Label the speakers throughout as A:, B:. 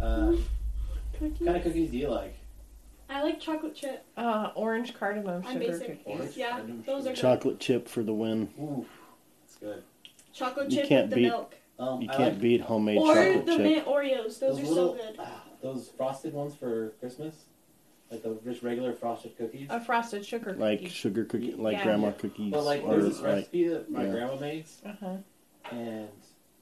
A: Uh, cookies do you like?
B: I like chocolate chip.
C: Uh, orange cardamom
B: I'm
C: sugar
B: basic.
C: cookies.
A: Orange
B: Yeah,
A: cardamom
B: those
A: sugar.
B: are good.
D: Chocolate chip for the win.
A: Ooh, it's good.
B: chocolate
D: You
B: chip
D: can't
B: with the
D: beat
B: milk.
A: Um,
D: You
A: I
D: can't
A: like
D: beat homemade
B: Or
D: chocolate
B: the
D: chip.
B: mint Oreos. Those, are
A: little-
B: so good.
A: ah, those frosted ones for Christmas, like the just regular frosted cookies.
C: A frosted sugar
D: like
C: cookie.
D: sugar cookie, like
C: Yeah.
D: grandma cookies,
A: But like,
D: or
A: there's this
D: like
A: recipe that my
D: yeah.
A: grandma makes,
C: Uh-huh.
A: and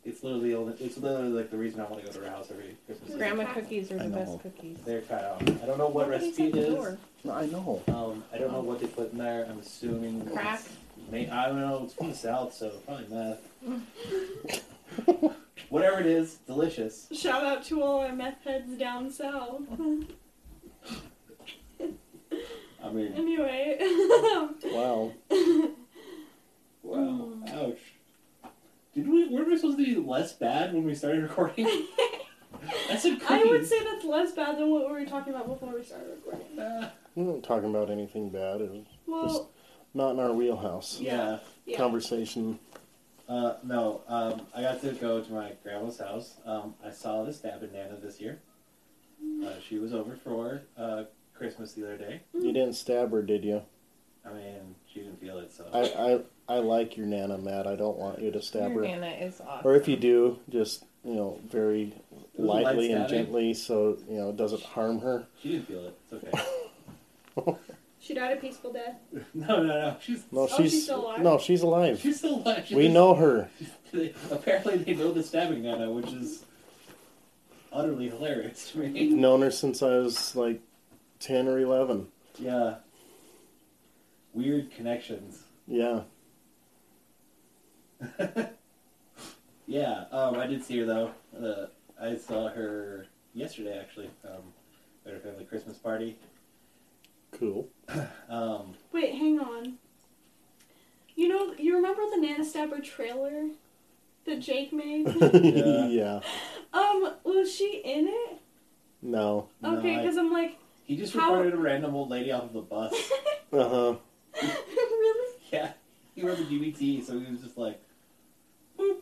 A: it's literally only, it's literally like the reason I want to go to her house every Christmas. season.
C: Grandma cookies are
D: I
C: the
D: know.
C: best cookies.
A: They're cut out. I don't know what
C: Nobody's
A: recipe
C: at
A: it
C: the
A: is.
C: door.
D: I know.
A: Um, I don't know what they put in there. I'm assuming it's
C: Crack.
A: ma- I don't know. It's from the south, so probably meth. Whatever it is, delicious.
B: Shout out to all our meth heads down south.
A: I mean,
B: Anyway,
D: Wow.
A: wow,
B: Mm.
A: ouch. Did we? Were we supposed to be less bad when we started recording? That's a cookie.
B: I would say that's less bad than what we were talking about before we started recording.
A: Ah,
D: We weren't talking about anything bad. It was
B: Well,
D: not in our wheelhouse.
A: yeah.
B: yeah.
D: Conversation.
A: Uh, no, um, I got to go to my grandma's house. Um, I saw this dab and Nana this year. Uh, she was over for uh, Christmas the other day.
B: Mm-hmm.
D: You didn't stab her, did you?
A: I mean, she didn't feel it, so.
D: I, I, I like your nana, Matt. I don't want you to stab
C: Your
D: her.
C: Nana is awesome.
D: Or if you do, just you know, very
A: It was a light
D: lightly and
A: stabbing.
D: gently, so you know it doesn't harm her.
A: She didn't feel it. It's okay.
B: she died a peaceful death.
A: no, no, no. She's
D: No,
B: Oh,
D: she's,
B: she's still alive?
D: no, she's alive.
A: she's still alive. She
D: we
A: just-
D: know her.
A: They, apparently, they know the stabbing Nana, which is utterly hilarious to me.
D: Known her since I was like ten or eleven.
A: yeah. Weird connections.
D: Yeah.
A: Yeah, um, I did see her though. Uh, I saw her yesterday actually um, at her family Christmas party.
D: Cool.
A: Um,
B: Wait, hang on. You know, you remember the Nana Stabber trailer that Jake made?
A: Yeah.
D: yeah.
B: um, was she in it?
D: No.
A: No,
B: Okay,
A: I-
B: because I'm like,
A: he just
B: How-
A: recorded a random old lady off of the bus.
D: Uh huh.
B: really?
A: yeah, he wrote the DVT, so he was just like, boop.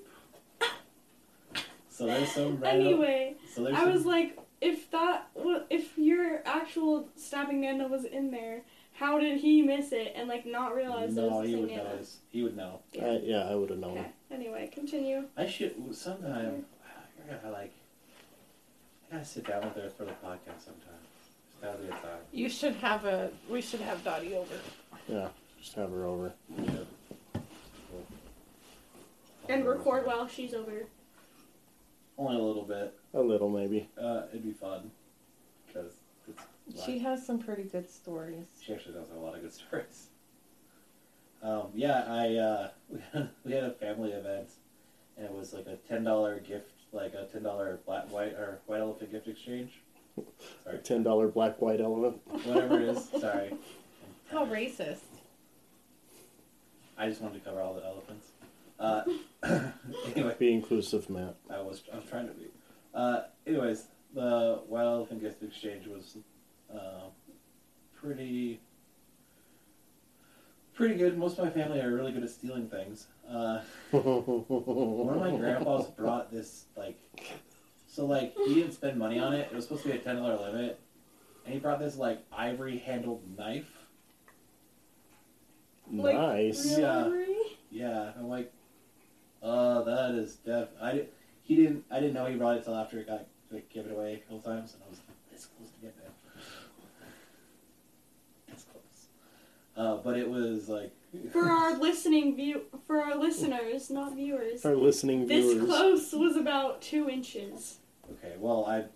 A: So there's some random.
B: Anyway,
A: so there's
B: I was
A: some,
B: like, if that, wa- if your actual stabbing Nana was in there, how did he miss it and like not realize that it
A: no,
B: "Oh, was
A: he
B: the same
A: would
B: Nana?
A: know. This. He would know.
B: Yeah.
D: I, yeah, I would have known.
B: Okay. Anyway, continue.
A: I should sometime. I gotta like. I gotta sit down with her for the podcast sometime. Just gotta be a time.
C: You should have a. We should have Dottie over.
D: Yeah. Just have her over.
B: And record while she's over.
A: Only a little bit.
D: A little maybe.
A: Uh, it'd be fun because it's live.
C: She has some pretty good stories.
A: She actually tells a lot of good stories. Um, yeah, I uh, we had a family event, and it was like a ten dollar gift, like a ten dollar black white or white elephant gift exchange. Sorry,
D: Ten dollar black white elephant.
A: whatever it is. Sorry,
C: How racist.
A: I just wanted to cover all the elephants. Uh, anyway,
D: Be inclusive, Matt.
A: I was I was trying to be. Uh, anyways, the Wild Elephant Gift Exchange was uh, pretty pretty good. Most of my family are really good at stealing things. Uh, one of my grandpas brought this like so like he didn't spend money on it. It was supposed to be a ten dollar limit, and he brought this like ivory handled knife.
B: Like,
D: nice.
B: Real
A: Yeah.
B: Ivory?
A: Yeah, I'm like, uh, that is def. I didn't. He didn't. I didn't know he brought it till after it got like given away a couple times, and I was like, this close to get that. It's close. Uh, but it was like.
B: For our listening view, for our listeners, not viewers,
D: Our listening
B: this
D: viewers.
B: close was about two inches.
A: okay, well, I'm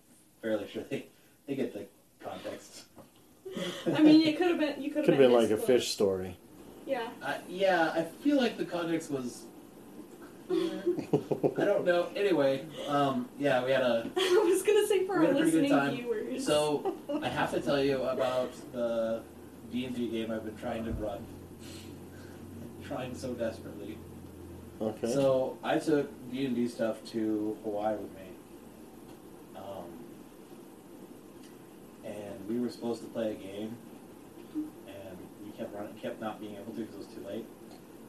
A: fairly sure they they get the context.
B: I mean, it could have been. You could
D: Could
B: have
D: have been like a fish story.
B: Yeah.
A: I, yeah, I feel like the context was. I don't know. Anyway, um, yeah, we had a
B: I was gonna say for
A: We
B: our
A: had a pretty good
B: listening
A: time.
B: viewers.
A: So I have to tell you about the D and D game I've been trying to run, trying so desperately.
D: Okay.
A: So I took D and D stuff to Hawaii with me, um, and we were supposed to play a game, and we kept running, kept not being able to because it was too late.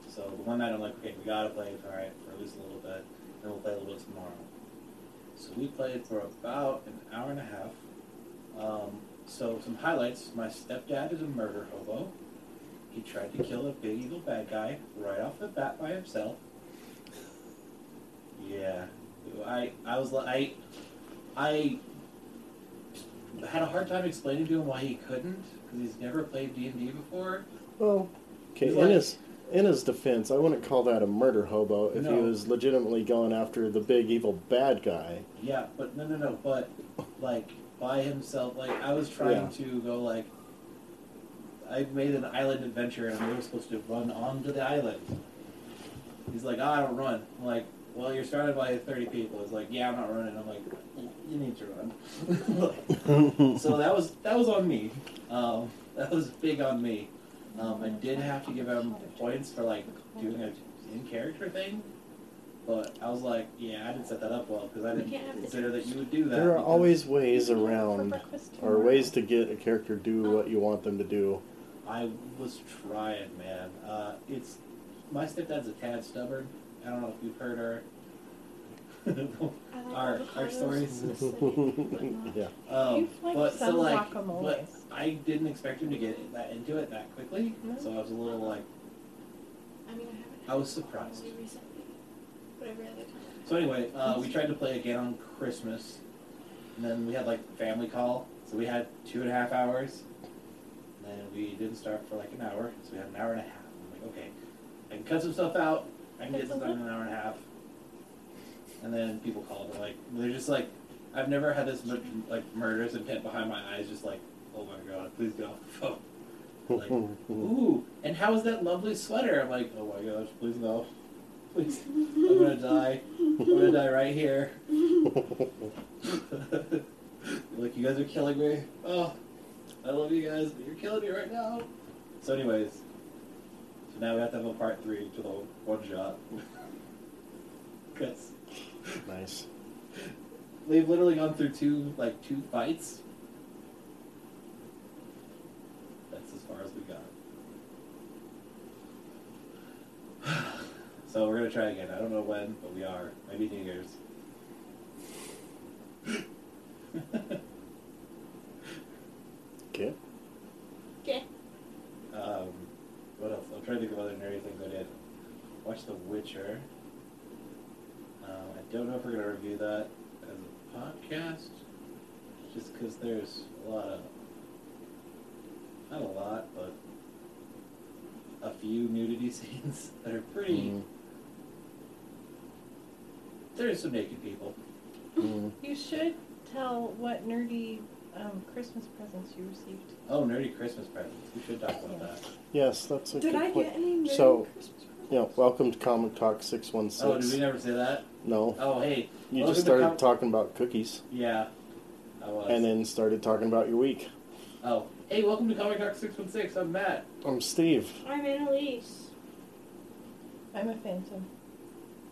A: So the one night I'm like, okay, we gotta play it, all right, for at least a little bit, then we'll play a little bit tomorrow. So we played for about an hour and a half. Um, So some highlights. My stepdad is a murder hobo. He tried to kill a big evil bad guy right off the bat by himself. Yeah, I I was like I I had a hard time explaining to him why he couldn't because he's never played D and D before.
D: Well, okay.
A: He's
D: In
A: like-
D: his in his defense, I wouldn't call that a murder hobo if he
A: No.
D: was legitimately going after the big evil bad guy.
A: Yeah, but no, no, no. But like by himself, like I was trying
D: Yeah.
A: to go like I made an island adventure and we were supposed to run onto the island. He's like, "Ah, I don't run. I'm like, well, you're surrounded by thirty people. He's like, yeah, I'm not running. I'm like, "Y- you need to run. so that was that was on me. Um, that was big on me. Um, I did have to give him points for like doing a in character thing. But I was like, yeah, I didn't set that up well because I
C: We
A: didn't
C: can't have this
A: consider that you would do that.
D: there are
A: because-
D: always ways
C: For
D: around
C: breakfast
D: or
C: tomorrow.
D: ways to get a character do what you want them to do.
A: I was trying, man. Uh, it's my stepdad's a tad stubborn. I don't know if you've heard Um, her.
B: I like
A: Our-
B: avocados.
A: our stories.
B: It's like- whatnot.
D: yeah.
A: um,
C: You've, like,
A: but so
C: some
A: like,
C: guacamoles.
A: but I didn't expect him to get that into it that quickly.
C: No.
A: So I was a little like,
B: I mean, I haven't.
A: I was surprised.
B: Only recently, but every other time.
A: So anyway, uh, we tried to play again on Christmas, and then we had like family call, so we had two and a half hours. And then we didn't start for like an hour, so we had an hour and a half. I'm like, okay, I can cut some stuff out. I can get
C: That's a
A: this done in an hour and a half. And then people called and like they're just like, I've never had this mur- like murderous intent behind my eyes, just like, oh my god, please get off the phone. Like, ooh, and how is that lovely sweater? I'm like, oh my gosh, please no, please, I'm gonna die. I'm gonna die right here. like you guys are killing me. Oh, I love you guys, but you're killing me right now. So, anyways, so now we have to have a part three to the one shot. Cause
D: nice.
A: they've literally gone through two like two fights. That's as far as we got. so we're gonna try again. I don't know when, but we are. Maybe New Year's.
D: Okay.
B: Okay.
A: Um, what else? I'm trying to think of other nerdy things I did. Watch The Witcher. Um, I don't know if we're gonna review that as a podcast, just because there's a lot of not a lot, but a few nudity scenes that are pretty.
D: Mhm.
A: There's some naked people.
D: Mhm.
C: You should tell what nerdy um, Christmas presents you received.
A: Oh, nerdy Christmas presents. We should talk about that.
D: Yes, that's a
B: Did
D: good
B: I
D: point.
B: get any Merry
D: So-
B: Christmas? presents?
D: Yeah, welcome to Comic Talk Six One
A: Oh, did
D: Six.
A: we never say that?
D: No,
A: Oh, hey.
D: you
A: welcome
D: just
A: to
D: started
A: Com-
D: talking about cookies,
A: Yeah. I was.
D: and then started talking about your week.
A: oh, hey, welcome to Comic Talk 616. I'm Matt.
D: I'm Steve.
B: I'm Annalise.
C: I'm a phantom.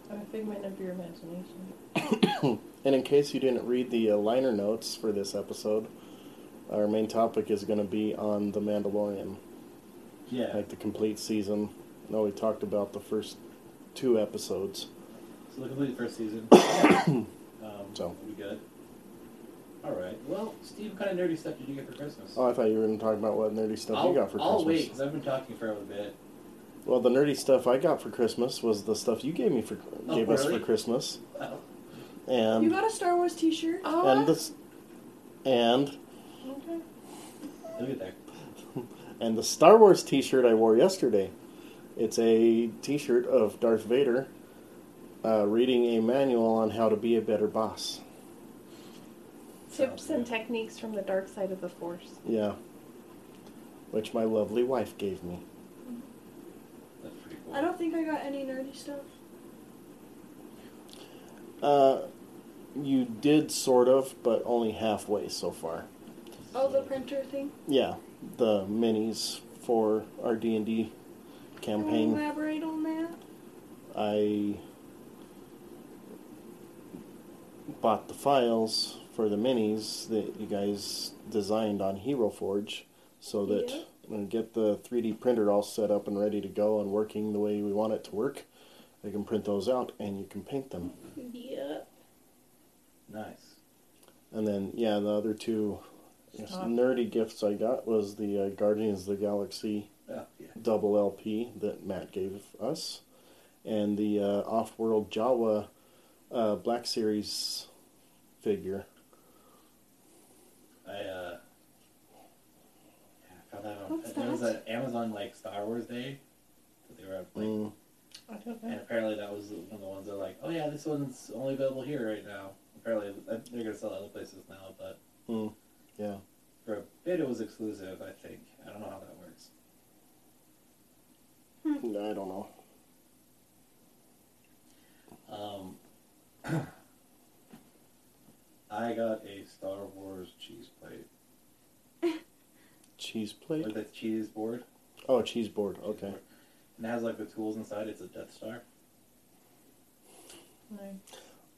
C: I'm a figment of your imagination.
D: And in case you didn't read the uh, liner notes for this episode, our main topic is going to be on The Mandalorian,
A: Yeah.
D: like the complete season. No, we talked about the first two episodes.
A: So the complete first season. um,
D: So.
A: we good. All right. Well, Steve, what kind of nerdy stuff did you get for Christmas?
D: Oh, I thought you were going to talk about what nerdy stuff
A: I'll,
D: you got for
A: I'll
D: Christmas.
A: wait because I've been talking for a bit.
D: Well, the nerdy stuff I got for Christmas was the stuff you gave me for
A: Oh,
D: gave us for
A: really?
D: Christmas,
A: Wow.
B: you
D: and
B: got a Star Wars T-shirt?
C: Oh,
D: Um, and this and
C: okay.
A: Look at there.
D: And the Star Wars T-shirt I wore yesterday, it's a T-shirt of Darth Vader uh, reading a manual on how to be a better boss.
C: tips and techniques from the dark side of the force.
D: Yeah, which my lovely wife gave me.
A: That's pretty cool.
B: I don't think I got any nerdy stuff.
D: Uh, you did sort of, but only halfway so far.
B: Oh, the printer thing.
D: Yeah, the minis for our D and D
B: Can we
D: campaign.
B: elaborate on that?
D: I bought the files for the minis that you guys designed on Hero Forge so that
B: Yeah.
D: when we get the 3D printer all set up and ready to go and working the way we want it to work, I can print those out and you can paint them.
B: Yeah.
A: Nice.
D: And then, yeah, the other two Yes,
C: Stop.
D: nerdy gifts I got was the uh, Guardians of the Galaxy
A: Oh, yeah.
D: double LP that Matt gave us, and the uh, off-world Jawa uh, Black Series figure.
A: I uh, yeah, I found that on.
B: What's
A: It was an
B: that?
A: Amazon like Star Wars Day. That they were like,
D: Mm,
C: I don't
A: and
C: know.
A: apparently that was one of the ones that were like, oh yeah, this one's only available here right now. Apparently that- they're gonna sell it other places now, but
D: mm, yeah,
A: for a bit it was exclusive. I think I don't know how that works.
D: I don't know.
A: Um, I got a Star Wars cheese plate
D: Cheese plate?
A: with a cheese board.
D: Oh, cheese board. Okay.
A: And it has like the tools inside. It's a Death Star.
C: No.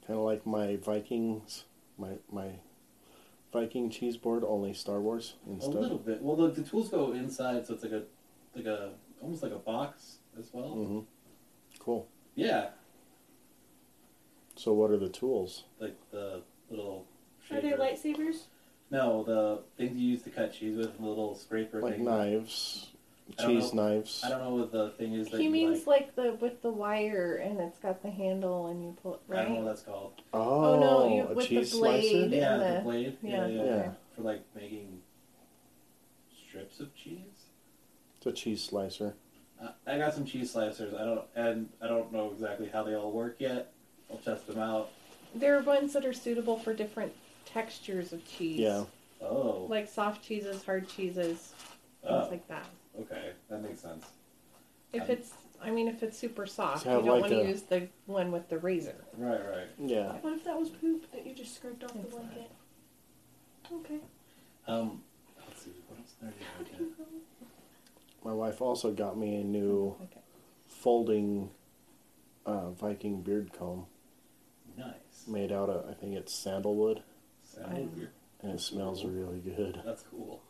D: Kind of like my Vikings, my my Viking cheese board, only Star Wars
A: A
D: instead.
A: little bit. Well, the, the tools go inside, so it's like a, like a, almost like a box as well.
D: hmm Cool.
A: Yeah,
D: So, what are the tools?
A: like the little.
B: Are they
A: shaver.
B: lightsabers?
A: No, the things you use to cut cheese with, the little scraper
D: Like
A: thing.
D: knives,
A: I don't
D: cheese
A: know.
D: knives.
A: I don't know what the thing is that
C: He
A: you
C: means
A: like.
C: like the with the wire and it's got the handle and you pull it
A: I
C: right.
A: don't know what that's called.
D: Oh,
C: no, you- with
D: a
C: the
D: cheese
C: blade.
D: slicer?
A: Yeah,
C: and
A: the
C: the-
A: blade.
C: yeah,
A: yeah,
D: okay.
A: For like making strips of cheese.
D: It's a cheese slicer.
A: I- I got some cheese slicers. I don't, and I don't know exactly how they all work yet. I'll test them out.
C: There are ones that are suitable for different textures of cheese.
D: Yeah.
A: Oh,
C: Like soft cheeses, hard cheeses,
A: oh,
C: things like that.
A: okay, that makes sense.
C: If
A: Um,
C: it's, I mean, if it's super soft,
D: have
C: you don't
D: like
C: want to
D: a-
C: use the one with the razor.
A: Right, right.
D: Yeah.
B: What if that was poop that you just scraped off the
C: It's not.
B: blanket? Okay.
A: Um, let's see, what else did I get?
D: My wife also got me a new
C: Okay.
D: folding uh, Viking beard comb
A: Nice.
D: made out of, I think it's sandalwood,
A: Sound weird.
D: and it smells really good.
A: That's cool.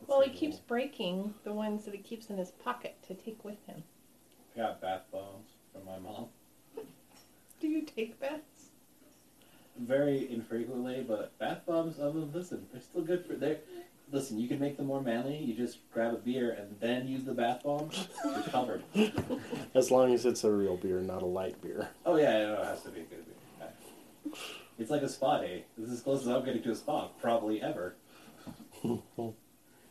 A: That's
C: Well, he
A: so
C: keeps
A: cool.
C: breaking the ones that he keeps in his pocket to take with him.
A: I got bath bombs from my mom.
C: Do you take baths?
A: Very infrequently, but bath bombs. Of them, listen, they're still good for. They're listen. You can make them more manly. You just grab a beer and then use the bath bomb. You're covered.
D: As long as it's a real beer, not a light beer.
A: Oh yeah, no, it has to be a good beer. It's like a spa day. This is as close as I'm getting to a spa, probably ever.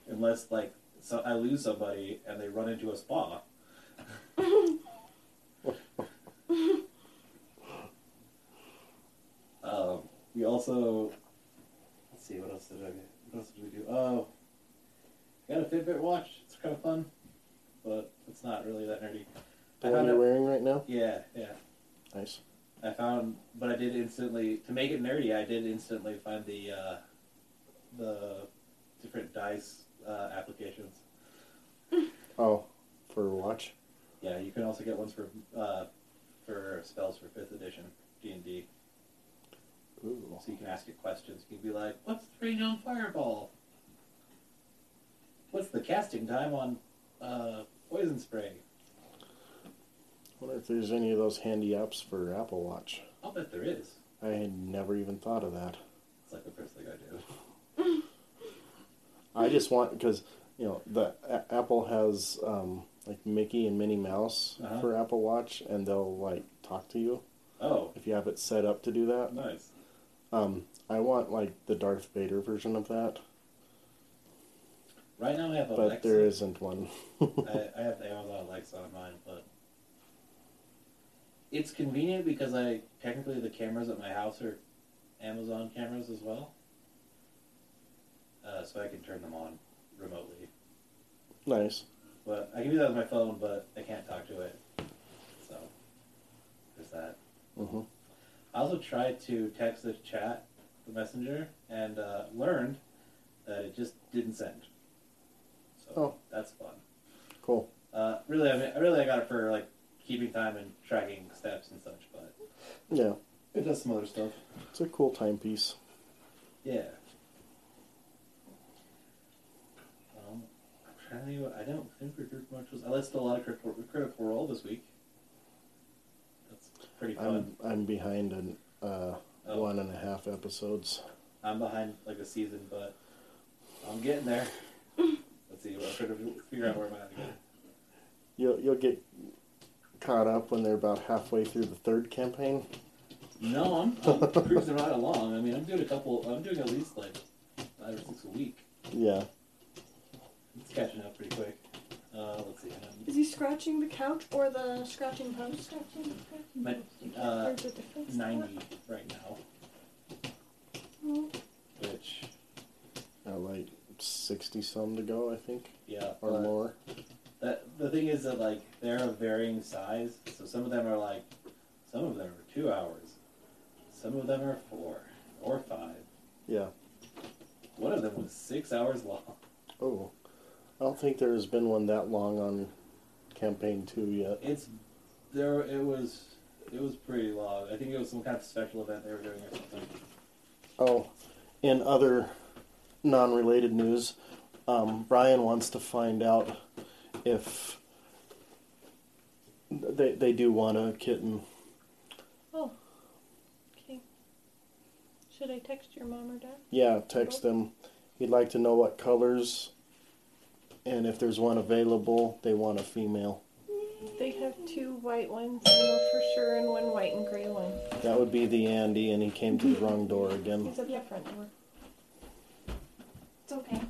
A: Unless like so I lose somebody and they run into a spa. um, we also let's see what else did I get? What else did we do? Oh, I got a Fitbit watch. It's kind of fun, but it's not really that nerdy.
D: The
A: I
D: one
A: found
D: you're
A: out-
D: wearing right now?
A: Yeah, yeah.
D: Nice.
A: I found, but I did instantly to make it nerdy. I did instantly find the uh, the different dice uh, applications.
D: Oh, for a watch?
A: Yeah, you can also get ones for uh, for spells for fifth edition D and D.
D: Ooh.
A: So you can ask it questions. You can be like, "What's the range on fireball? What's the casting time on uh, poison spray?"
D: wonder if there's any of those handy apps for Apple Watch.
A: I'll bet there is.
D: I had never even thought of that.
A: It's like the first thing I did.
D: I just want because you know the A- Apple has um, like Mickey and Minnie Mouse
A: Uh-huh.
D: for Apple Watch, and they'll like talk to you
A: Oh,
D: if you have it set up to do that.
A: nice.
D: Um, I want like the Darth Vader version of that,
A: Right now I have Alexa.
D: but there isn't one.
A: I, I have the Amazon Alexa on mine, but it's convenient because I technically the cameras at my house are Amazon cameras as well, uh, so I can turn them on remotely.
D: nice.
A: But I can do that with my phone, but I can't talk to it. So there's that.
D: hmm
A: I also tried to text the chat, the messenger, and uh, learned that it just didn't send. So
D: Oh.
A: that's fun.
D: Cool.
A: Uh, really, I mean, I really, I got it for like keeping time and tracking steps and such, but
D: Yeah,
A: it does some other stuff.
D: it's a cool timepiece.
A: Yeah. Um, I'm trying to think. What, I don't think we did much. Else. I listed a lot of critical, critical role this week. That's pretty fun.
D: I'm I'm behind an uh,
A: Oh.
D: one and a half episodes.
A: I'm, behind like a season, but I'm getting there. Let's see. I'm trying to figure out where I'm at again.
D: You'll you'll get caught up when they're about halfway through the third campaign.
A: No, I'm, I'm cruising right along. I mean, I'm doing a couple. I'm doing at least like five or six a week.
D: Yeah.
A: It's catching up pretty quick. Uh, let's see. um,
B: Is he scratching the couch or the scratching post?
A: But, uh,
C: There's a difference.
A: 90 right now,
B: Oh,
A: which
D: Got like sixty some to go, I think,
A: yeah.
D: or
A: but
D: more.
A: That the thing is that like they're of varying size. So some of them are like, some of them are two hours, some of them are four or five.
D: Yeah.
A: One of them was six hours long.
D: Oh, I don't think there has been one that long on campaign two yet.
A: It's there. It was it was pretty long. I think it was some kind of special event they were doing or something.
D: Oh, in other non-related news, um, Brian wants to find out if they they do want a kitten.
C: Oh. Okay. Should I text your mom or dad?
D: Yeah, text them. He'd like to know what colors, and if there's one available, they want a female.
C: They have two white ones, I know for sure, and one white and gray one.
D: That would be the Andy, and he came to the wrong door again.
C: He's at
B: Yep.
C: the front door.
B: it's okay.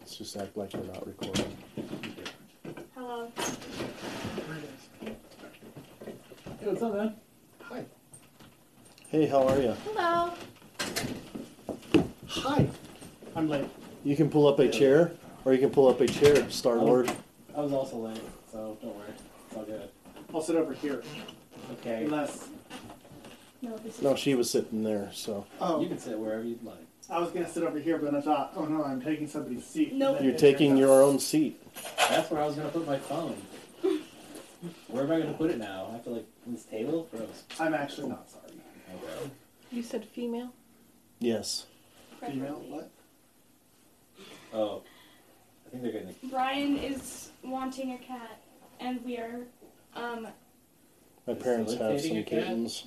D: Let's just act like we're not recording.
B: Hello.
A: Hey, what's up, man?
E: Hi.
D: Hey, how are you?
B: Hello.
E: Hi. I'm late.
D: You can pull up a chair, or you can pull up a chair, Star Lord.
A: I was also late, so don't worry. It's all good.
E: I'll sit over here.
A: Okay.
E: Unless.
B: No, this is.
D: No, she was sitting there, so
A: You
E: Oh,
A: can sit wherever you'd like.
E: I was going to sit over here, but I thought, oh no, I'm taking somebody's seat.
B: Nope.
D: you're taking your own seat.
A: That's where I was gonna put my phone. Where am I gonna put it now? I have to like on this table? Gross.
E: I'm actually not sorry.
A: Okay.
C: You said female?
D: Yes.
E: Female?
B: preferably.
E: What?
A: Oh. I think they're gonna
B: Brian is wanting a cat, and we are, um,
D: My parents have
A: Facilitating
D: some
A: a cat?
D: kittens.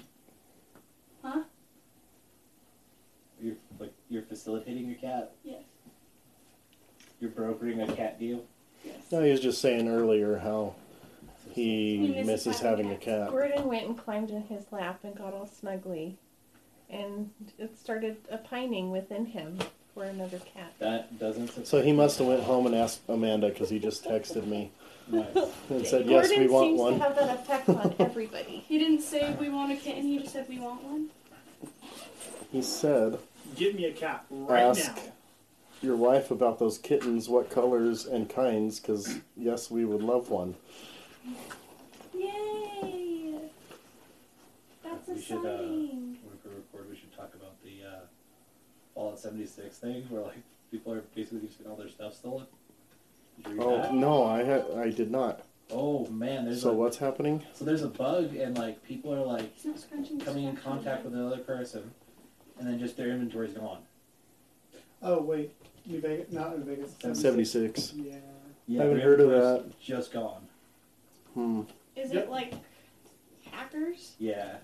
B: huh?
A: you're like you're facilitating your cat.
B: Yes.
A: You're brokering a cat deal.
D: No,
B: Yes.
D: he was just saying earlier how he
B: He misses
D: misses
B: having
D: having a
B: cats.
D: cat.
C: Gordon went and climbed in his lap and got all snuggly. And it started a pining within him for another cat.
A: That doesn't surprise
D: So he must have went home and asked Amanda because he just texted me
A: Nice.
D: and said,
C: Gordon
D: "Yes, we want
C: seems
D: one."
C: to have that effect on everybody.
B: He didn't say we want a kitten. He just said we want one.
D: He said,
E: Give me a cat right
D: Ask.
E: now.
D: "Your wife about those kittens, what colors and kinds? Because yes, we would love one."
B: Yay! That's
A: We should, uh,
B: exciting.
A: When we record we should talk about the uh Fallout seventy six thing where like people are basically just getting all their stuff stolen. Did you read
D: Oh
A: that?
D: no, I ha- I did not.
A: Oh man, there's
D: So
A: a
D: what's happening?
A: so there's a bug and like people are like
B: He's not scrunching. his
A: coming in
B: scrunchie.
A: contact with another person, and then just their inventory's gone.
E: Oh, wait. New Vegas? Not New Vegas.
D: Seventy-six.
E: Yeah.
A: Yeah,
D: Haven't
A: their
D: heard of
A: inventory's Just gone.
D: Hmm.
B: Is
E: Yep.
B: it like hackers?
A: Yeah,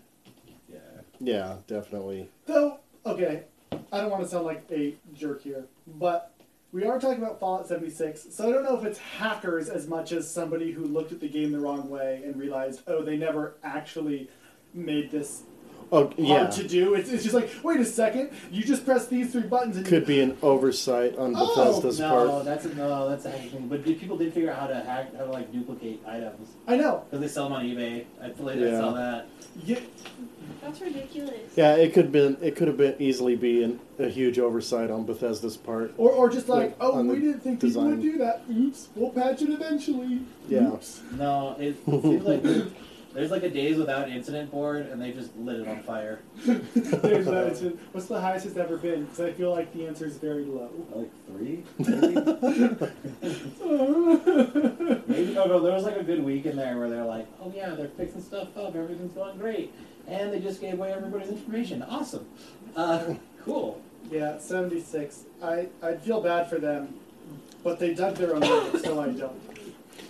A: yeah.
D: Yeah, definitely.
E: Though, okay, I don't want to sound like a jerk here, but we are talking about Fallout 76, so I don't know if it's hackers as much as somebody who looked at the game the wrong way and realized, oh, they never actually made this
D: Oh
E: hard
D: yeah,
E: to do. It's, it's just like, wait a second, you just press these three buttons and
D: could be an oversight on
E: Oh,
D: Bethesda's
A: no,
D: part.
A: that's a, no, that's a hacking. But did, people did figure out how to hack, how to like duplicate items
E: I know.
A: because they sell them on eBay. I believe I
D: Yeah.
A: saw that.
E: Yeah,
B: That's ridiculous.
D: Yeah, it could been. It could have been easily be an, a huge oversight on Bethesda's part.
E: or, or just like,
D: Like,
E: oh,
D: on
E: we
D: the
E: didn't think people would
D: design.
E: do that. Oops, we'll patch it eventually.
D: Yeah.
E: Oops.
A: No, it seems like there's like a days without incident board, and they just lit it on fire.
E: There's that. It's been- what's the highest it's ever been? Because I feel like the answer is very low.
A: Like three, maybe. Maybe oh, no, no. There was like a good week in there where they're like, "Oh yeah, they're fixing stuff up. Everything's going great," and they just gave away everybody's information. Awesome, uh, cool.
E: Yeah, 76. I, I feel bad for them, but they dug their own hole, so I don't.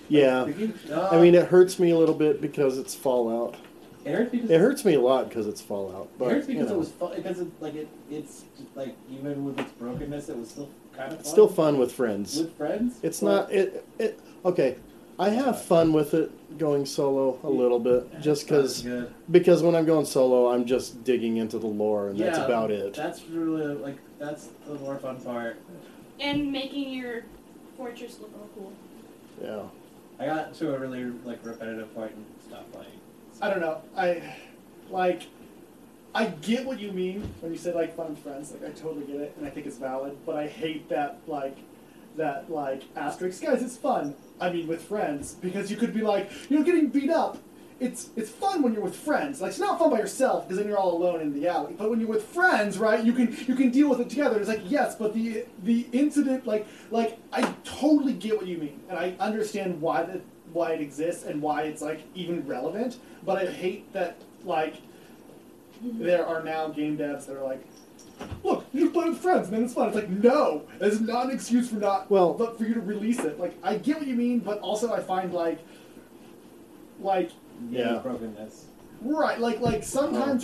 D: Yeah.
A: The game- uh,
D: I mean, it hurts me a little bit because it's Fallout.
A: uh, It hurts because
D: It hurts me a lot because it's Fallout,
A: It
D: but
A: hurts because
D: you know,
A: it was fun. Because it, like it, it's just, like even with its brokenness, it was still kind of fun.
D: it's still fun with friends.
A: with friends.
D: It's
A: but-
D: not it it okay. I have fun with it going solo a little bit, just
A: Not as
D: because
A: good.
D: because when I'm going solo, I'm just digging into the lore, and that's
A: Yeah,
D: about it.
A: That's really like that's the more fun part.
B: And making your fortress look all cool.
D: Yeah,
A: I got to a really like repetitive point and stopped playing.
E: I don't know. I like I get what you mean when you say like fun with friends. Like I totally get it and I think it's valid, but I hate that like that like asterisk guys it's fun. I mean with friends because you could be like you're getting beat up. It's it's fun when you're with friends. Like it's not fun by yourself because then you're all alone in the alley. But when you're with friends, right, you can you can deal with it together. It's like yes, but the the incident like like I totally get what you mean and I understand why that why it exists and why it's like even relevant. But I hate that like there are now game devs that are like, look, you just play with friends, man, it's fun. It's like no, it's not an excuse for not
D: Well-
E: but for you to release it. Like I get what you mean, but also I find like like
D: Yeah.
A: brokenness.
E: right like like sometimes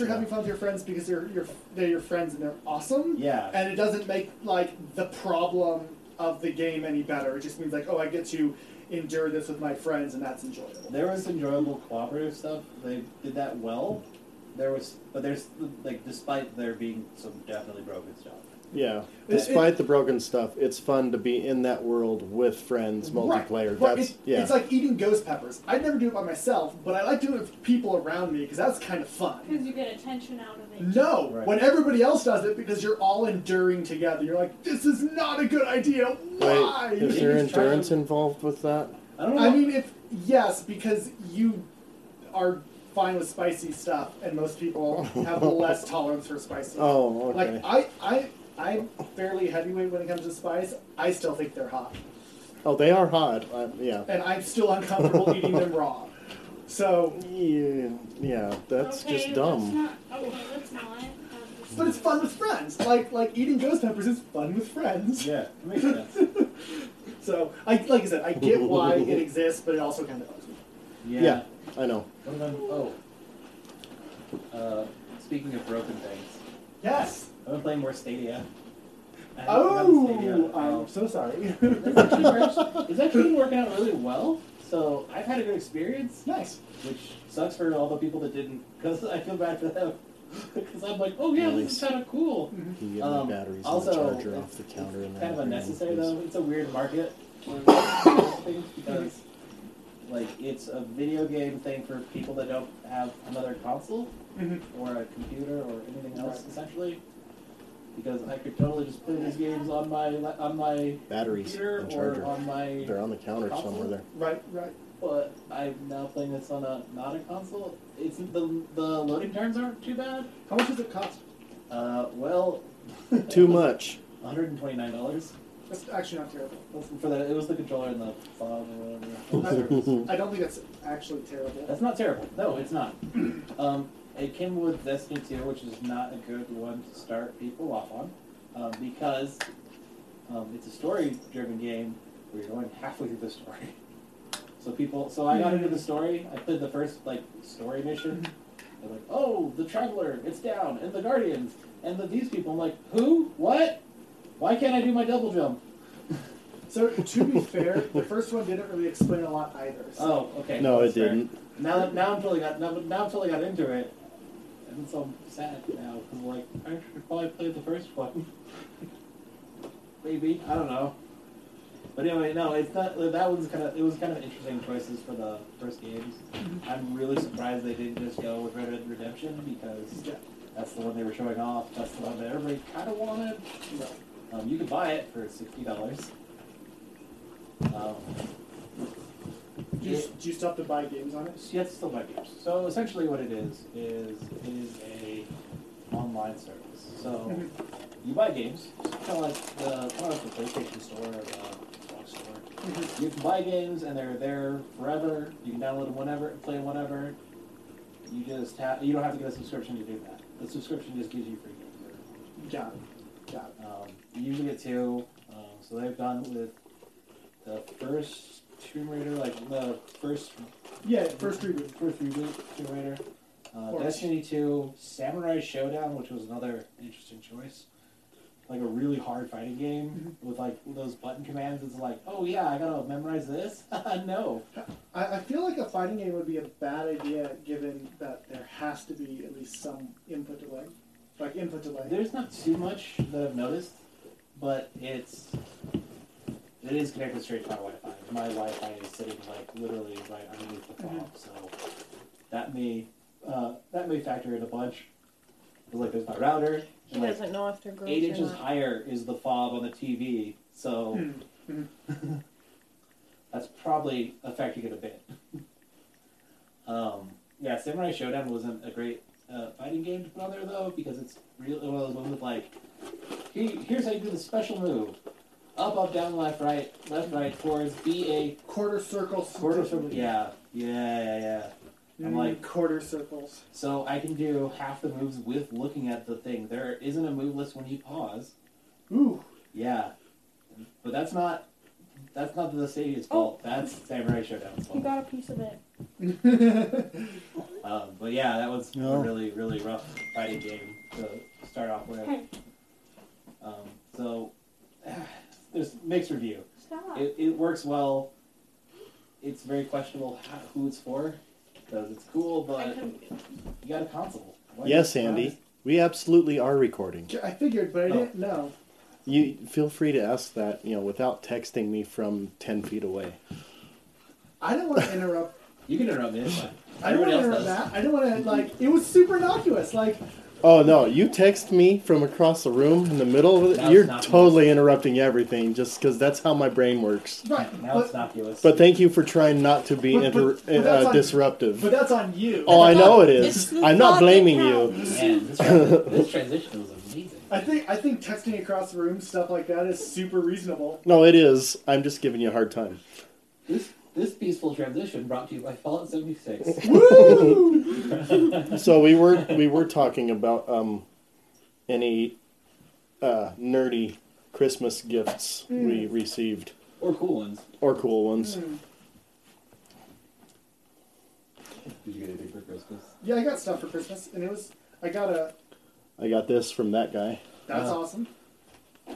D: Oh,
E: you're
D: yeah.
E: having fun with your friends because you're you're they're your friends and they're awesome.
A: Yeah.
E: And it doesn't make like the problem of the game any better. It just means like, oh, I get to endure this with my friends, and that's enjoyable.
A: There was enjoyable cooperative stuff. They did that well. There was, but there's like despite there being some definitely broken stuff.
D: yeah.
E: It-
D: Despite the broken stuff, it's fun to be in that world with friends, multiplayer.
E: Right. Right.
D: That's
E: It's-
D: yeah.
E: It's like eating ghost peppers. I'd never do it by myself, but I like doing it with people around me because that's kind of fun.
B: Because you get attention out of it.
E: No,
A: Right.
E: when everybody else does it, because you're all enduring together. You're like, this is not a good idea. Why?
D: Wait, is
A: They
D: there
A: just try to-
D: endurance involved with that?
A: I don't know.
E: I mean, if yes, because you are fine with spicy stuff, and most people have less tolerance for spicy.
D: Oh, okay.
E: Like I, I, I'm fairly heavyweight when it comes to spice. I still think they're hot,
D: oh, they are hot. I, yeah.
E: and I'm still uncomfortable eating them raw. So,
D: yeah, yeah. That's
B: okay,
D: just dumb.
B: Let's not, okay, let's not. um, have this-
E: but it's fun with friends. Like like eating ghost peppers is fun with friends.
A: yeah, it makes sense.
E: So I like I said, I get why it exists, but it also kind of bugs me.
A: Yeah.
D: yeah, I know.
A: What about- oh. Uh, speaking of broken things,
E: Yes.
A: I've been playing more Stadia. I haven't gotten
E: Oh, I'm
A: um,
E: so sorry.
A: It's actually, worked- it's actually been working out really well. So I've had a good experience,
E: nice.
A: which sucks for all the people that didn't, because I feel bad for them. Because I'm like, oh yeah, this is
D: Nice.
A: kind of cool.
D: You get
A: Um,
D: my batteries
A: also,
D: and the charger
A: it's-
D: off the counter.
A: it's kind
D: and
A: of
D: that, you know,
A: unnecessary
D: please.
A: though. It's a weird market for those things because, like, it's a video game thing for people that don't have another console
E: Mhm.
A: or a computer or anything else
E: Right.
A: essentially. Because I could totally just play these games on my la- on my
D: Batteries
A: computer
D: and
A: or
D: charger.
A: on my
D: They're on the counter
A: Console?
D: somewhere there.
E: Right, right.
A: but I'm now playing this on a not a console. It's the the loading times aren't too bad.
E: How much does it cost?
A: Uh, well,
D: Too much.
A: One hundred and twenty nine dollars.
E: That's actually not terrible.
A: For the it was the controller and the fob or whatever.
E: I don't think that's actually terrible.
A: That's not terrible. No, it's not. Um, it came with Destiny two, which is not a good one to start people off on, um, because um, it's a story driven game where you're going halfway through the story. So people, so I got into the story. I played the first like story mission. I'm like, oh, the traveler, it's down, and the guardians, and the, these people. I'm like, who? What? Why can't I do my double jump?
E: So to be fair, the first one didn't really explain a lot either. So
A: Oh, okay.
D: No, it
A: that's fair.
D: didn't.
A: Now that now I'm totally got now, now I'm totally got into it, and so I'm sad now because like I should probably play the first one. Maybe I don't know. But anyway, no, it's not. That one's kind of it was kind of interesting choices for the first games. I'm really surprised they didn't just go with Red Dead Redemption because
E: yeah,
A: that's the one they were showing off. That's the one that everybody kind of wanted.
E: no.
A: Um, you can buy it for sixty dollars. Um,
E: do, you,
A: it-
E: do you still have to buy games on it?
A: yeah, it's still my games. So essentially, what it is is it is a online service. So
E: Mhm.
A: you buy games, kind of like the, kind of like the PlayStation Store or the Xbox Store. You can buy games, and they're there forever. You can download them whenever, play them whenever. You just have you don't have to get a subscription to do that. The subscription just gives you free games.
E: Got it. Got
A: Um, you usually get two. Um, so they've gone with the first Tomb Raider, like the first
E: it. Yeah, first reboot.
A: First reboot, Tomb Raider. Uh,
E: Or-
A: Destiny 2, Samurai Showdown, which was another interesting choice. Like a really hard fighting game with like those button commands. It's like, oh yeah, I gotta memorize this. no.
E: I, I feel like a fighting game would be a bad idea given that there has to be at least some input delay. Like input delay.
A: There's not too much that I've noticed, but it's it is connected straight to my Wi-Fi. My Wi-Fi is sitting like literally right underneath the fob, so that may uh, that may factor in a bunch. 'Cause, like there's my router.
C: He
A: And, like,
C: doesn't know if they're girls
A: eight
C: or
A: inches
C: not.
A: higher is the fob on the TV, so
E: Hmm.
A: that's probably affecting it a bit. um, yeah, Samurai Showdown wasn't a great uh, fighting game to put on there though because it's real one of those ones with like, here, here's how you do the special move: up, up, down, left, right, left, right, towards B A
E: Quarter circles.
A: quarter circle. Yeah, yeah, yeah, yeah. I'm
E: Mm,
A: like-
E: quarter circles.
A: So I can do half the moves with looking at the thing. There isn't a move list when you pause.
E: Ooh.
A: Yeah, but that's not that's not the stadium's fault. That's Samurai Showdown's
B: Oh. You
A: fault.
B: got a piece of it.
A: Oh. Um, but yeah, that was
D: No.
A: a really really rough fighting game to start off with.
B: Hey,
A: Um, so there's mixed review.
B: stop.
A: It, it works well. It's very questionable how, who it's for because it's cool,
B: I
A: but
B: couldn't-
A: you got a console. Why
D: Yes,
A: not?
D: Andy. We absolutely are recording.
E: I figured, but I
A: Oh.
E: didn't know.
D: You feel free to ask that, you know, without texting me from ten feet away.
E: I don't want to interrupt
A: You can interrupt me. it's fine.
E: I
A: Everybody
E: don't want to
A: else
E: interrupt
A: does.
E: that. I don't want to like. It was super innocuous. Like
D: Oh no, you text me from across the room in the middle of
A: That
D: it.
A: was
D: You're
A: not me.
D: totally interrupting everything just because that's how my brain works.
E: right,
A: Now
E: but,
A: it's innocuous.
D: But thank you for trying not to be
E: But- but-
D: inter-
E: but that's
D: uh,
E: on-
D: disruptive.
E: but that's on you.
D: oh, I know it
C: It's
D: is.
C: the
D: I'm not
C: thought that
D: blaming you.
A: Man, this, tran- this transition was amazing.
E: I think I think texting across the room stuff like that is super reasonable.
D: No, it is. I'm just giving you a hard time.
A: This this peaceful transition brought to you by Fallout 76.
D: So we were we were talking about um, any uh, nerdy Christmas gifts
E: Mm.
D: we received
A: or cool ones.
D: or cool ones.
A: Did you get anything for Christmas?
E: Yeah, I got stuff for Christmas, and it was I got a.
D: I got this from that guy.
E: That's
A: Wow.
E: awesome.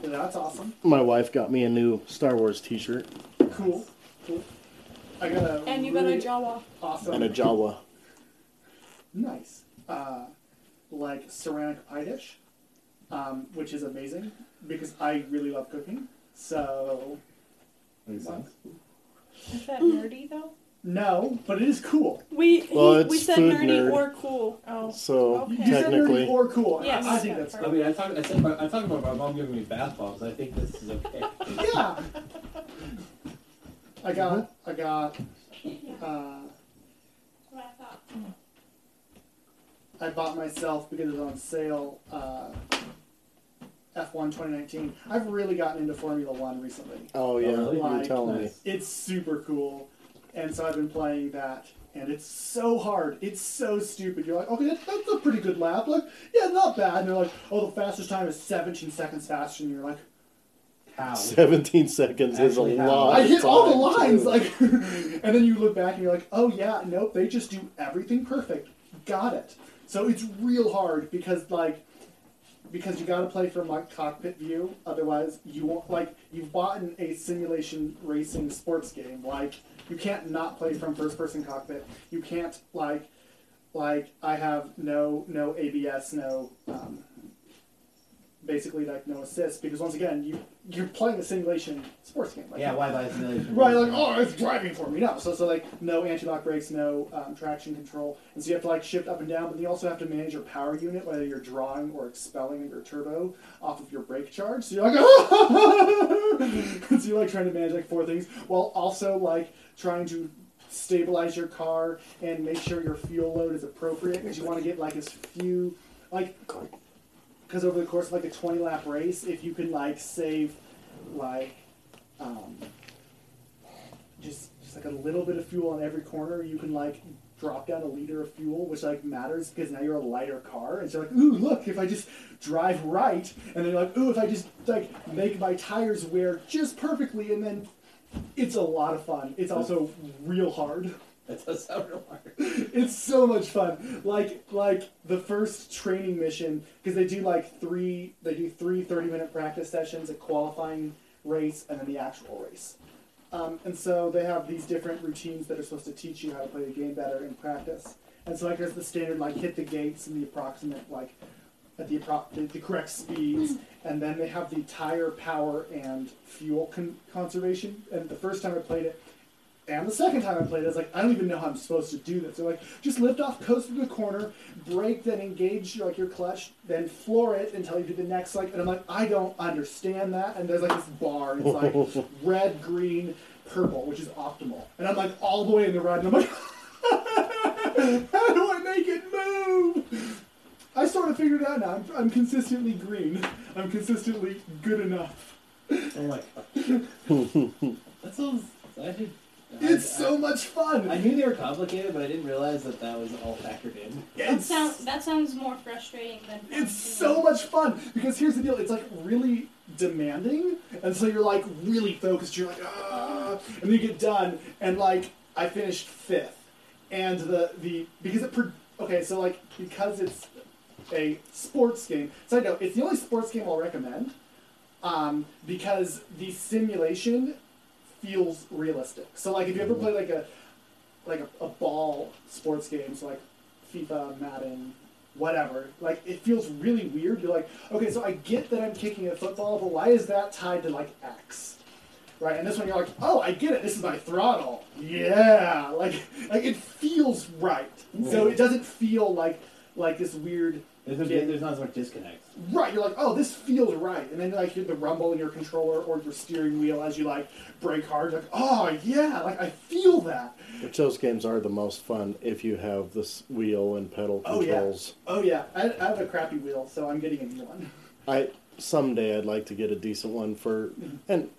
E: That's awesome.
D: My wife got me a new Star Wars T-shirt
E: Cool. Cool. I got a.
B: And you got
E: really
B: a job off.
E: Awesome.
D: and a Jawa.
E: nice. Uh, like ceramic pie dish, um, which is amazing because I really love cooking. So
A: Makes sense.
C: Is that nerdy though?
E: no, but it is cool.
B: We he-
D: Well, it's
B: we said
D: food
B: nerdy
D: nerd.
B: or cool.
C: Oh,
D: So
C: Okay.
E: You said nerdy
D: technically,
E: or cool. and
B: Yes.
E: I think that's
A: I mean, I talked. I said. my- I talked about my mom giving me bath bombs. I think this is okay.
E: yeah. I got,
D: Mm-hmm.
E: I got, uh, I bought myself because it was on sale. Uh, F1 2019. I've really gotten into Formula One recently.
D: oh yeah,
A: really?
D: you were
E: Like,
D: telling me.
A: nice.
E: It's super cool, and so I've been playing that, and it's so hard. It's so stupid. You're like, okay, that, that's a pretty good lap. Like, yeah, not bad. And they're like, oh, the fastest time is 17 seconds faster, and you're like,
A: How?
D: 17 seconds is a
A: Actually, how-
D: lot.
E: I
D: of
E: hit all the
D: time,
E: lines,
D: too.
E: like, and then you look back and you're like, oh yeah, nope, they just do everything perfect. Got it. So it's real hard because like, because you got to play from like cockpit view. Otherwise, you won't like you've bought in a simulation racing sports game. Like, you can't not play from first person cockpit. You can't like, like I have no no ABS, no. Um, Basically, like no assist because once again, you you're playing a simulation sports game. Like,
A: Yeah, why by simulation?
E: Right, like, oh, it's driving for me now. So, so like, no anti-lock brakes, no um, traction control, and so you have to like shift up and down. But you also have to manage your power unit, whether you're drawing or expelling your turbo off of your brake charge. So you're like, so you're like trying to manage like four things while also like trying to stabilize your car and make sure your fuel load is appropriate because you want to get like as few like because over the course of like a 20 lap race if you can like save like um, just just like a little bit of fuel on every corner you can like drop down a liter of fuel which like matters because now you're a lighter car and so like ooh look if i just drive right and then you're like ooh if i just like make my tires wear just perfectly and then it's a lot of fun it's also real hard
A: That does sound hard.
E: It's so much fun. Like like the first training mission because they do like three they do three 30 minute practice sessions a qualifying race and then the actual race. Um, and so they have these different routines that are supposed to teach you how to play the game better in practice. And so like there's the standard like hit the gates and the approximate like at the, appro- the, the correct speeds, and then they have the tire power and fuel con- conservation. And the first time I played it, and the second time I played it, I was like, I don't even know how I'm supposed to do this. They're like, just lift off, coast through the corner, brake, then engage like your clutch, then floor it until you do the next like. And I'm like, I don't understand that. And there's like this bar, and it's like red, green, purple, which is optimal. And I'm like all the way in the red, and I'm like, how do I make it move? I sort of figured it out now. I'm, I'm consistently green. I'm consistently good enough.
A: Oh my god. that sounds. I did,
E: It's
A: I,
E: so much fun.
A: I, I knew they were complicated, but I didn't realize that that was all factored in.
B: That,
E: it's,
B: sound, that sounds more frustrating than. fun
E: it's
B: to me.
E: so much fun because here's the deal. It's like really demanding, and so you're like really focused. You're like, ah, and then you get done, and like I finished fifth, and the the because it pro- okay, so like because it's a sports game. So I know it's the only sports game I'll recommend um, because the simulation feels realistic. So like if you ever play like a like a, a ball sports games like FIFA, Madden, whatever, like it feels really weird. You're like, okay, so I get that I'm kicking a football, but why is that tied to like X? Right, and this one you're like, oh, I get it. This is my throttle. Yeah, like, like it feels right. So it doesn't feel like like this weird
A: There's, a,
E: Yeah.
A: there's not as much disconnect.
E: Right, you're like, oh, this feels right, and then like you hear the rumble in your controller or your steering wheel as you like brake hard. Like, oh yeah, like I feel that.
D: Which those games are the most fun if you have this wheel and pedal
E: Oh, yeah.
D: controls.
E: Oh yeah, I, I have a crappy wheel, so I'm getting a new one.
D: I someday I'd like to get a decent one for,
E: Mm-hmm.
D: and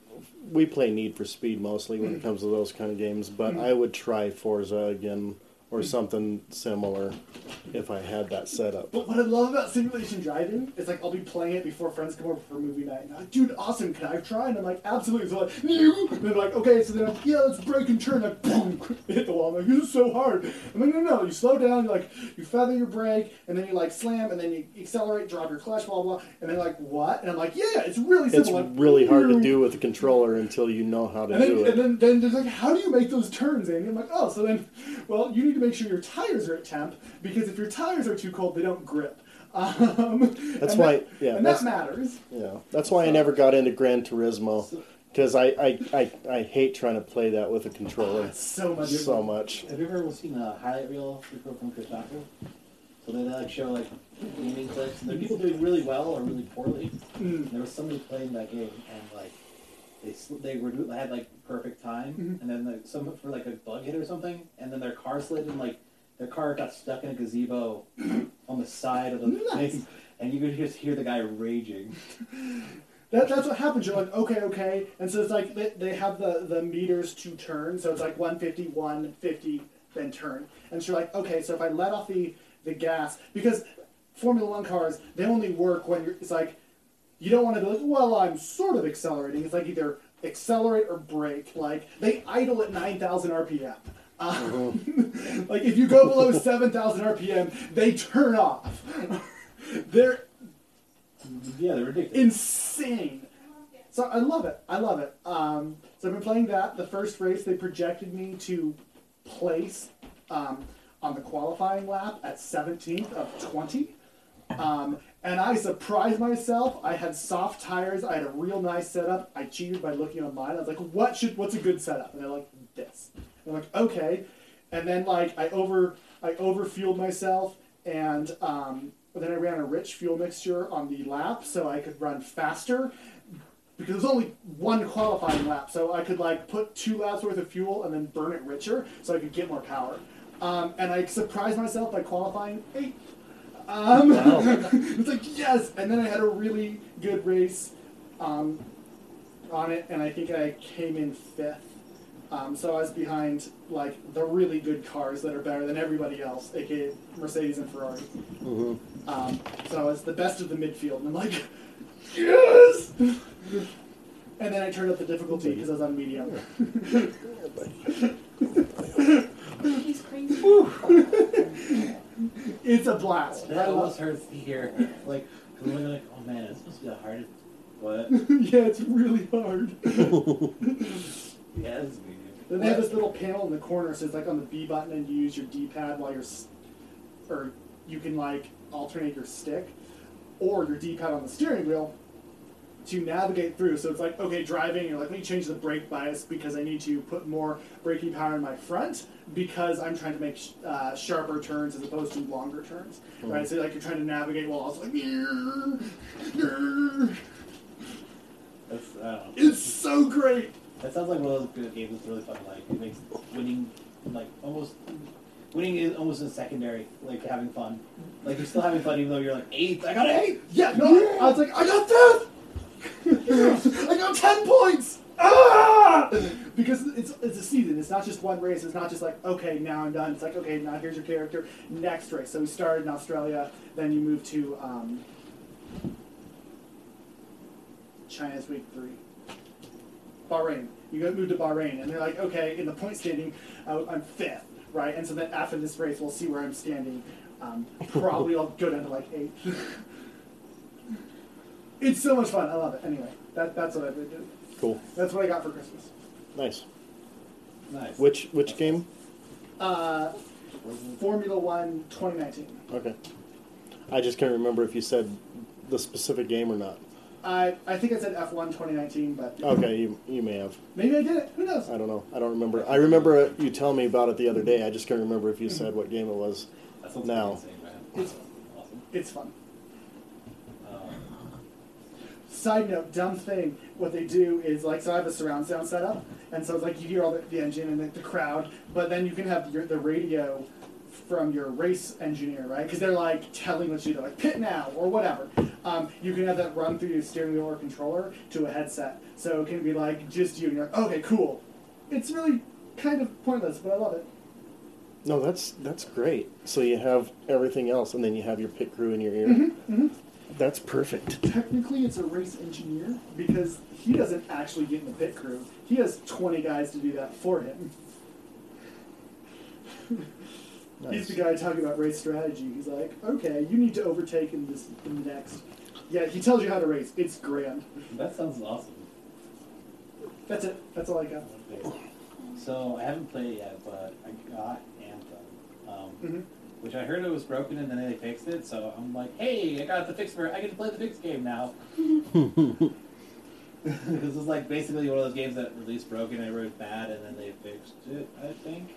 D: we play Need for Speed mostly
E: Mm.
D: when it comes to those kind of games. But I would try Forza again or
E: Mm.
D: something similar if I had that setup.
E: But what I love about simulation driving is like I'll be playing it before friends come over for movie night, and I'm like, dude, awesome, can I try? And I'm like, absolutely. So like, no, and they're like, okay, so they're like, yeah, let's brake and turn. Like, boom, hit the wall. I'm like, this is so hard. I'm like, no, no, no. you slow down, you like, you feather your brake, and then you like slam, and then you accelerate, drop your clutch, blah blah, blah. and they're like, what? And I'm like, yeah, it's really
D: It's
E: simple. Like,
D: really hard to
E: boom.
D: do with the controller until you know how to
E: And then,
D: do
E: and
D: it.
E: then, then there's like, how do you make those turns, Andy? I'm like, oh, so then, well, you need to make sure your tires are at temp because if your tires are too cold, they don't grip. Um,
D: That's
E: and
D: why-
E: that-
D: yeah,
E: and
D: that's-
E: that matters.
D: Yeah, that's why I never got into Gran Turismo because I, I, I, I hate trying to play that with a controller
E: That's so much.
D: so much.
A: Have you ever seen a highlight reel report from Kotaku? So they like show like gaming clips, and there are people doing really well or really poorly.
E: Mm.
A: And there was somebody playing that game, and like they sl- they were do- they had like perfect time,
E: Mhm.
A: and then like, some for like a bug hit or something, and then their car slid and like their car got stuck in a gazebo on the side of the
E: Nice.
A: thing, and you could just hear the guy raging.
E: That, that's what happens. You're like, okay, okay. And so it's like they, they have the, the meters to turn. So it's like 150, 150, then turn. And so you're like, okay, so if I let off the, the gas, because Formula One cars, they only work when you're, it's like, you don't want to be like, well, I'm sort of accelerating. It's like either accelerate or brake. Like, they idle at 9,000 RPM. Um, Uh, like, if you go below 7,000 RPM, they turn off. They're
A: Yeah, they're ridiculous.
E: insane. So I love it. I love it. Um, so I've been playing that. The first race, they projected me to place um, on the qualifying lap at 17th of 20. Um, and I surprised myself. I had soft tires. I had a real nice setup. I cheated by looking online. I was like, "What should? What's a good setup?" And they're like, "This." And I'm like, "Okay." And then like I over I overfueled myself, and um, then I ran a rich fuel mixture on the lap so I could run faster because there's only one qualifying lap, so I could like put two laps worth of fuel and then burn it richer, so I could get more power. Um, and I surprised myself by qualifying eighth. Um, it's like yes, and then I had a really good race um, on it, and I think I came in fifth. Um, so I was behind like the really good cars that are better than everybody else, aka Mercedes and Ferrari. Um, so I was the best of the midfield, and I'm like, yes. And then I turned up the difficulty because I was on medium. it's a blast.
A: That
E: I
A: almost
E: love,
A: hurts to hear. Like, I'm really like, oh man, it's supposed to be the hardest. What?
E: yeah, it's really hard.
A: Yeah, it's weird.
E: Then they have this little panel in the corner. So it's like on the B button, and you use your D pad while you're, s- or you can like alternate your stick or your D pad on the steering wheel to navigate through. So it's like okay, driving. You're like, let me change the brake bias because I need to put more braking power in my front because I'm trying to make sh- uh, sharper turns as opposed to longer turns. Right. So like you're trying to navigate while also like. "Meow, meow."
A: That's, I don't know.
E: It's so great.
A: That sounds like one of those good games that's really fun. Like it makes winning, like almost winning is almost a secondary. Like having fun. Like you're still having fun even though you're like eighth. I got an eighth.
E: Yeah, no, I was like, I got fifth! I got ten points! Ah! Because it's, it's a season. It's not just one race. It's not just like, okay, now I'm done. It's like, okay, now here's your character. Next race. So we started in Australia, then you move to um, China's week three. Bahrain. You go move to Bahrain, and they're like, okay, in the point standing, uh, I'm fifth, right? And so then after this race, we'll see where I'm standing. Um, probably I'll go down to like eight. it's so much fun. I love it. Anyway, that, that's what I've been doing.
D: Cool.
E: That's what I got for Christmas.
D: Nice.
A: Nice.
D: Which which game?
E: Uh,
A: Wasn't-
E: Formula One 2019.
D: Okay. I just can't remember if you said the specific game or not.
E: I, I think I said F1 2019, but
D: Okay, you, you may have.
E: maybe I did it. Who knows?
D: I don't know. I don't remember. I remember uh, you telling me about it the other day. I just can't remember if you said what game it was.
A: That sounds
D: No.
A: insane, man.
E: It's-
A: awesome.
E: It's fun.
A: Um,
E: Side note, dumb thing. What they do is like, so I have a surround sound setup, and so it's like you hear all the, the engine and the, the crowd, but then you can have your, the radio from your race engineer, right? Because they're like telling what you do, like pit now or whatever. Um, you can have that run through your steering wheel or controller to a headset, so it can be like just you. And you're like, okay, cool. It's really kind of pointless, but I love it.
D: No, that's that's great. So you have everything else, and then you have your pit crew in your ear. That's perfect.
E: Technically, it's a race engineer because he doesn't actually get in the pit crew. He has 20 guys to do that for him.
D: Nice.
E: He's the guy talking about race strategy. He's like, okay, you need to overtake in this in the next. Yeah, he tells you how to race. It's grand.
A: that sounds awesome.
E: That's it. That's all I got.
A: So I haven't played it yet, but I got Anthem, um,
D: Mm-hmm.
E: Mhm.
A: which I heard it was broken and then they fixed it. So I'm like, hey, I got the fix for it. I get to play the fix game now. Because it's like basically one of those games that released broken and wrote bad and then they fixed it. I think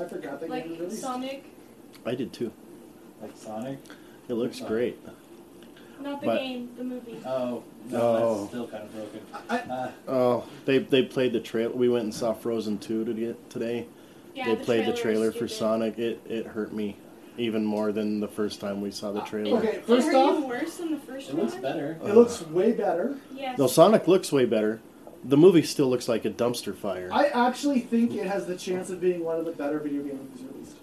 E: I forgot that
B: Like
E: you released.
B: Sonic,
D: I did too.
A: like Sonic.
D: It looks great.
B: not the
D: But-
B: game, the movie.
A: Oh no,
D: Oh.
A: that's still kind of broken.
E: I,
A: Uh,
D: Oh, they they played the trail. We went and saw Frozen two to get today.
B: yeah,
D: they played the
B: trailer
D: trailer for Sonic. It it hurt me even more than the first time we saw the trailer.
E: Okay,
B: Okay,
E: first
B: first
E: off-
B: even worse than the first
A: it looks
B: trailer?
A: better.
E: it looks way better.
B: Yes.
D: No, Sonic looks way better. The movie still looks like a dumpster fire.
E: I actually think it has the chance of being one of the better video game movies released.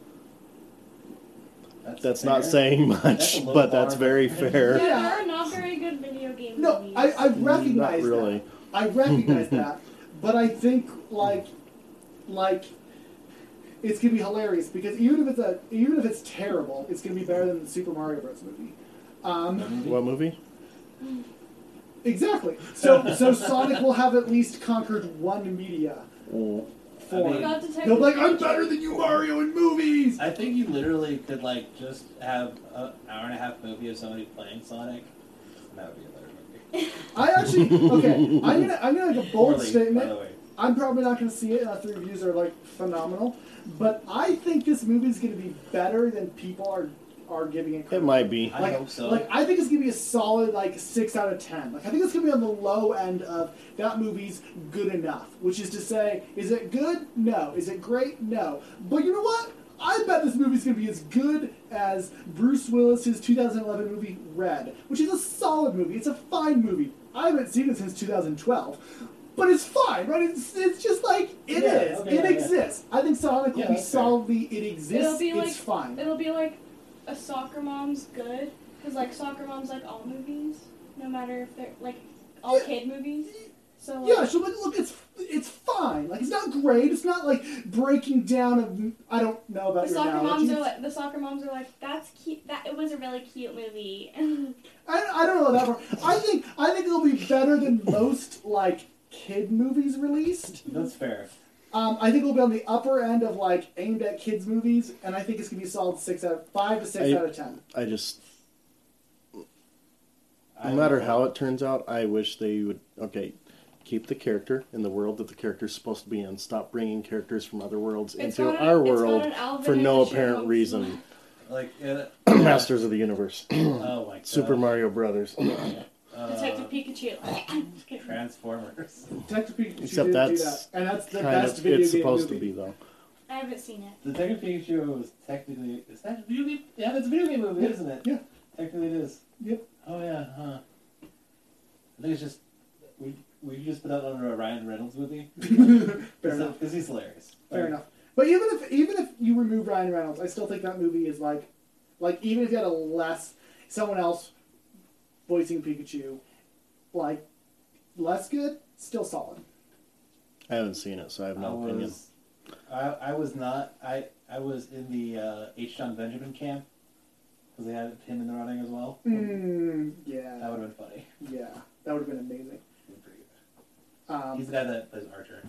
A: That's,
D: that's
A: fair.
D: not saying
A: That's a
D: much,
A: low
D: but that's
A: bar.
D: very
B: yeah,
D: fair.
B: there are not very good video game
E: No,
B: movies.
E: I, I
D: Not
E: recognize
D: really.
E: that. I recognize that, but I think like, like, it's gonna be hilarious because even if it's a even if it's terrible, it's gonna be better than the Super Mario Bros. movie. Um,
D: What movie?
E: Exactly. So so Sonic will have at least conquered one media
A: I
E: form.
A: mean-
B: About Detective
E: They'll be like, I'm
B: Pikachu.
E: better than you, Mario, in movies.
A: I think you literally could like just have an hour and a half movie of somebody playing Sonic, and that would be a better movie.
E: I actually okay. I'm gonna I'm gonna make a bold
A: Poorly, By the
E: statement.
A: way,
E: I'm probably not gonna see it unless the reviews are like phenomenal, but I think this movie's gonna be better than people are are giving it.
D: It
E: credit.
D: might be.
A: I
E: Like-
A: hope so.
E: Like I think it's gonna be a solid like six out of ten. Like I think it's gonna be on the low end of that movie's good enough, which is to say, is it good? No. Is it great? No. But you know what? I bet this movie's gonna be as good as Bruce Willis's 2011 movie Red, which is a solid movie. It's a fine movie. I haven't seen it since 2012, but it's fine, right? It's, it's just like it is.
A: Yeah, okay,
E: it
A: yeah, yeah.
E: exists. I think Sonic
A: Yeah,
E: will be
A: that's fair.
E: solidly. It exists.
B: It'll be
E: it's
B: like-
E: fine.
B: It'll be like a soccer mom's good, because like soccer moms like all movies, no matter if they're like all kid movies.
C: So like,
E: Yeah, she'll be like, look, it's it's fine. Like it's not great. It's not like breaking down of I don't know about
B: The
E: your
B: soccer moms
E: analogies.
B: are like, the soccer moms are like, that's cute. That it was a really cute movie.
E: I, I don't know that far. I think I think it'll be better than most like kid movies released.
A: That's fair.
E: Um, I think it'll be on the upper end of like aimed at kids movies, and I think it's gonna be a solid six out of five to six
D: I-
E: out of ten.
D: I just, no matter how it turns out, I wish they would, okay, keep the character in the world that the character's supposed to be in. Stop bringing characters from other worlds
B: It's
D: into
B: not an-
D: our
B: it's not
D: world
B: an Alvin
D: for
B: and
D: no
B: the
D: apparent
B: Chipmunks.
D: reason.
A: Like, uh,
D: Masters of the Universe,
A: oh my god.
D: Super Mario Brothers.
A: Uh,
B: Detective Pikachu. Just kidding.
A: Transformers.
E: Detective Pikachu
D: Except
E: did do that,
D: that's
E: and that's the
D: kind
E: best
D: of,
E: video
D: it's
E: game
D: supposed
E: movie.
D: to be though.
B: I haven't seen it.
A: Detective Pikachu was technically is that a video game? Yeah, that's a video game movie, isn't it?
E: Yeah.
A: Technically, it is.
E: Yep.
A: Oh yeah, huh? I think it's just we we just put that under a Ryan Reynolds movie
E: Fair enough.
A: because he's hilarious.
E: Fair
A: Like,
E: enough. But even if even if you remove Ryan Reynolds, I still think that movie is like, like even if you had a less someone else voicing Pikachu, like less good, still solid.
D: I haven't seen it, so I have
A: I
D: no opinion.
A: was I, I was not I I was in the uh, H. John Benjamin camp because they had him in the running as well.
E: Mm,
A: That
E: yeah,
A: would have been funny.
E: yeah, that would have been amazing.
A: Would've been pretty good. He's the
E: Um,
A: guy that plays Archer.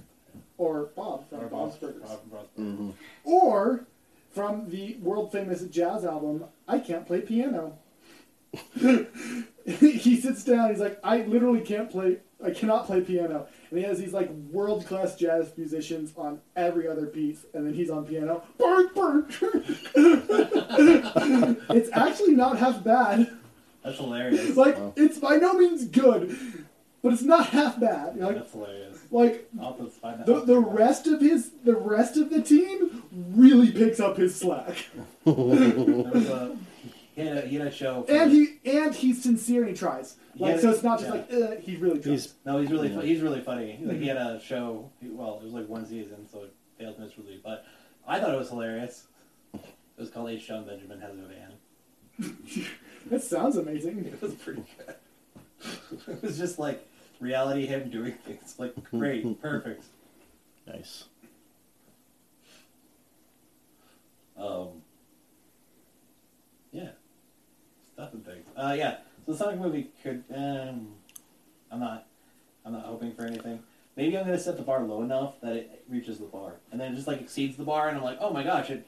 E: or Bob from
A: Or
E: Bob's
A: Bob-
E: Burgers,
A: Bob from Bob's Burgers.
D: Mhm.
E: or from the world famous jazz album "I Can't Play Piano." he sits down. He's like, I literally can't play. I cannot play piano. And he has these like world class jazz musicians on every other piece, and then he's on piano. Burr, burr. it's actually not half bad.
A: That's hilarious.
E: It's like
D: Wow.
E: it's by no means good, but it's not half bad. You're like
A: That's hilarious.
E: like
A: I'll have to find that
E: the
A: out.
E: the rest of his the rest of the team really picks up his slack.
A: There was a, he, had a, he had a show. for-
E: And he and he's sincere and he tries. Like
A: Yeah.
E: so it's not just
A: Yeah.
E: like uh, he really tries.
D: He's
A: no, he's really fu-
D: Yeah.
A: he's really funny. Like he had
E: Mm-hmm.
A: a show. he- Well, it was like one season, so it failed miserably. But I thought it was hilarious. It was called H. John Benjamin has a van.
E: That sounds amazing.
A: It was pretty good. it was just like reality him doing things. Like great, perfect.
D: nice.
A: Um, yeah, stuff and things. Uh, yeah. So the Sonic movie could. Um, I'm not. I'm not hoping for anything. Maybe I'm gonna set the bar low enough that it reaches the bar, and then it just like exceeds the bar, and I'm like, oh my gosh, it,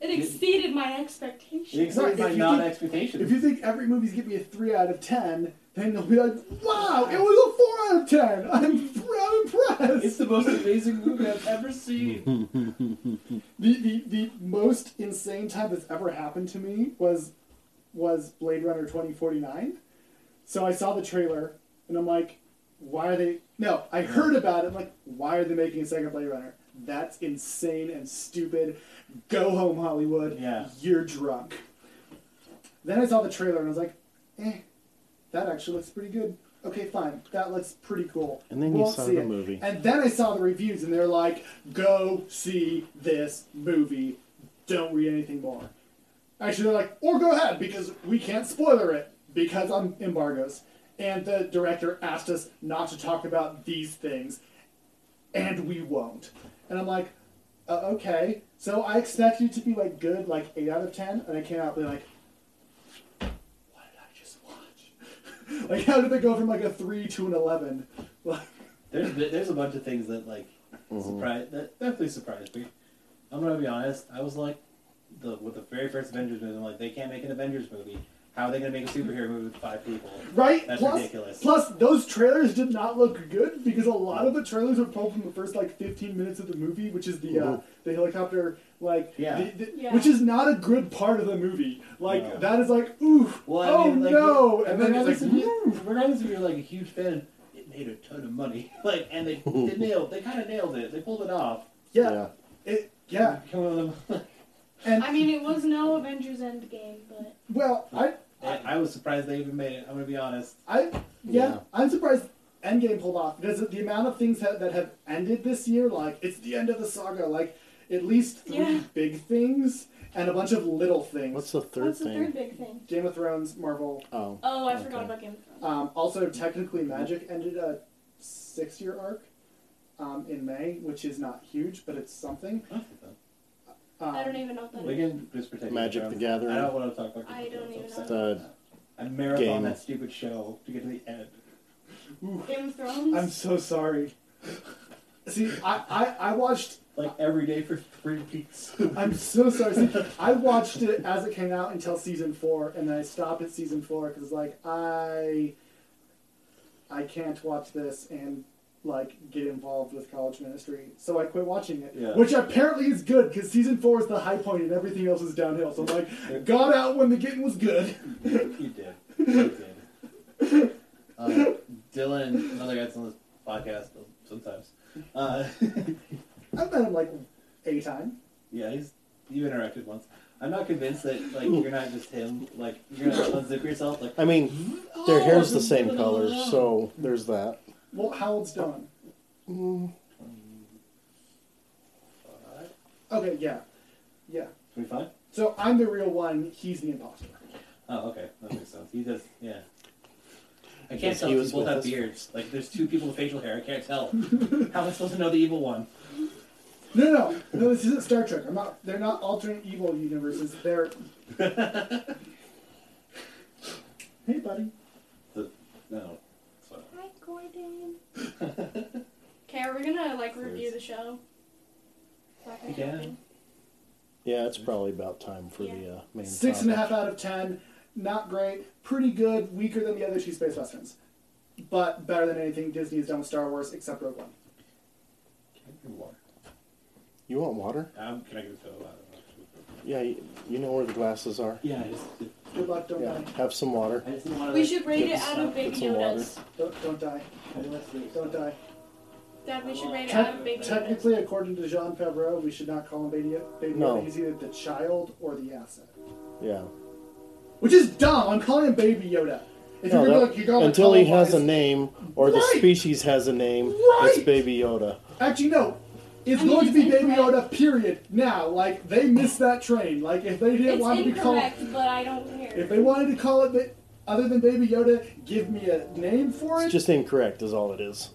B: It exceeded my
A: it
B: expectations.
A: exceeds
E: If
A: my
E: you
A: non-expectations.
E: If you think every movie's gonna be a three out of ten, then they'll be like, Wow, it was a four out of ten. I'm I'm
A: it's
E: impressed.
A: the most amazing movie I've ever seen.
E: The, the the most insane time that's ever happened to me was was Blade Runner twenty forty nine. So I saw the trailer and I'm like, why are they no, I heard about it, I'm like, why are they making a second Blade Runner? That's insane and stupid. Go home, Hollywood.
A: Yeah.
E: You're drunk. Then I saw the trailer and I was like, eh, that actually looks pretty good. Okay, fine. That looks pretty cool.
D: And then you
E: Won't
D: saw
E: see
D: the
E: it.
D: movie.
E: And then I saw the reviews, and they're like, "Go see this movie. Don't read anything more." Actually, they're like, "Or go ahead because we can't spoiler it because I'm embargoes." And the director asked us not to talk about these things, and we won't. And I'm like, uh, "Okay." So I expected it to be like good, like eight out of ten, and I came out being like, "What did I just watch?" like, how did they go from like a three to an eleven? Like.
A: There's bi- there's a bunch of things that like surprise that definitely surprised me. I'm gonna be honest. I was like, the with the very first Avengers movie, I'm like, they can't make an Avengers movie. How are they gonna make a superhero movie with five people?
E: Right?
A: That's
E: Plus-
A: ridiculous.
E: Plus, those trailers did not look good because a lot of the trailers were pulled from the first like 15 minutes of the movie, which is the uh,
D: Mhm.
E: the helicopter like,
A: Yeah.
E: the- the-
B: Yeah.
E: which is not a good part of the movie. Like
A: No.
E: that is like, ooh,
A: Well, I
E: oh
A: mean, like,
E: no,
A: you-
E: and then it's
A: regardless,
E: like,
A: if you, regardless if you're like a huge fan, it made a ton of money. Like, and they, they nailed, they kind of nailed it. They pulled it off.
E: yeah, it, yeah.
A: Come on, them.
E: And
B: I mean, it was no Avengers Endgame, but
E: well, I,
A: I, I was surprised they even made it. I'm gonna be honest.
E: I, yeah,
D: Yeah.
E: I'm surprised Endgame pulled off because the amount of things that, that have ended this year, like it's the end of the saga, like at least three
B: Yeah.
E: big things and a bunch of little things.
D: What's the third
B: what's the
D: thing?
B: third big thing?
E: Game of Thrones, Marvel.
D: Oh,
B: Oh, I
D: Okay.
B: forgot about Game of Thrones.
E: Um, also, technically, Magic ended a s- six year arc um, in May, which is not huge, but it's something. Um,
B: I don't even know what that
A: We
B: is.
A: can just pretend.
D: Magic the
A: it's-
D: Gathering.
A: I don't want to talk about.
B: I don't even know.
D: The
A: I marathon
D: Game.
A: that stupid show to get to the end.
B: Game of Thrones.
E: I'm so sorry. See, I, I, I watched.
A: Like every day for three weeks.
E: I'm so sorry. See, I watched it as it came out until season four, and then I stopped at season four because, like, I, I can't watch this and like get involved with college ministry, so I quit watching it.
A: Yeah.
E: Which apparently is good because season four is the high point and everything else is downhill. So like, got out when the getting was good.
A: you did. You did. Uh, Dylan, another guy that's on this podcast sometimes. Uh,
E: I've met him like a time.
A: yeah, he's you interacted once. I'm not convinced that like you're not just him. Like you're gonna unzip yourself. Like
D: I mean, their hair's the same color, so there's that.
E: Well, how old's Dylan? Okay, yeah, yeah.
A: we fine?
E: So I'm the real one. He's the imposter.
A: Oh, okay, that makes sense. He does. Yeah. I can't
D: Yes,
A: tell.
D: he
A: if
D: was
A: They both
D: with
A: have
D: us.
A: beards. Like there's two people with facial hair. I can't tell. How am I supposed to know the evil one?
E: No, no, no. No, This isn't Star Trek. I'm not. They're not alternate evil universes. They're. hey, buddy.
A: The, no. Sorry.
B: Hi, Gordon. okay, are we gonna like review the show? Black Eyed
A: Yeah.
B: Dragon?
D: Yeah, it's probably about time for the uh, main.
E: Six and a
D: topic.
E: half out of ten. Not great. Pretty good. Weaker than the other two space westerns, but better than anything Disney has done with Star Wars, except Rogue One.
A: Can I get water?
D: You want water?
A: Um, can I get a fill? I don't know.
D: Yeah, you, you know where the glasses are.
A: Yeah, I just,
E: Good luck. Don't
D: Yeah,
E: die.
D: have some water.
A: I just didn't want to.
B: We should rate it
D: Get
B: out
D: some-
B: of Baby
D: get some water.
B: Yoda's.
E: Don't, don't die. Don't die.
B: Dad, we should rate it
E: Tec-
B: out of Baby Yoda's.
E: technically, according to Jean Favreau, we should not call him Baby, baby
D: No.
E: Yoda. He's either the child or the asset.
D: Yeah.
E: Which is dumb. I'm calling him Baby Yoda. If
D: No,
E: you're gonna
D: that-
E: be like, you gotta
D: until he has a
E: colonize-
D: name or the
E: Right.
D: species has a name,
E: Right.
D: it's Baby Yoda.
E: Actually, no. It's
B: I mean,
E: going to be
B: it's
E: Baby
B: incorrect.
E: Yoda, period. Now, like, they missed that train. Like, if they didn't
B: It's
E: want to be called.
B: incorrect, but I don't
E: If
B: care.
E: they wanted to call it ba- other than Baby Yoda, give me a name for it.
D: It's just incorrect, is all it is.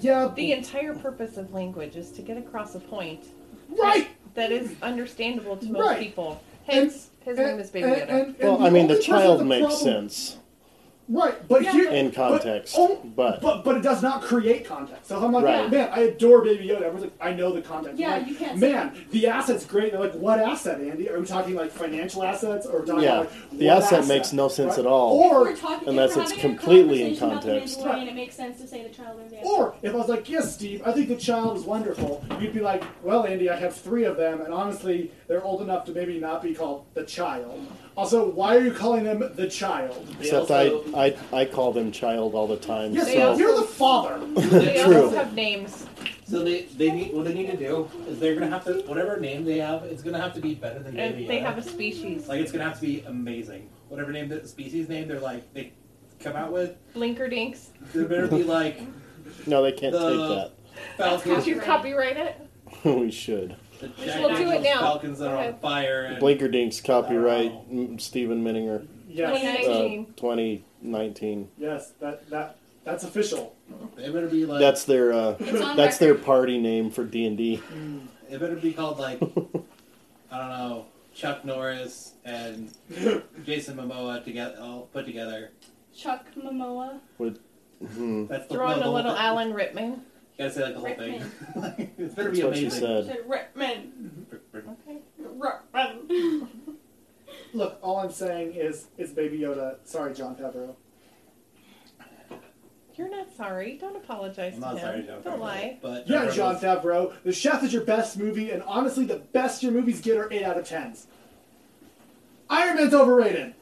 E: yeah,
C: The entire purpose of language is to get across a point
E: right!
C: that is understandable to most
E: Right.
C: people. Hence, his name is Baby
E: and-
C: Yoda.
E: and- and
D: Well, I mean,
E: only
D: the
E: person with
D: child
E: the
D: makes
E: problem-
D: sense
E: Right, but
B: Yeah,
E: here.
B: but-
D: in context,
E: oh,
D: but,
E: But but it does not create context. So if I'm like,
D: Right.
E: man, I adore Baby Yoda. Everyone's like, I know the context. I'm
B: Yeah,
E: like,
B: you can't say-
E: Man, the asset's great. They're like, what asset, Andy? Are we talking like financial assets, or are we talking
D: Yeah,
E: like
D: the
E: what
D: asset
E: asset
D: makes no sense
E: Right?
D: at all.
E: Or
B: We're talking,
D: unless
B: if we're
D: it's
B: having a
D: completely in
B: conversation about the
D: context.
B: Mandalorian,
E: Right.
B: It makes sense to say the child or the asset.
E: Or if I was like, yes, Steve, I think the child is wonderful, you'd be like, well, Andy, I have three of them, and honestly, they're old enough to maybe not be called the child. Also, why are you calling them the child?
D: except
F: also-
D: I, I I call them child all the time.
E: Yes,
C: They
D: so
C: also-
E: you're the father.
C: They
D: True.
C: also have names.
A: So they, they need what they need to do is they're gonna have to whatever name they have, it's gonna have to be better than
C: And
A: Baby
C: they
A: Yoda.
C: have a species.
A: like it's gonna have to be amazing. Whatever name the species name they're like they come out with,
C: Blinkerdinks.
A: there better be like
D: no, they can't
A: The-
C: Could
A: falcons,
C: you copyright it?
D: take that. we should.
A: the
C: We'll
A: jack
C: do it now.
A: falcons that are on
C: Okay.
A: fire. And,
D: Blinkerdinks copyright m- Stephen Minninger, uh,
E: Yes,
C: 19.
D: twenty nineteen.
E: yes, that that that's official.
A: it better be like
D: That's their uh,
B: It's on
D: that's their
B: record.
D: party name for D and D.
A: it better be called like I don't know Chuck Norris and Jason Momoa together all put together.
B: Chuck Momoa.
A: That's the,
C: Throw
A: no,
C: in
A: the
C: a
A: whole
C: little
A: thing.
C: Alan Rickman.
A: You gotta say like the whole thing. it's better
D: That's
A: be
D: what she
A: amazing.
B: I
D: said.
B: said Rickman.
C: Okay.
B: Rickman.
E: Look, all I'm saying is it's Baby Yoda. Sorry, John Favreau.
C: You're not sorry. Don't apologize
A: I'm
C: to
A: not
C: him.
A: sorry, John.
C: Don't lie.
A: But
E: Yeah,
A: John
E: John Favreau. The Chef is your best movie, and honestly, the best your movies get are eight out of tens. Iron Man's overrated.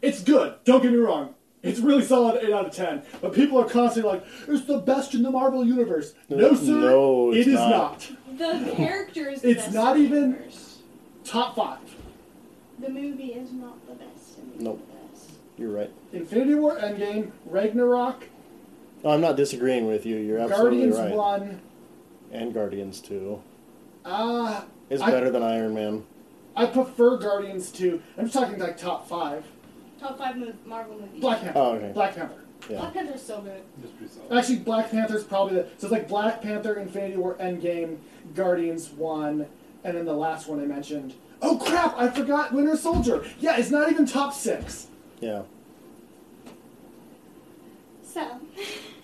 E: It's good. Don't get me wrong. It's really solid, eight out of ten. But people are constantly like, "It's the best in the Marvel universe." No, sir.
D: No, it's
E: it is
D: not.
E: not.
B: The character is the
E: It's
B: best
E: not
B: in the
E: even-
B: universe.
E: Top five.
B: The movie is not the best. in the
D: Nope.
B: universe.
D: You're right.
E: Infinity War, Endgame, Ragnarok,
D: No, I'm not disagreeing with you. You're absolutely
E: Guardians
D: right.
E: One.
D: And Guardians Two
E: Ah,
D: is
E: I-
D: better than Iron Man.
E: I prefer Guardians Two. I'm just talking like top five.
B: Top five mo- Marvel movies.
E: Black Panther.
D: Oh, okay.
E: Black Panther.
D: Yeah.
F: Black Panther's so good.
G: Just be solid.
E: Actually, Black Panther's probably the so it's like Black Panther, Infinity War, Endgame, Guardians one, and then the last one I mentioned. Oh crap! I forgot Winter Soldier. Yeah, it's not even top six.
D: Yeah.
B: So,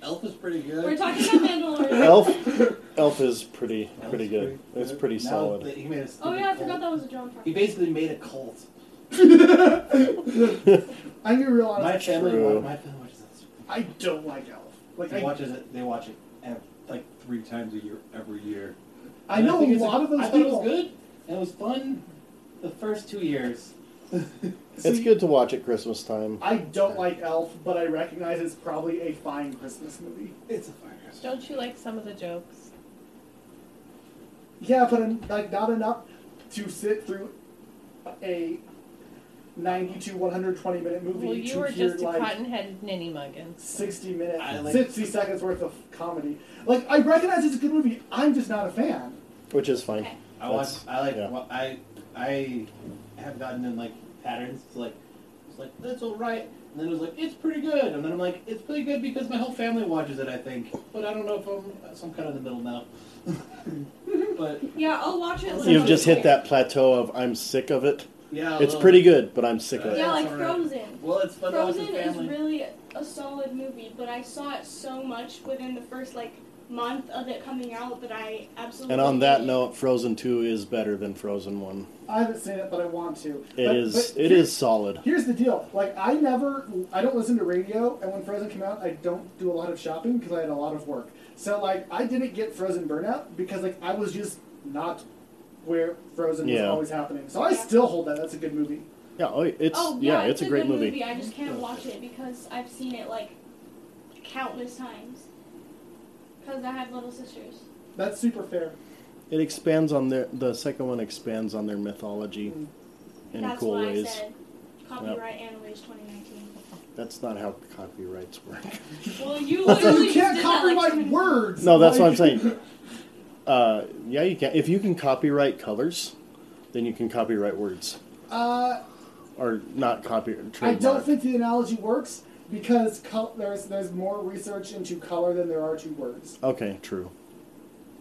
A: Elf is pretty good.
B: we're talking about Mandalorian.
D: Elf, Elf is pretty
A: Elf's
D: pretty good. It's pretty
A: Now
D: solid.
A: that he made a stupid
B: Oh yeah, I forgot
A: cult.
B: that was a John Favreau.
A: He basically made a cult.
E: I'm gonna be real
B: Oh,
E: honest.
A: My family,
D: true.
A: my family watches that. stupid
E: I don't like Elf.
A: cult.
E: Like
A: They
E: I,
A: watches it. They watch it ev- like three times a year, every year.
E: I
A: And
E: know
A: think
E: a
A: it's
E: lot of those
A: I
E: people.
A: thought it was good. And it was fun. The first two years.
D: It's good to watch at Christmas time.
E: I don't like Elf, but I recognize it's probably a fine Christmas movie.
A: It's a fire.
C: Don't you like some of the jokes?
E: Yeah, but um, like not enough to sit through a 90 to 120 minute movie
C: Well, you
E: to
C: were
E: hear
C: just a
E: like
C: cotton-headed ninny muggin.
E: 60 minutes,
A: I like-
E: 60 seconds worth of comedy. Like I recognize it's a good movie. I'm just not a fan.
D: Which is fine.
A: I watch.
D: That's-
A: I like.
D: yeah.
A: wa- I I have gotten in like patterns. It's like it's like that's all right. And then it was like it's pretty good. And then I'm like it's pretty good because my whole family watches it. I think, but I don't know if I'm. So I'm kind of in the middle now. but
B: Yeah, I'll watch it. Like,
D: You've just hit that plateau of I'm sick of it.
A: yeah,
D: It's
A: although-
D: pretty good, but I'm sick of it.
B: Yeah, like
A: Alright.
B: Frozen.
A: Well, it's fun. to watch with
B: Frozen is
A: family.
B: really a solid movie, but I saw it so much within the first like month of it coming out that I absolutely.
D: And on that
B: hated it.
D: note, Frozen 2 is better than Frozen 1.
E: I haven't seen it, but I want to.
D: It
E: But-
D: is
E: but
D: it
E: here-
D: is solid.
E: Here's the deal. Like I never, I don't listen to radio, and when Frozen came out, I don't do a lot of shopping because I had a lot of work. So like I didn't get Frozen burnout because like I was just not where Frozen was
D: Yeah.
E: always happening. So I still hold that. That's a good movie.
D: Yeah, oh, it's
B: Oh
D: yeah, it's a great
B: good
D: movie.
B: I just can't watch it because I've seen it like countless times. Because I have little sisters.
E: That's super fair.
D: It expands on their the second one expands on their mythology in
B: That's
D: cool
B: what
D: ways.
B: I said. Copyright Animals 2019.
D: That's not how copyrights work.
B: Well, you
E: That's why
B: literally just
E: you can't
B: did that, like,
E: copyright
B: two minutes-
E: words.
D: No, that's what I'm
E: Like-
D: saying. Uh, yeah, you can. If you can copyright colors, then you can copyright words,
E: Uh,
D: or not copy.
E: I
D: Trademark.
E: don't think the analogy works because col- there's there's more research into color than there are to words.
D: Okay, true.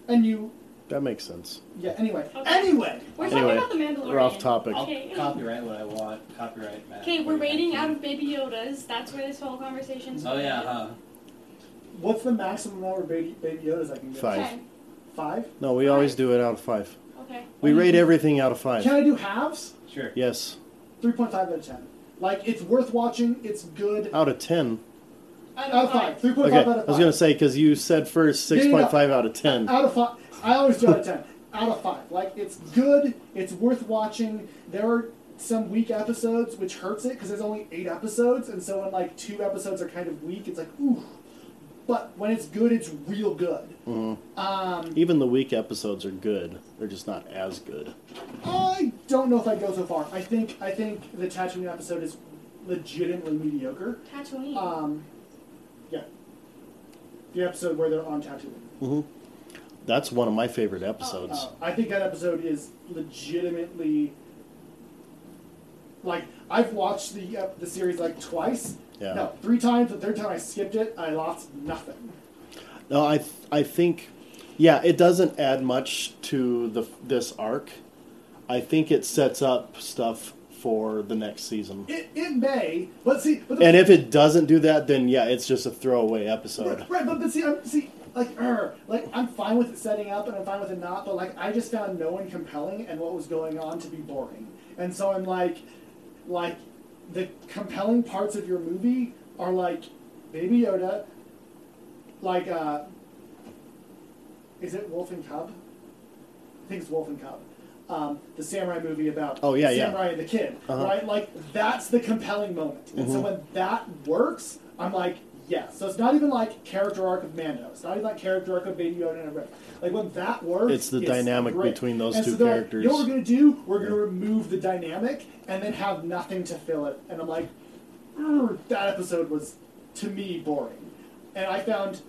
E: And you,
D: That makes sense.
E: yeah. Anyway,
B: Okay.
E: anyway.
B: We're
D: Anyway,
B: talking about the Mandalorian.
D: We're off topic.
A: I'll
B: Okay.
A: copyright what I want. Copyright. Matt.
B: Okay, we're waiting out of Baby Yoda's. That's where this whole conversation's
A: Oh yeah,
B: going.
A: huh?
E: What's the maximum number of baby, baby Yodas I can get?
D: Five.
B: Ten.
E: Five?
D: No, we always do it out of five.
B: Okay.
D: We rate everything out of
E: Can
D: five.
E: I do halves?
A: Sure.
D: Yes,
E: 3.5 out of 10. Like, it's worth watching. It's good.
D: out of ten.
E: Out of 5. 3.5
D: Okay,
E: out of
D: I
E: 5.
D: was gonna say because you said first
E: Yeah, yeah,
D: six
E: yeah.
D: point five out of ten.
E: Out of 5. I always do out of 10. Out of 5. Like, it's good. It's worth watching. There are some weak episodes, which hurts it because there's only 8 episodes. And so when, like, two episodes are kind of weak, it's like, ooh. But when it's good, it's real good. Um,
D: Even the weak episodes are good. They're just not as good.
E: I don't know if I'd go so far. I think I think the Tatooine episode is legitimately mediocre.
B: Tatooine.
E: Um, yeah. The episode where they're on Tatooine.
D: hmm That's one of my favorite episodes.
E: Uh, I think that episode is legitimately. Like I've watched the uh, the series like twice.
D: Yeah.
E: No, three times. The third time I skipped it. I lost nothing.
D: No, I th- I think, yeah, it doesn't add much to the this arc. I think it sets up stuff for the next season.
E: It, it may, but see, but the,
D: And if it doesn't do that, then yeah, it's just a throwaway episode.
E: Right, right, but, but see, I'm, see, like, er, like I'm fine with it setting up and I'm fine with it not, but like I just found no one compelling and what was going on to be boring, and so I'm like, like, the compelling parts of your movie are like Baby Yoda, like, uh, is it Wolf and Cub? I think it's Wolf and Cub. Um, the samurai movie about
D: Oh, yeah,
E: the
D: yeah.
E: samurai and the kid,
D: Uh-huh.
E: right? Like that's the compelling moment, and so
D: Mhm.
E: when that works, I'm like, yeah. So it's not even like character arc of Mando. It's not even like character arc of Baby Yoda and Rick. Like when that works,
D: It's the dynamic
E: great.
D: between those
E: And
D: two
E: so they're like, you know
D: characters.
E: what we're gonna do? We're gonna remove the dynamic and then have nothing to fill it. And I'm like, "Ugh, that episode was to me boring, and I found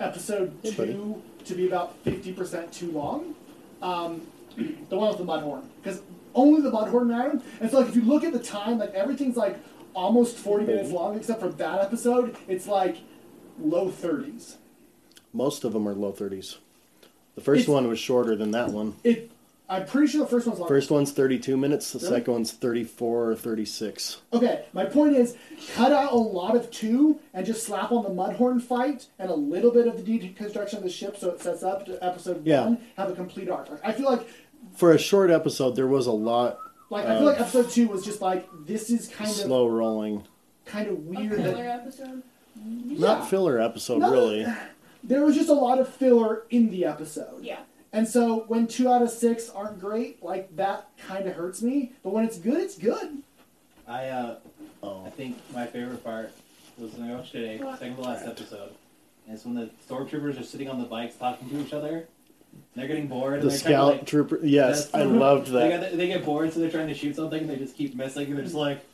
E: episode
D: Hey, buddy.
E: two to be about fifty percent too long. Um, the one with the mudhorn, because only the mudhorn mattered. And so like if you look at the time, like everything's like almost 40
D: Mm-hmm.
E: minutes long, except for that episode. It's like low 30s.
D: Most of them are low 30s. The first
E: It's-
D: one was shorter than that one.
E: It. I'm pretty sure the first one's long.
D: First one's 32 minutes, the
E: Really?
D: second one's 34 or 36.
E: Okay, my point is, cut out a lot of two and just slap on the Mudhorn fight and a little bit of the deconstruction of the ship so it sets up to episode
D: Yeah.
E: one. Have a complete arc. I feel like,
D: For a short episode, there was a lot
E: like I feel like episode two was just like this is kind
D: slow rolling.
E: of kind of
F: A
E: weird.
F: filler
E: That,
F: episode.
E: Yeah.
D: Not filler episode,
E: No.
D: really.
E: there was just a lot of filler in the episode.
F: Yeah.
E: And so when two out of six aren't great, like that kind of hurts me. But when it's good, it's good.
A: I uh, I
D: Oh.
A: think my favorite part was in York City, eh, second to last episode. And it's when the stormtroopers are sitting on the bikes talking to each other. They're getting bored. and
D: The
A: they're trying to,
D: scout
A: like,
D: trooper. Yes,
A: That's-
D: I loved
A: They,
D: that.
A: got, they get bored, so they're trying to shoot something, and they just keep missing, and they're just like,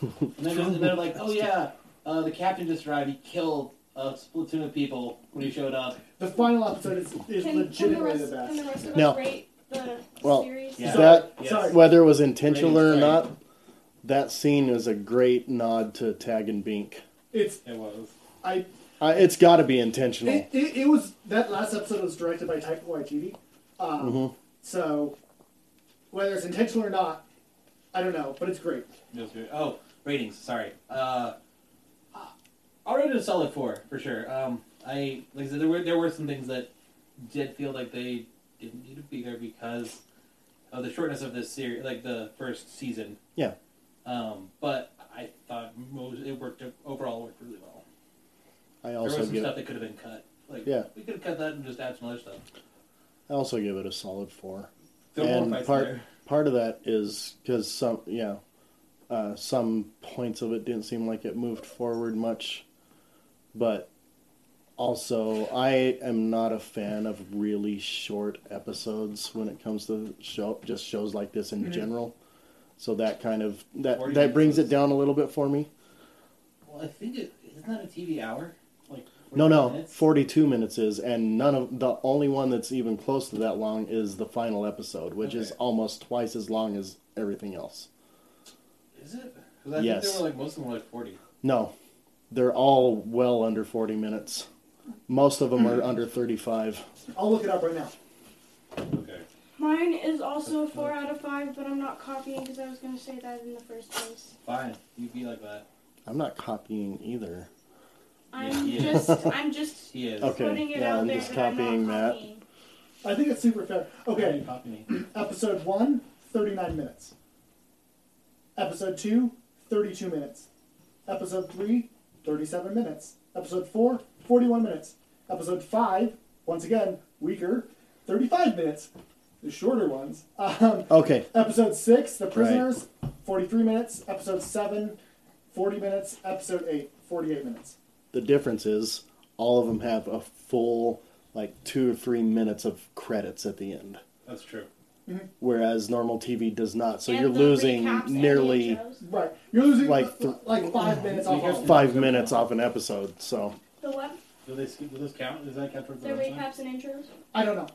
A: and they're, just- they're like, oh yeah, uh, the captain just arrived. He killed a platoon of people when he showed up.
E: The final episode is, is
B: Can, can, the
E: legitimately
B: rest,
E: the
B: can the
E: best.
B: rest of us
D: Now-
B: rate the
D: Well,
B: series?
A: Yeah.
D: That
A: Yes.
E: Sorry.
D: whether it was intentional or
A: Rating
D: not, that scene is a great nod to Tag and Bink.
E: It's
A: It was.
E: I
D: Uh, it's got to be intentional.
E: It, it, it was that last episode was directed by Taika Waititi, um, so whether it's intentional or not, I don't know, but it's great.
A: It was good. Oh, ratings. Sorry. Uh, I'll rate it a solid four for sure. Um, I like I said, there were there were some things that did feel like they didn't need to be there because of the shortness of this series, like the first season.
D: Yeah.
A: Um, but I thought most it worked overall worked really well.
D: I
A: There
D: also
A: was some
D: give
A: stuff that could have been cut. Like
D: Yeah.
A: we could have cut that and just add some other stuff.
D: I also give it a solid four.
A: There were more
D: and
A: fights
D: part
A: there.
D: part of that is because some yeah, uh, some points of it didn't seem like it moved forward much, but also I am not a fan of really short episodes when it comes to show just shows like this in
A: Mm-hmm.
D: general. So that kind of that
A: 40
D: that brings it
A: episodes.
D: down a little bit for me.
A: Well, I think it isn't that a TV hour. Like
D: No,
A: 40
D: no,
A: minutes?
D: 42 minutes is, and none of the only one that's even close to that long is the final episode, which is
A: Okay.
D: almost twice as long as everything else.
A: Is it? 'Cause I think
D: Yes.
A: there were like most of them were like forty.
D: No, they're all well under 40 minutes. Most of them are
A: Hmm.
D: under 35.
E: I'll look it up right now.
A: Okay.
B: Mine is also a four out of five, but I'm not copying because I was gonna say that in the first place.
A: Fine. You be like that.
D: I'm not copying either.
B: I'm
A: Yeah.
B: just, I'm just
A: He is.
D: Okay,
B: putting it
D: yeah,
B: out
D: I'm
B: there.
D: just
B: that
D: copying
B: I'm not
D: that.
B: copying.
E: I think it's super fair.
A: Okay.
E: Okay,
A: Copy me.
E: episode one, 39 minutes. Episode two, 32 minutes. Episode three, 37 minutes. Episode four, 41 minutes. Episode five, once again, weaker, 35 minutes. The shorter ones. Um,
D: Okay,
E: Episode 6, The Prisoners, 43 minutes. Episode 7, 40 minutes. Episode 8, 48 minutes.
D: the difference is all of them have a full, like, two or three minutes of credits at the end,
A: That's true.
D: whereas normal TV does not. So
B: And
D: you're
B: the recaps and
D: losing
B: the
D: nearly.
B: intros.
E: Right. You're losing like,
D: Like th-
E: like 5 minutes off
A: Because-
E: all of them.
D: five minutes off an episode. So
B: The what?
A: Do they skip? Do those count? Is that count towards
B: The
A: the last time?
B: recaps and intros.
E: I don't know.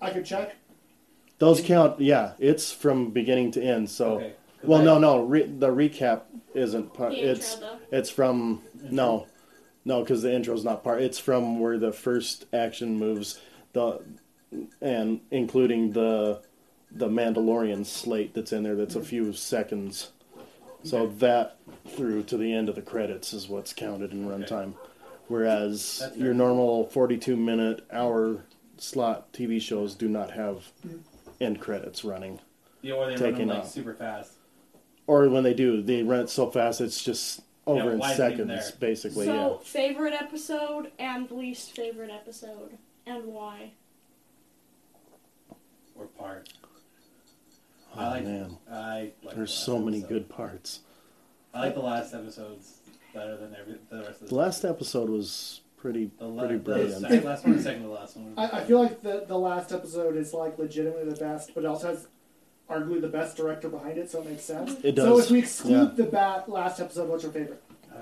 E: I could check.
D: those count. Yeah, it's from beginning to end. So
A: Okay, 'cause
D: Oh. well,
A: I-
D: no, no. Re- the recap isn't part.
B: The intro,
D: Uh, it's
B: though.
D: it's from no, no, because the intro's not part. It's from where the first action moves the and including the the Mandalorian slate that's in there. That's a few seconds. So that through to the end of the credits is what's counted in
A: Okay.
D: runtime. Whereas
A: That's
D: your
A: fair.
D: normal 42 minute hour slot TV shows do not have
A: Mm-hmm.
D: end credits running.
A: Yeah, or they run
D: Taking
A: them, like
D: out.
A: super fast.
D: Or when they do, they run it so fast it's just over
A: Yeah,
D: in
A: why is it even
D: seconds,
A: there?
D: basically.
B: so favorite episode and least favorite episode and why?
A: Or part.
D: yeah.
A: I
D: Oh,
A: like.
D: man.
A: I like.
D: There's
A: the last
D: so many
A: episode.
D: good parts.
A: I like the last episodes better than every the rest of
D: The last episode was pretty,
A: The la-
D: pretty
A: the
D: brilliant.
A: second last one, the second to last one.
E: I, I feel like the, the last episode is like legitimately the best, but it also has arguably the best director behind it, so it makes sense.
D: It
E: So
D: does,
E: if we exclude
D: yeah.
E: the bat last episode, what's your favorite?
A: Uh,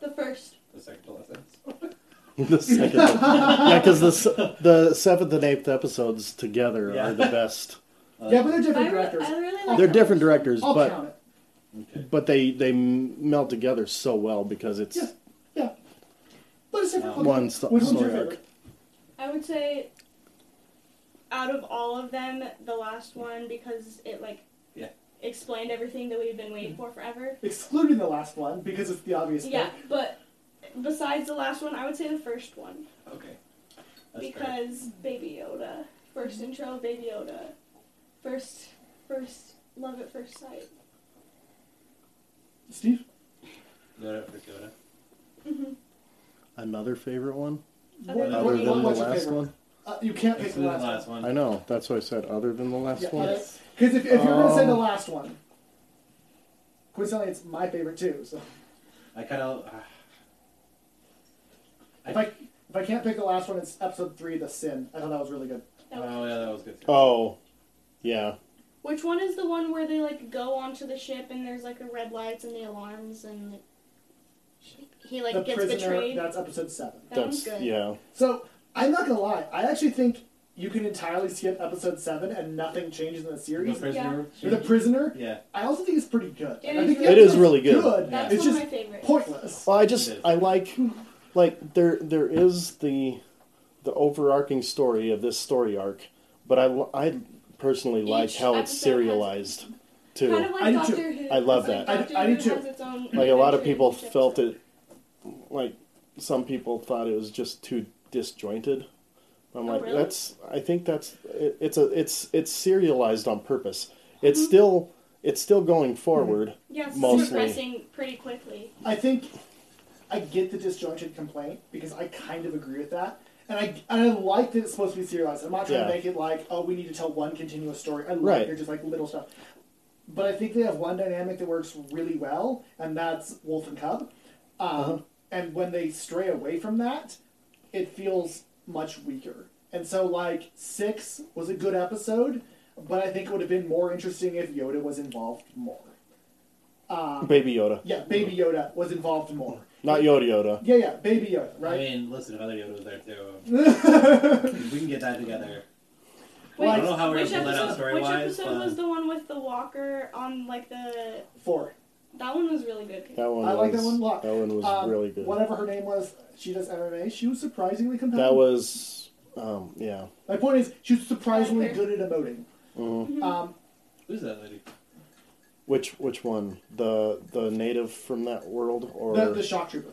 B: The first.
A: the second to last episode.
D: the second, yeah, because the s- the seventh and eighth episodes together
A: Yeah.
D: are the best.
A: Uh,
E: yeah, but they're
B: I,
E: different
B: re-
E: directors.
B: I really
E: I'll
B: like
D: They're
B: the first.
D: different directors,
E: I'll
D: but
E: count it.
A: Uh, Okay.
D: but they they m- meld together so well because it's
E: Yeah. Yeah. But it's different.
A: Um,
D: one st-
E: Which one's your
D: story
E: favorite?
D: arc.
B: I would say out of all of them, the last one because it like
A: Yeah.
B: explained everything that we've been waiting for forever.
E: Excluding the last one because Mm-hmm. it's the obvious pick.
B: Yeah, but besides the last one, I would say the first one
A: Okay. That's fair.
B: because Baby Yoda, first intro of Baby Yoda, first first love at first sight.
E: Steve?
A: Yoda for Yoda.
B: hmm
D: Another favorite one
B: Other
E: What-
B: than
E: what-
D: other than the
E: what's your
D: last
E: favorite?
D: one.
E: Uh, you can't pick the
A: Excluding
E: last, one.
D: I know that's what I said. Other than the last
E: Yeah,
D: one.
E: Yes. Because if, if you're going to say
D: Um,
E: the last one, coincidentally, it's my favorite too. So
A: I uh, kind of.
E: if I if I can't pick the last one, it's episode three, The Sin. I thought that was really good.
B: that one.
A: oh yeah, that was good. Too.
D: Oh, yeah.
B: Which one is the one where they like go onto the ship and there's like the red lights and the alarms and like, he like
E: the
B: gets
E: Prisoner,
B: betrayed?
E: that's episode seven.
B: That
D: that's
B: one's good.
D: yeah.
E: So I'm not going to lie. I actually think you can entirely skip episode seven and nothing changes in the
A: The
E: series.
A: prisoner.
E: Or The Prisoner,
A: Yeah.
E: I also think it's pretty good.
B: It
E: I
B: is
E: think
B: really
E: the
B: good.
E: episode's
D: It is really good.
B: That's
E: It's
B: one
E: just
B: of my favorites.
E: pointless.
D: Well, I just
A: It is.
D: I like like there there is the the overarching story of this story arc, but I li- I personally like
B: Each
D: how
B: episode
D: it's
B: has-
D: serialized too.
B: Kind of like
E: I do too.
B: Doctor Who.
D: I
B: It's
D: love
B: like
D: that.
E: I-
B: Doctor
E: I
B: Who
E: do too.
B: has its own
D: like a lot of
B: adventure
D: people
B: in each
D: felt
B: episode.
D: it like some people thought it was just too disjointed. I'm
B: Oh,
D: like
B: really?
D: that's I think that's it, it's a it's it's serialized on purpose. It's
B: Mm-hmm.
D: still it's still going forward.
B: Yeah, it's
D: mostly.
B: progressing pretty quickly.
E: I think I get the disjointed complaint because I kind of agree with that. And I, and I like that it's supposed to be serialized. I'm not trying
D: Yeah.
E: to make it like, oh, we need to tell one continuous story. I love
D: Right.
E: you're just like little stuff. But I think they have one dynamic that works really well, and that's wolf and cub. Um,
D: Uh-huh.
E: And when they stray away from that, it feels much weaker. And so, like, six was a good episode, but I think it would have been more interesting if Yoda was involved more. Um,
D: Baby Yoda,
E: yeah, Baby Yoda was involved more.
D: not Yoda Yoda.
E: Yeah, yeah, Baby Yoda,
A: I
E: right?
A: mean, listen, if other Yoda was there too, if we can get that together.
B: Wait,
A: I don't know how we're
B: which
A: gonna pull that out
B: episode, which
A: story-wise,
B: episode was
A: but
B: the one with the walker on like the?
E: Four.
B: That one was really good.
D: That one
E: I
D: was,
E: like that one a lot.
D: That one was
E: Um,
D: really good.
E: Whatever her name was, she does MMA. She was surprisingly compelling.
D: That was, um, yeah.
E: My point is, she was surprisingly
B: Okay.
E: good at emoting.
D: Mhm.
E: Um,
A: who's that lady?
D: Which which one? The the native from that world or
E: the, the shock trooper.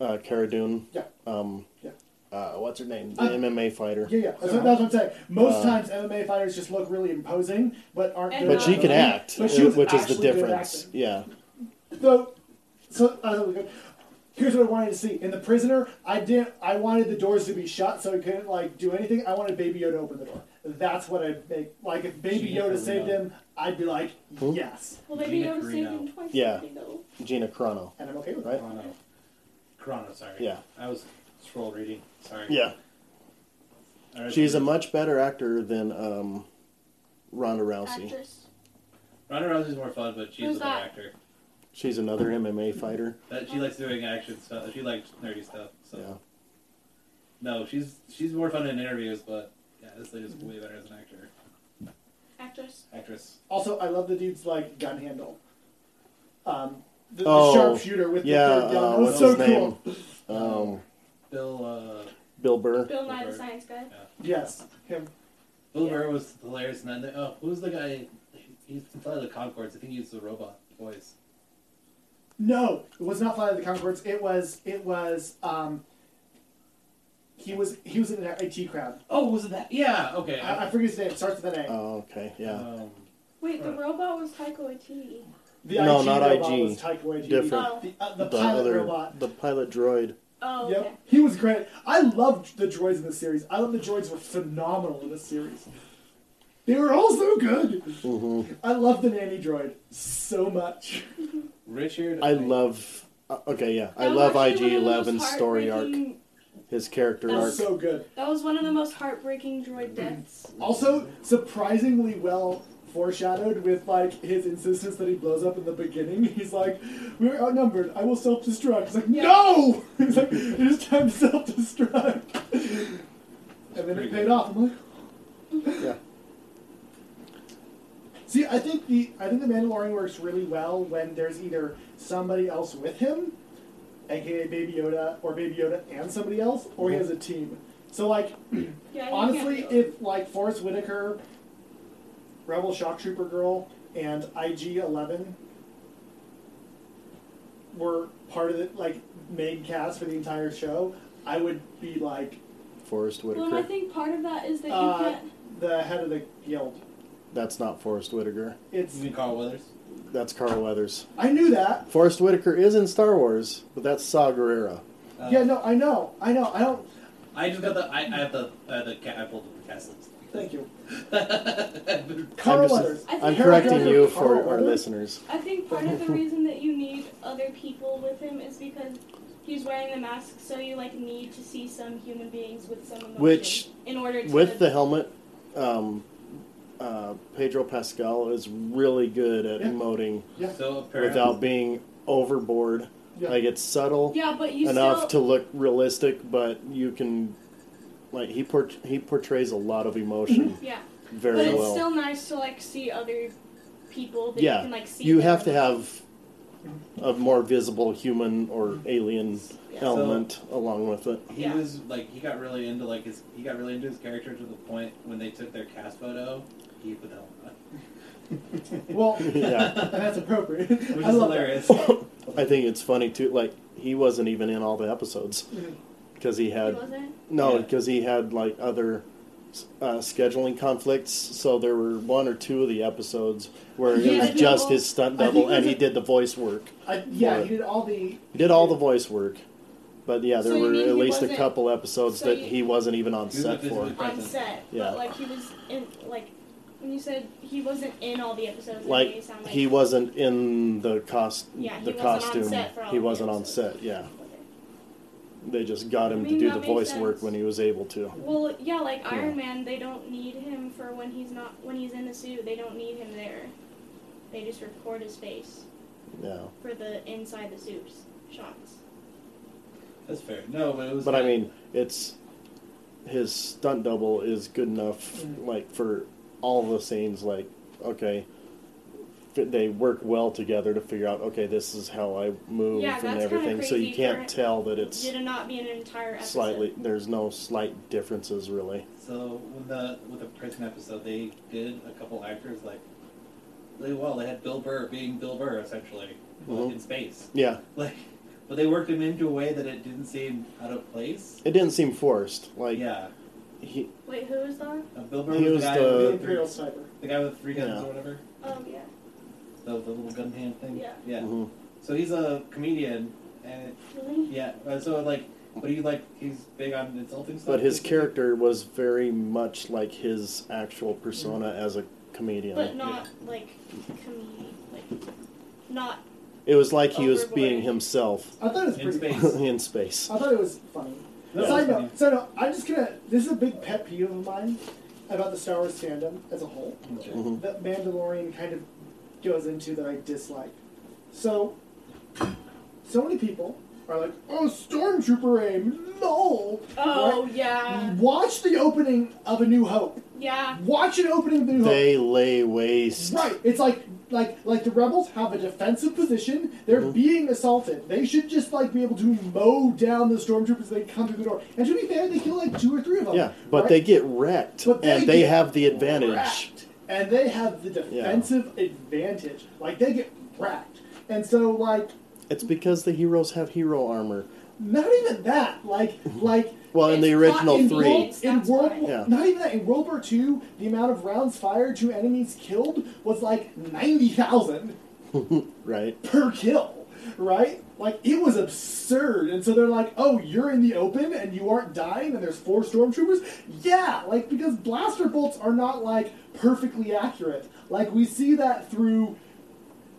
D: uh, Cara Dune?
E: Yeah.
D: Um,
E: Yeah.
D: Uh, what's her name? The
E: Uh,
D: MMA fighter.
E: Yeah, yeah. That's, what, that's what I'm saying. Most
D: Uh,
E: times, MMA fighters just look really imposing, but aren't.
B: And
E: good
D: But
E: at
D: she can
E: emoting.
D: act, uh,
E: But she was
D: which is the
E: actually good at
D: difference.
E: acting.
D: Yeah.
E: So, so I don't know, here's what I wanted to see in the prisoner. I did. I wanted the doors to be shut so he couldn't like do anything. I wanted Baby Yoda to open the door. That's what I make. Like if Baby
A: Gina
E: Yoda saved
A: Carano.
E: him, I'd be like
D: Who?
E: yes,
B: Well, maybe
A: Gina
B: Yoda saved
A: Carino.
B: him twice.
D: Yeah.
B: already, though.
D: Gina Carano.
E: and I'm okay with
D: Right.
E: that.
A: Chrono. Chrono, sorry.
D: Yeah.
A: I was scroll reading. Sorry.
D: Yeah.
A: I read
D: She's a
A: the-
D: much better actor than um, Ronda Rousey.
B: Actress.
A: Ronda Rousey's more fun, but she's
B: Who's
A: a better
B: that?
A: actor.
D: She's another MMA fighter.
A: That she likes doing action stuff. She likes nerdy stuff. So
D: Yeah.
A: no, she's she's more fun in interviews, but yeah, this lady's way better as an actor,
B: Actress.
A: actress.
E: Also, I love the dude's like gun handle. Um, the, the
D: Oh,
E: sharpshooter with
D: Yeah.
E: the third gun.
D: Uh,
E: That was
D: what's
E: so
D: his name?
E: cool.
D: Um,
A: Bill uh,
D: Bill Burr.
B: Bill Nye the Science Guy.
E: Yes, him.
A: Bill
B: Yeah.
A: Burr was hilarious. And then oh, who's the guy? He's from Flight of the Concords. I think he's the robot voice.
E: No, it was not Flight of the Concords. It was. It was. Um, he was. He was in an IT crowd.
A: Oh, was it that? Yeah. Okay.
E: I, I forget his name. It starts with an A.
D: Oh, okay. Yeah.
A: Um,
B: Wait, the
A: Right.
B: robot was Taika Waititi.
E: The
D: No,
E: IG
D: not
E: robot
D: IG.
E: Was Taika Waititi.
D: Different.
B: Oh.
E: The, uh, the, pilot robot.
D: the pilot droid.
B: Oh,
E: Yep,
B: okay.
E: he was great. I loved the droids in this series. I thought the droids were phenomenal in this series. They were all so good.
D: hmm
E: I love the nanny droid so much.
A: Richard.
D: I love. uh, okay, yeah, I
B: That was
D: love IG
B: actually one of the most
D: 11's story arc,
B: heartbreaking-
D: his character
E: They
B: That
E: were
D: arc.
B: was
E: so good.
B: That was one of the most heartbreaking droid deaths.
E: Also, surprisingly well foreshadowed with like his insistence that he blows up in the beginning. He's like, "We're outnumbered. I will self-destruct." He's like,
B: Yeah.
E: "No!" He's like, "It is time to self-destruct." And then
A: Pretty good.
E: it paid off. I'm like,
D: Yeah,
E: See, I think the I think the Mandalorian works really well when there's either somebody else with him, aka Baby Yoda, or Baby Yoda and somebody else, or he has a team. So like
B: Yeah, you
E: honestly,
B: can't-
E: if like Forrest Whitaker, Rebel Shock Trooper Girl, and IG Eleven were part of the like main cast for the entire show, I would be like
D: Forrest
B: Well, and I
D: Whitaker.
B: think part of that is that you
E: Uh,
B: can't.
E: the head of the guild.
D: That's not Forrest Whitaker.
E: It's
A: You mean Carl Weathers?
D: That's Carl Weathers.
E: I knew that.
D: Forrest Whitaker is in Star Wars, but that's Saw Gerrera.
A: Uh,
E: Yeah, no, I know, I know, I don't.
A: I just got the. I, I have the. Uh, the ca- I pulled up the cast list.
E: Thank you,
D: I'm,
E: Carl
D: just-
E: Weathers.
B: I think
D: I'm
E: Harold
D: correcting
E: Johnson,
B: Oh,
D: you
E: Carl
D: for our
E: Weathers?
D: listeners.
B: I think part of the reason that you need other people with him is because he's wearing the mask, so you like need to see some human beings with some emotion
D: Which,
B: in order to
D: With the helmet, um, uh, Pedro Pascal is really good at
E: Yeah.
D: emoting
E: Yeah,
A: So apparently,
D: without being overboard.
E: yeah.
D: Like it's subtle
B: yeah, but you
D: enough
B: still
D: to look realistic, but you can like he port- he portrays a lot of emotion
B: yeah, Mm-hmm. but
D: very
B: it's
D: well.
B: still nice to like see other people that
D: Yeah,
B: you can like see.
D: you
B: their
D: have to
B: emotions.
D: have a more visible human or alien
B: Yeah.
D: element along with it.
A: he
B: Yeah.
A: was like he got really into like his he got really into his character to the point when they took their cast photo, he put the helmet on.
E: Well,
D: yeah,
E: and that's appropriate.
A: Which
E: I
A: is
E: love
A: hilarious.
D: I think it's funny too. Like he wasn't even in all the episodes
E: Mhm.
D: because he
B: He
D: had
B: wasn't.
D: no
A: Yeah.
D: because he had like other uh, scheduling conflicts. So there were one or two of the episodes where
E: He
D: it
E: did
D: was
E: a
D: just
B: double- Oh,
D: his stunt
E: I think
D: double,
E: it
D: and
E: was
D: he
E: a-
D: did the voice work.
E: that. I, yeah,
D: What?
E: he did all the.
D: He did all the voice work. But yeah, there
B: So you
D: were
B: mean
D: at
B: he
D: least a
B: wasn't-
D: couple episodes
B: so
D: that
B: you-
D: he wasn't even on
A: He was
D: set
A: a
D: for.
A: physical-
B: on
A: present.
B: set,
D: Yeah.
B: but like he was in like when you said he wasn't in all the episodes. it made
D: Like
B: it sound like
D: he wasn't in the cost
B: Yeah, he
D: the
B: wasn't on
D: costume.
B: set for all
D: he
B: of the
D: wasn't on
B: episodes.
D: set. Yeah, they just got him
B: I mean,
D: to do
B: that
D: the
B: makes
D: voice work
B: sense.
D: when he was able to.
B: Well, yeah, like
D: Yeah.
B: Iron Man, they don't need him for when he's not when he's in the suit. They don't need him there. They just record his face
D: Yeah,
B: for the inside the suit shots.
A: That's fair. No, but it was.
D: but I
A: like-
D: mean, it's his stunt double is good enough,
E: Mhm.
D: like for all the scenes. Like, okay, f- they work well together to figure out. Okay, this is how I move
B: Yeah,
D: and
B: that's kinda
D: everything. So you
B: crazy for
D: can't
B: it-
D: tell that it's
B: Did it not be an entire episode?
D: slightly. There's no slight differences really.
A: So when the with the prison episode, they did a couple actors like really well. They had Bill Burr being Bill Burr essentially well,
D: Mhm.
A: in space,
D: Yeah,
A: like, but they worked him into a way that it didn't seem out of place.
D: it didn't seem forced. Like
A: yeah,
D: he,
B: Wait, who is that?
A: Uh, Bill Burr
D: He
A: was,
D: was
A: the guy
D: the-
E: The
A: with three,
E: Imperial Sniper.
A: the guy with three guns
D: Yeah.
A: or whatever,
B: Oh yeah.
A: the, the little gun hand thing.
B: Yeah.
A: yeah.
D: Mhm.
A: So he's a comedian, and
B: Really?
A: yeah, uh, so like, but he like he's big on insulting stuff.
D: but his character was very much like his actual persona
E: Mm-hmm.
D: as a comedian.
B: But not like comedic, like not.
D: it was like he was
B: Overboard.
D: being himself
E: I thought it was
A: In
E: pretty.
A: space.
D: in space.
E: I thought it was funny.
A: No,
E: side
A: it's funny.
E: note, side note, I'm just gonna. This is a big pet peeve of mine about the Star Wars fandom as a whole.
A: Okay.
D: Mhm.
E: That Mandalorian kind of goes into that I dislike. So, so many people are like, "Oh, stormtrooper aim, lol."
B: Oh
E: Right?
B: yeah,
E: Watch the opening of A New Hope.
B: yeah.
E: Watch an opening of A New Hope.
D: They lay waste.
E: Right. It's like like like the rebels have a defensive position. They're
D: Mm-hmm.
E: being assaulted. They should just like be able to mow down the stormtroopers as they come through the door. And to be fair, they kill like two or three of them.
D: Yeah, but
E: right?
D: they get wrecked,
E: But they
D: and they
E: get
D: have the advantage.
E: Wrecked. And they have the defensive advantage. Like they get wrecked. And so like
D: It's because the heroes have hero armor.
E: not even that. Like like
D: Mm-hmm. Well, in the
B: It's
D: original
B: not in
D: three,
B: World-
E: in
B: That's
E: World
B: why.
E: War,
D: Yeah.
E: not even that in World War II, the amount of rounds fired to enemies killed was like ninety thousand.
D: right?
E: per kill, right? Like it was absurd. And so they're like, "Oh, you're in the open and you aren't dying, and there's four stormtroopers." Yeah, like because blaster bolts are not like perfectly accurate. Like we see that through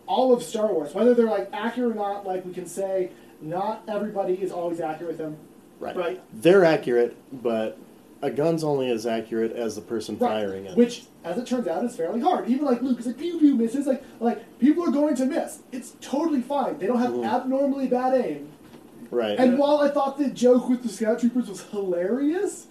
E: all of Star Wars, whether they're like accurate or not. Like we can say, not everybody is always accurate with them.
D: Right.
E: Right.
D: They're accurate, but a gun's only as accurate as the person firing it.
E: Which, as it turns out, is fairly hard. Even like Luke is like pew pew misses. Like like people are going to miss. It's totally fine. They don't have
D: Mhm.
E: abnormally bad aim.
D: right.
E: And while I thought the joke with the scout troopers was hilarious,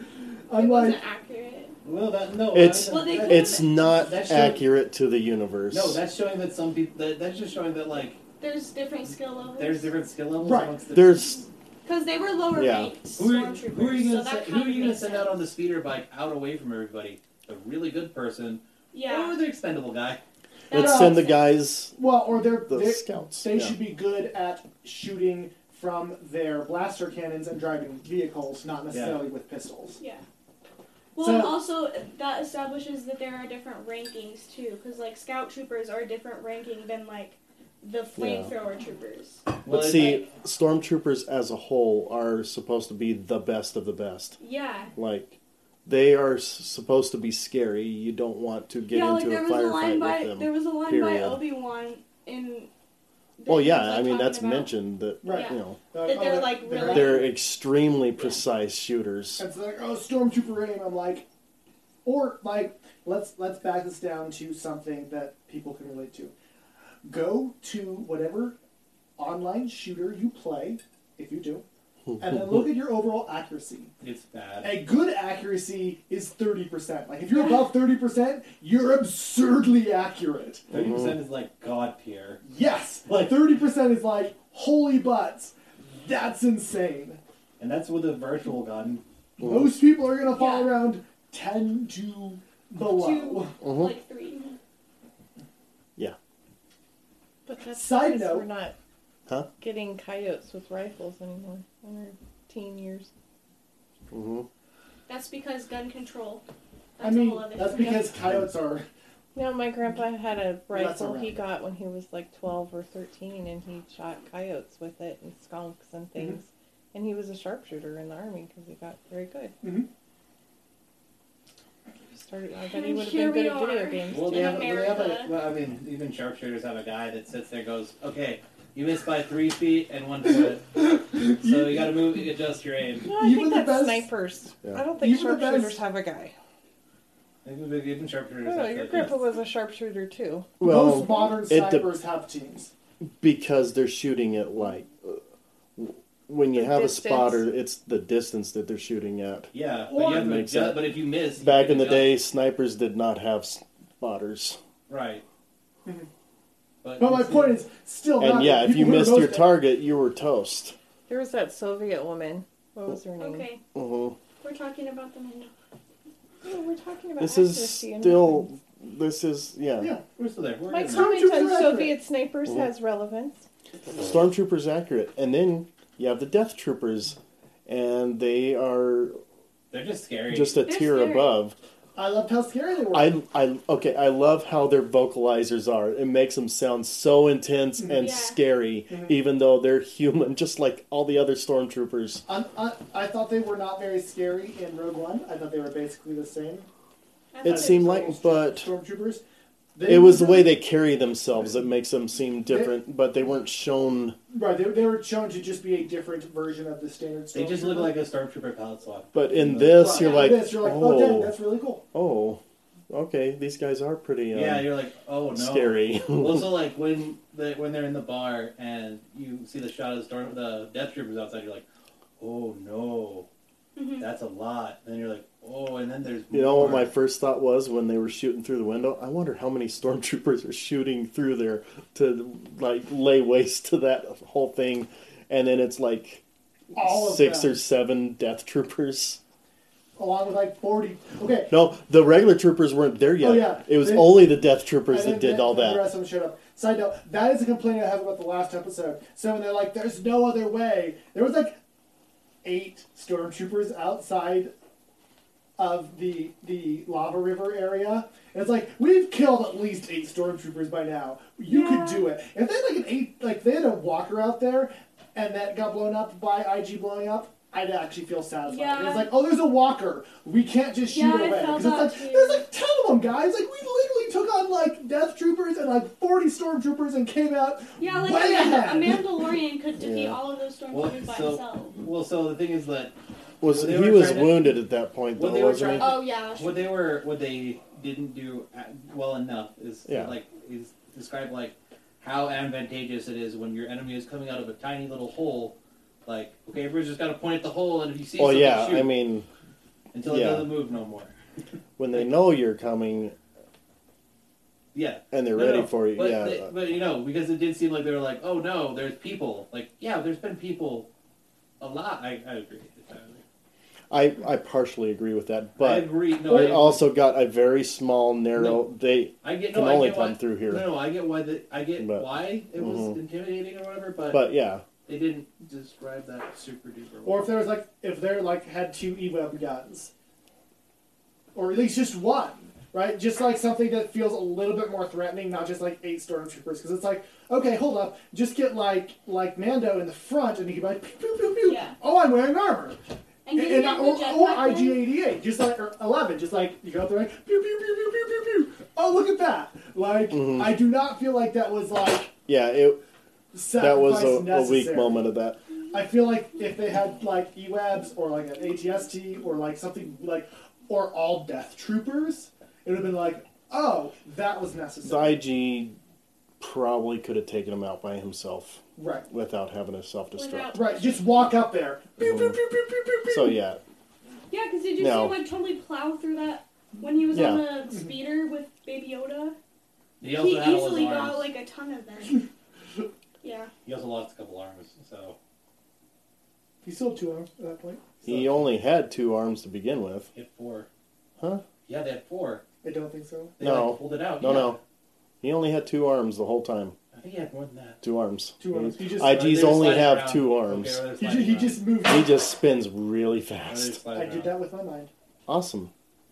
E: I'm
B: it
E: like,
B: wasn't accurate.
A: Well, that no.
D: It's-
A: that-
B: Well, they
A: that-
B: could-
D: It's not
A: That should-
D: accurate to the universe.
A: no. That's showing that some people. That, that's just showing that like
B: There's different skill levels.
A: there's different skill levels.
E: Right.
A: Amongst the
D: There's
B: Because they were lower
D: Yeah.
B: ranked
A: Who are,
B: stormtroopers.
A: who are you
B: so
A: gonna,
B: that
A: se- who
B: kind
A: are
B: of
A: you gonna
B: makes
A: send
B: sense.
A: out on the speeder bike out away from everybody? The really good person
B: Yeah.
A: or the expendable guy?
B: that
D: let's
B: makes
D: send the
B: sense.
D: guys
E: Well, or they're,
D: the
E: they're
D: scouts.
E: They
D: yeah.
E: should be good at shooting from their blaster cannons and driving vehicles, not necessarily with pistols.
B: Yeah. Well,
E: So-
B: and also that establishes that there are different rankings too, because like scout troopers are a different ranking than like the flamethrower troopers.
A: Well,
D: But
A: it's
D: see,
A: like-
D: stormtroopers as a whole are supposed to be the best of the best.
B: Yeah.
D: Like, they are s- supposed to be scary. You don't want to get
B: yeah, like
D: into
B: there
D: a
B: was a line
D: firefight
B: by
D: with
B: there
D: them.
B: was a line by
D: period.
B: Obi Wan in. that
D: Well,
B: he
D: yeah,
B: was, like,
D: I mean
B: talking
D: that's
B: about-
D: mentioned that
E: Right.
D: you know
B: That they're, like, really-
D: they're extremely precise shooters.
E: It's like, oh, stormtrooper aim. I'm like, or like, let's let's back this down to something that people can relate to. Go to whatever online shooter you play, if you do, and then look at your overall accuracy.
A: It's bad.
E: A good accuracy is 30%. Like, if you're above 30%, you're absurdly accurate.
A: Thirty percent is like god tier.
E: Yes! Like, 30% is like, holy butts, that's insane.
A: And that's with a virtual gun.
E: Most people are gonna fall
B: Yeah.
E: around 10 to below.
B: Two,
D: Mhm.
B: like three.
C: But that's
E: Side
C: because
E: note.
C: we're not
D: Huh?
C: getting coyotes with rifles anymore in our teen years.
D: hmm
B: That's because gun control.
E: I
B: That's a
E: mean,
B: whole other
E: that's
B: thing.
E: because coyotes are.
C: No, my grandpa had a
E: That's
C: rifle
E: around.
C: he got when he was like 12 or 13 and he shot coyotes with it and skunks and
E: Mm-hmm.
C: things. And he was a sharpshooter in the army because he got very good.
E: Mhm.
C: Started, I bet
B: And
C: he would have
B: here
C: been good
B: we
C: at video
B: are.
C: games.
A: Well, they
B: In
A: have, they have a,
B: America.
A: well, I mean, even sharpshooters have a guy that sits there and goes, okay, you missed by three feet and one foot, so you got to move, adjust your aim.
C: No, I
E: Even
C: think
E: the
C: that's
E: best-
C: snipers.
D: Yeah.
C: I don't think
E: Even the
C: sharpshooters
E: best-
C: have a guy.
A: Even even sharpshooters.
C: Oh,
A: have
C: your
A: to-
C: grandpa was a sharpshooter too.
D: Well,
E: most modern
D: it de-
E: snipers have teams.
D: because they're shooting at like w- when you
C: The
D: have
C: distance.
D: a spotter, it's the distance that they're shooting at.
A: Yeah, but,
E: Or-
A: you have to
D: Makes
A: adjust,
D: sense.
A: but if you miss, you
D: Back
A: can
D: in the
A: adjust.
D: day, snipers did not have spotters.
A: right?
E: Mhm.
A: But,
E: But my point is still. not
D: And yeah,
E: that
D: if you
E: people who are
D: missed your
E: most-
D: target, you were toast.
C: There was that Soviet woman. What was her name?
B: Okay,
D: Mhm.
B: we're talking about them. Right now.
C: No, Oh, we're talking about
D: This is
C: accuracy and
D: still.
C: weapons.
D: This is yeah.
E: Yeah,
A: we're still there. We're
C: My
A: good.
C: comment on
E: Stormtroopers are
C: Soviet snipers
D: Mhm.
C: has relevance.
D: Stormtroopers accurate, and then you have the Death Troopers, and they are
A: They're just scary.
D: just a
B: They're
D: tier
B: scary.
D: above.
E: I loved how scary they were.
D: I I okay. I love how their vocalizers are. It makes them sound so intense
E: Mm-hmm.
D: and
B: Yeah.
D: scary,
E: Mhm.
D: even though they're human, just like all the other stormtroopers.
E: I, I, I thought they were not very scary in Rogue One. I thought they were basically the same.
B: I
D: It
B: thought
D: seemed
B: was-
D: like, but
E: Uh, stormtroopers. They
D: it was the
E: were-
D: way they carry themselves that makes them seem different. But they weren't shown.
E: Right, they, they were shown to just be a different version of the standard.
A: they just look
E: stormtrooper.
A: like a stormtrooper palette swap.
D: But in
A: Right.
D: this,
E: Right,
D: you're
E: yeah,
D: like,
E: this, you're like, oh, dang,
D: oh,
E: that's really cool.
D: oh, okay. These guys are pretty. Um,
A: Yeah, you're like, oh no.
D: scary.
A: also, like when the, when they're in the bar and you see the shot of the storm, the death troopers outside, you're like, oh no,
B: Mhm.
A: that's a lot. Then you're like, oh, and then there's
D: You know what
A: more.
D: my first thought was when they were shooting through the window? I wonder how many stormtroopers are shooting through there to like lay waste to that whole thing, and then it's like
E: All of
D: six
E: them.
D: or seven death troopers.
E: along with like forty. Okay,
D: No, the regular troopers weren't there yet.
E: Oh, yeah.
D: It was
E: They-
D: only the death
E: And
D: troopers
E: then
D: that did all
E: the- The
D: that.
E: rest of them showed up. Side note: that is a complaint I have about the last episode. So when they're like, "There's no other way," there was like eight stormtroopers outside of the the lava river area. And it's like we've killed at least eight stormtroopers by now. You
B: Yeah.
E: could do it. If they had like an eight, like they had a walker out there, and that got blown up by IG blowing up. I'd actually feel satisfied.
B: Yeah.
E: It's like, oh, there's a walker. We can't just shoot
B: Yeah, I
E: away.
B: felt
E: 'Cause
B: that
E: it's like,
B: too.
E: there's like Tell them, guys! Like we literally took on like death troopers and like forty stormtroopers and came out.
B: Yeah, like
E: way
B: a,
E: ahead.
B: Man- a Mandalorian could defeat
D: Yeah.
B: all of those stormtroopers
A: Well,
B: by
A: so-
B: himself.
A: Well, so the thing is that
D: Was
A: They
D: he
A: were
D: was
A: trying to-
D: wounded at that point
A: Well,
D: though,
A: they were
D: wasn't he?
A: trying-
B: Oh yeah,
A: what they were, what they didn't do at- well enough is
D: Yeah.
A: like is describe like how advantageous it is when your enemy is coming out of a tiny little hole. Like, okay, everyone's just got to point at the hole, and if you see
D: Well,
A: something,
D: Oh, yeah.
A: shoot
D: I mean,
A: until it
D: yeah.
A: doesn't move no more.
D: when they know you're coming
A: Yeah.
D: and they're
A: No,
D: ready
A: no,
D: for you.
A: But,
D: yeah,
A: they- but you know, because it did seem like they were like, oh no, there's people. Like, yeah, there's been people a lot. I, I agree.
D: I I partially agree with that,
A: I
D: but
A: agree. No, I
D: we
A: agree.
D: also got a very small, narrow. They
A: I get
D: can
A: no, I
D: only
A: get
D: come
A: why-
D: through here.
A: No, no, I get why the, I get
D: But-
A: why it was
D: Mhm.
A: intimidating or whatever, but,
D: but yeah,
A: they didn't describe that super duper.
E: Or if there was like, if they're like had two e web guns, or at least just one, right? Just like something that feels a little bit more threatening, not just like eight stormtroopers, because it's like, okay, hold up, just get like like Mando in the front, and he can be like, pew, pew, pew, pew.
B: Yeah.
E: Oh, I'm wearing armor,
B: And
E: And-
B: getting
E: and-
B: the
E: or,
B: jetpack
E: or
B: gun-
E: IG88, just like or eleven, just like you go out there like pew pew pew pew pew pew pew. Oh, look at that! Like,
D: Mhm.
E: I do not feel like that was like
D: yeah, it that was
E: sacrifice
D: a, a weak
E: necessary.
D: moment of that.
E: I feel like if they had like EWABs or like an ATST or like something like or all death troopers, it would have been like, oh, that was
D: The
E: necessary.
D: IG probably could have taken him out by himself
E: right.
D: without having to self destruct.
B: Without-
E: Right. Just walk up there. Pew,
D: Mm-hmm.
E: pew, pew, pew, pew, pew, pew.
D: So yeah,
B: Yeah, because did you
D: No.
B: see him like totally plow through that when he was
D: Yeah.
B: on the speeder with Baby Yoda?
A: He also had
B: he
A: all
B: easily
A: his arms.
B: got like a ton of them. yeah.
A: He also lost a couple arms, so
E: He still had two arms at that point.
D: he
A: so
D: only had two arms to begin with,
A: he had four.
D: huh?
A: Yeah, they had four.
E: I don't think so.
A: They
D: No.
A: like, pulled it out.
D: No,
A: yeah.
D: no, he only had two arms the whole time.
A: I think he had more than that.
D: Two arms.
E: Two arms. He just
D: IGs
A: They were
D: only
A: sliding
D: have
A: around.
D: two arms.
A: Okay, well,
E: he
A: they're
E: just,
A: sliding
E: he just moved.
D: He just spins
A: around.
D: really
A: Well, they're
D: fast.
E: I
A: sliding
E: did
A: around.
E: that with my mind.
D: Awesome.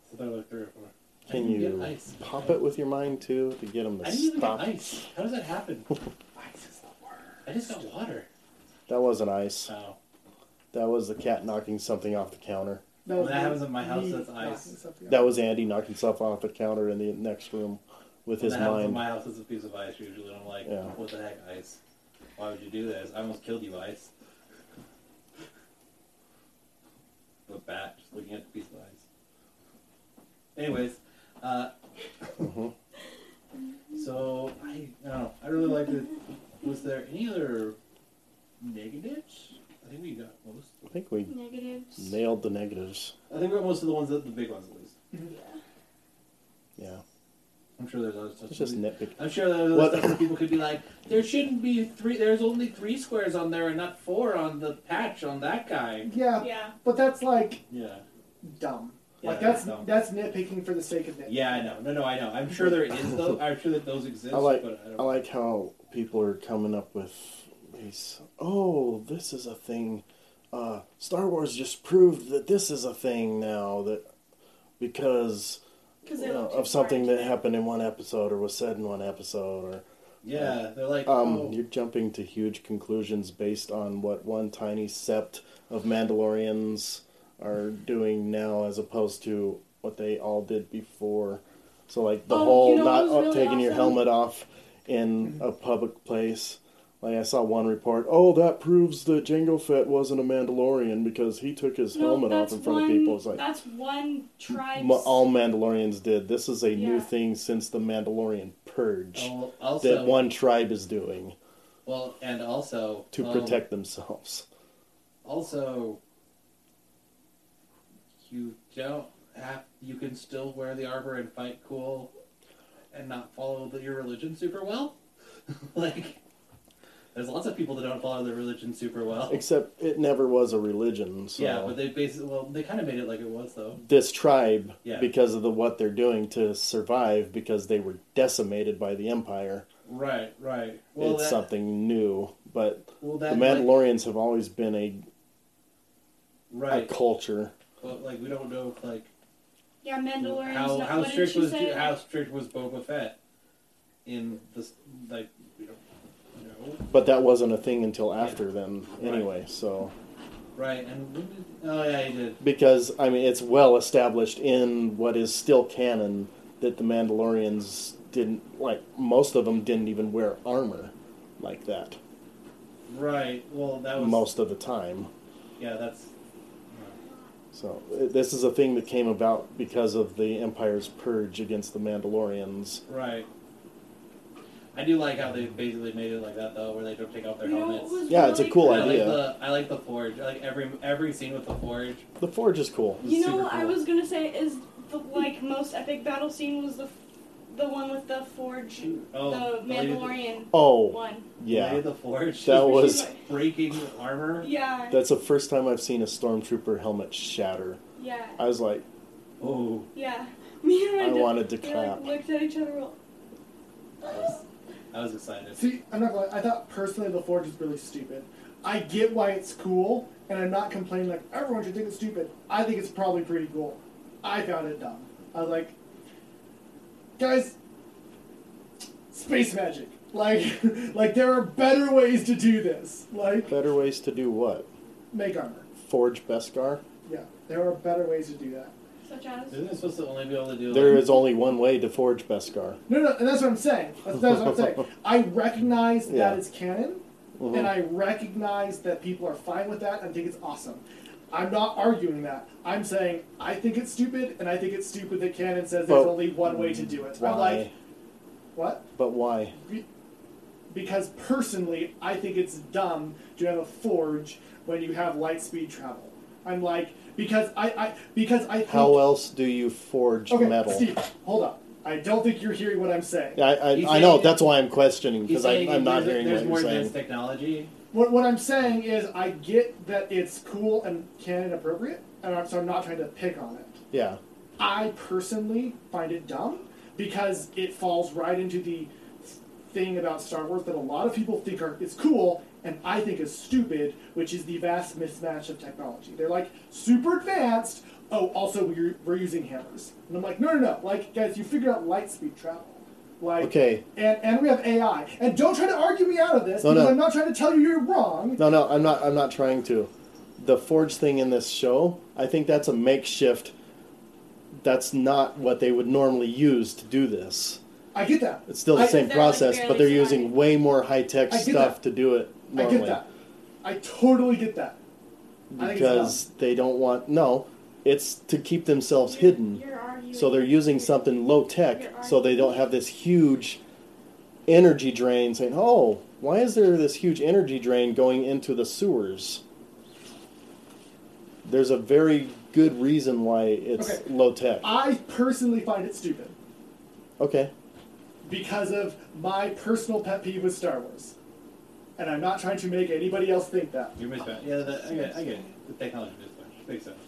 A: So they're like three or four. I
D: Can
A: didn't
D: you
A: get ice.
D: pop it with your mind too to get him
A: I
D: to
A: didn't even
D: stop?
A: get ice. How does that happen?
E: Ice is the word.
A: I just got water.
D: That wasn't ice.
A: Oh.
D: That was the cat knocking something off the counter.
E: No,
A: That happens at my house,
E: me
A: that's ice.
E: knocking something
D: That
E: off.
D: was Andy knocking stuff off the counter in the next room with his
A: When that happens in
D: mind.
A: my house is a piece of ice usually, and I'm like,
D: Yeah.
A: what the heck, ice? Why would you do this? I almost killed you, ice. The bat just looking at the piece of ice. Anyways, uh,
D: Mhm.
A: so I, I don't know. I really liked it. Was there any other negatives? I think we got most.
D: I think we
B: Negatives.
D: nailed the negatives.
A: I think we got most of the ones that the big ones at least.
B: yeah.
D: Yeah.
A: I'm sure there's other stuff.
D: It's just
A: we-
D: nitpick.
A: I'm sure that other
D: What-
A: stuff that people could be like, there shouldn't be three. There's only three squares on there and not four on the patch on that guy.
E: Yeah,
B: Yeah.
E: but that's like
A: Yeah.
E: dumb.
A: Yeah,
E: like that's
A: that's dumb.
E: that's nitpicking for the sake of nitpicking.
A: Yeah, I know. No, no, I know. I'm sure there is those. I'm sure that those exist.
D: I like-
A: but I don't.
D: I like how people are coming up with these. Oh, this is a thing. Uh, Star Wars just proved that this is a thing now that because
B: Because
D: you know, of something that happened in one episode or was said in one episode or
A: yeah, they're like.
D: Um,
A: oh,
D: You're jumping to huge conclusions based on what one tiny sept of Mandalorians are doing now, as opposed to what they all did before. So, like the
B: Oh, you
D: whole
B: know what
D: not
B: was
D: uh,
B: really
D: taking your
B: awesome? Mm-hmm.
D: helmet off in a public place. Like I saw one report. Oh, that proves that Jango Fett wasn't a Mandalorian because he took his helmet off in front
B: one,
D: of people. It's like
B: that's one tribe.
D: m- all Mandalorians did. This is a new
B: Yeah.
D: thing since the Mandalorian purge
A: oh, also,
D: that one tribe is doing
A: well, and also
D: to
A: um,
D: protect themselves.
A: Also, you don't have. You can still wear the armor and fight cool, and not follow the, your religion super well. like, there's lots of people that don't follow their religion super well.
D: Except it never was a religion, so
A: Yeah, but they basically well, they kind of made it like it was though.
D: this tribe,
A: Yeah.
D: because of the what they're doing to survive, because they were decimated by the Empire,
A: Right, right. Well,
D: it's
A: that,
D: something new. But
A: Well,
D: the
A: that like,
D: Mandalorians have always been a, a
A: right?
D: culture.
A: But like, we don't know if like
B: Yeah, Mandalorians.
A: how
B: no,
A: how
B: what did
A: strict
B: she
A: was
B: say?
A: how strict was Boba Fett in this like we don't know.
D: But that wasn't a thing until after then, anyway. So
A: Right, and when did, oh yeah, he did.
D: because I mean, it's well established in what is still canon that the Mandalorians didn't like. Most of them didn't even wear armor like that
A: Right. Well, that was
D: most of the time.
A: Yeah, that's
D: So uh, this is a thing that came about because of the Empire's purge against the Mandalorians.
A: right. I do like how they basically made it like that though, where they don't take off their
B: You know, it
A: helmets.
B: was
D: Yeah, it's a
B: really
D: cool
A: I like
D: idea.
A: the I like the forge. I like every every scene with the forge.
D: The Forge is cool.
A: was
B: You know
A: super
B: what I
A: cool.
B: was gonna say is the like most epic battle scene was the the one with the forge,
A: Oh,
B: the
A: lady with
B: Mandalorian
D: Oh,
B: one.
A: lady
D: yeah.
A: with the forge.
D: That was-
A: She's breaking armor.
B: Yeah,
D: That's the first time I've seen a stormtrooper helmet shatter.
B: yeah,
D: I was like,
A: Oh,
B: yeah. Me and my
D: I
B: dad,
D: wanted to
B: we like
D: clap.
B: looked at each other. we're all,
A: I was, I was excited.
E: See, I'm not going. I thought personally the Forge is really stupid. I get why it's cool, and I'm not complaining. Like everyone should think it's stupid. I think it's probably pretty cool. I found it dumb. I was like, guys, space magic. Like, like there are better ways to do this. Like,
D: better ways to do what?
E: make armor.
D: Forge Beskar?
E: Yeah, there are better ways to do that.
B: such as
A: Isn't it supposed to only be able to do?
D: There
A: like,
D: is only one way to forge Beskar.
E: No, no, and that's what I'm saying. That's, that's what I'm saying. I recognize
D: Yeah.
E: that it's canon,
D: Mhm.
E: and I recognize that people are fine with that and think it's awesome. I'm not arguing that. I'm saying I think it's stupid, and I think it's stupid that canon says there's
D: But
E: only one way to do it. I'm like,
D: Why?
E: what?
D: But why?
E: Be- Because personally, I think it's dumb to have a forge when you have light speed travel. I'm like, because I, I because I think.
D: How else do you forge
E: okay,
D: metal?
E: Steve, hold up. I don't think you're hearing what I'm saying.
D: I,
A: He's
D: I, I know,
A: saying-
D: that's why I'm questioning,
A: he's
D: because
A: saying
D: I'm not
A: there's-
D: hearing
A: There's
D: what
A: more
D: you're saying.
A: advanced technology.
E: What, what I'm saying is, I get that it's cool and canon appropriate, and I'm, so I'm not trying to pick on it.
D: Yeah.
E: I personally find it dumb because it falls right into the thing about Star Wars that a lot of people think are is cool and I think is stupid, which is the vast mismatch of technology. They're like super advanced. Oh, also we're, we're using hammers, and I'm like, no, no, no. Like, guys, you figured out light speed travel. Like,
D: Okay.
E: and, and we have AI. And don't try to argue me out of this
D: No,
E: because
D: no.
E: I'm not trying to tell you you're wrong.
D: No, no, I'm not. I'm not trying to. The forge thing in this show, I think that's a makeshift. That's not what they would normally use to do this.
E: I get that.
D: It's still the
E: I-
D: same
B: They're, like,
D: process, but
B: barely
D: they're
B: surviving.
D: using way more high tech
E: I get
D: stuff
E: that.
D: to do it
E: I
D: normally
E: get that. I totally get that. I think it's
D: because they don't want no. It's to keep themselves
B: you're-
D: hidden,
B: You're arguing.
D: so they're using something low
B: You're
D: tech, so they don't have this huge energy drain. Saying, "Oh, why is there this huge energy drain going into the sewers?" There's a very good reason why it's
E: Okay. Uh,
D: low tech.
E: I personally find it stupid
D: Okay,
E: because of my personal pet peeve with Star Wars. And I'm not trying to make anybody else think that.
A: You're mismatched. Yeah, that, I get. I get. it. The technology mismatch makes sense.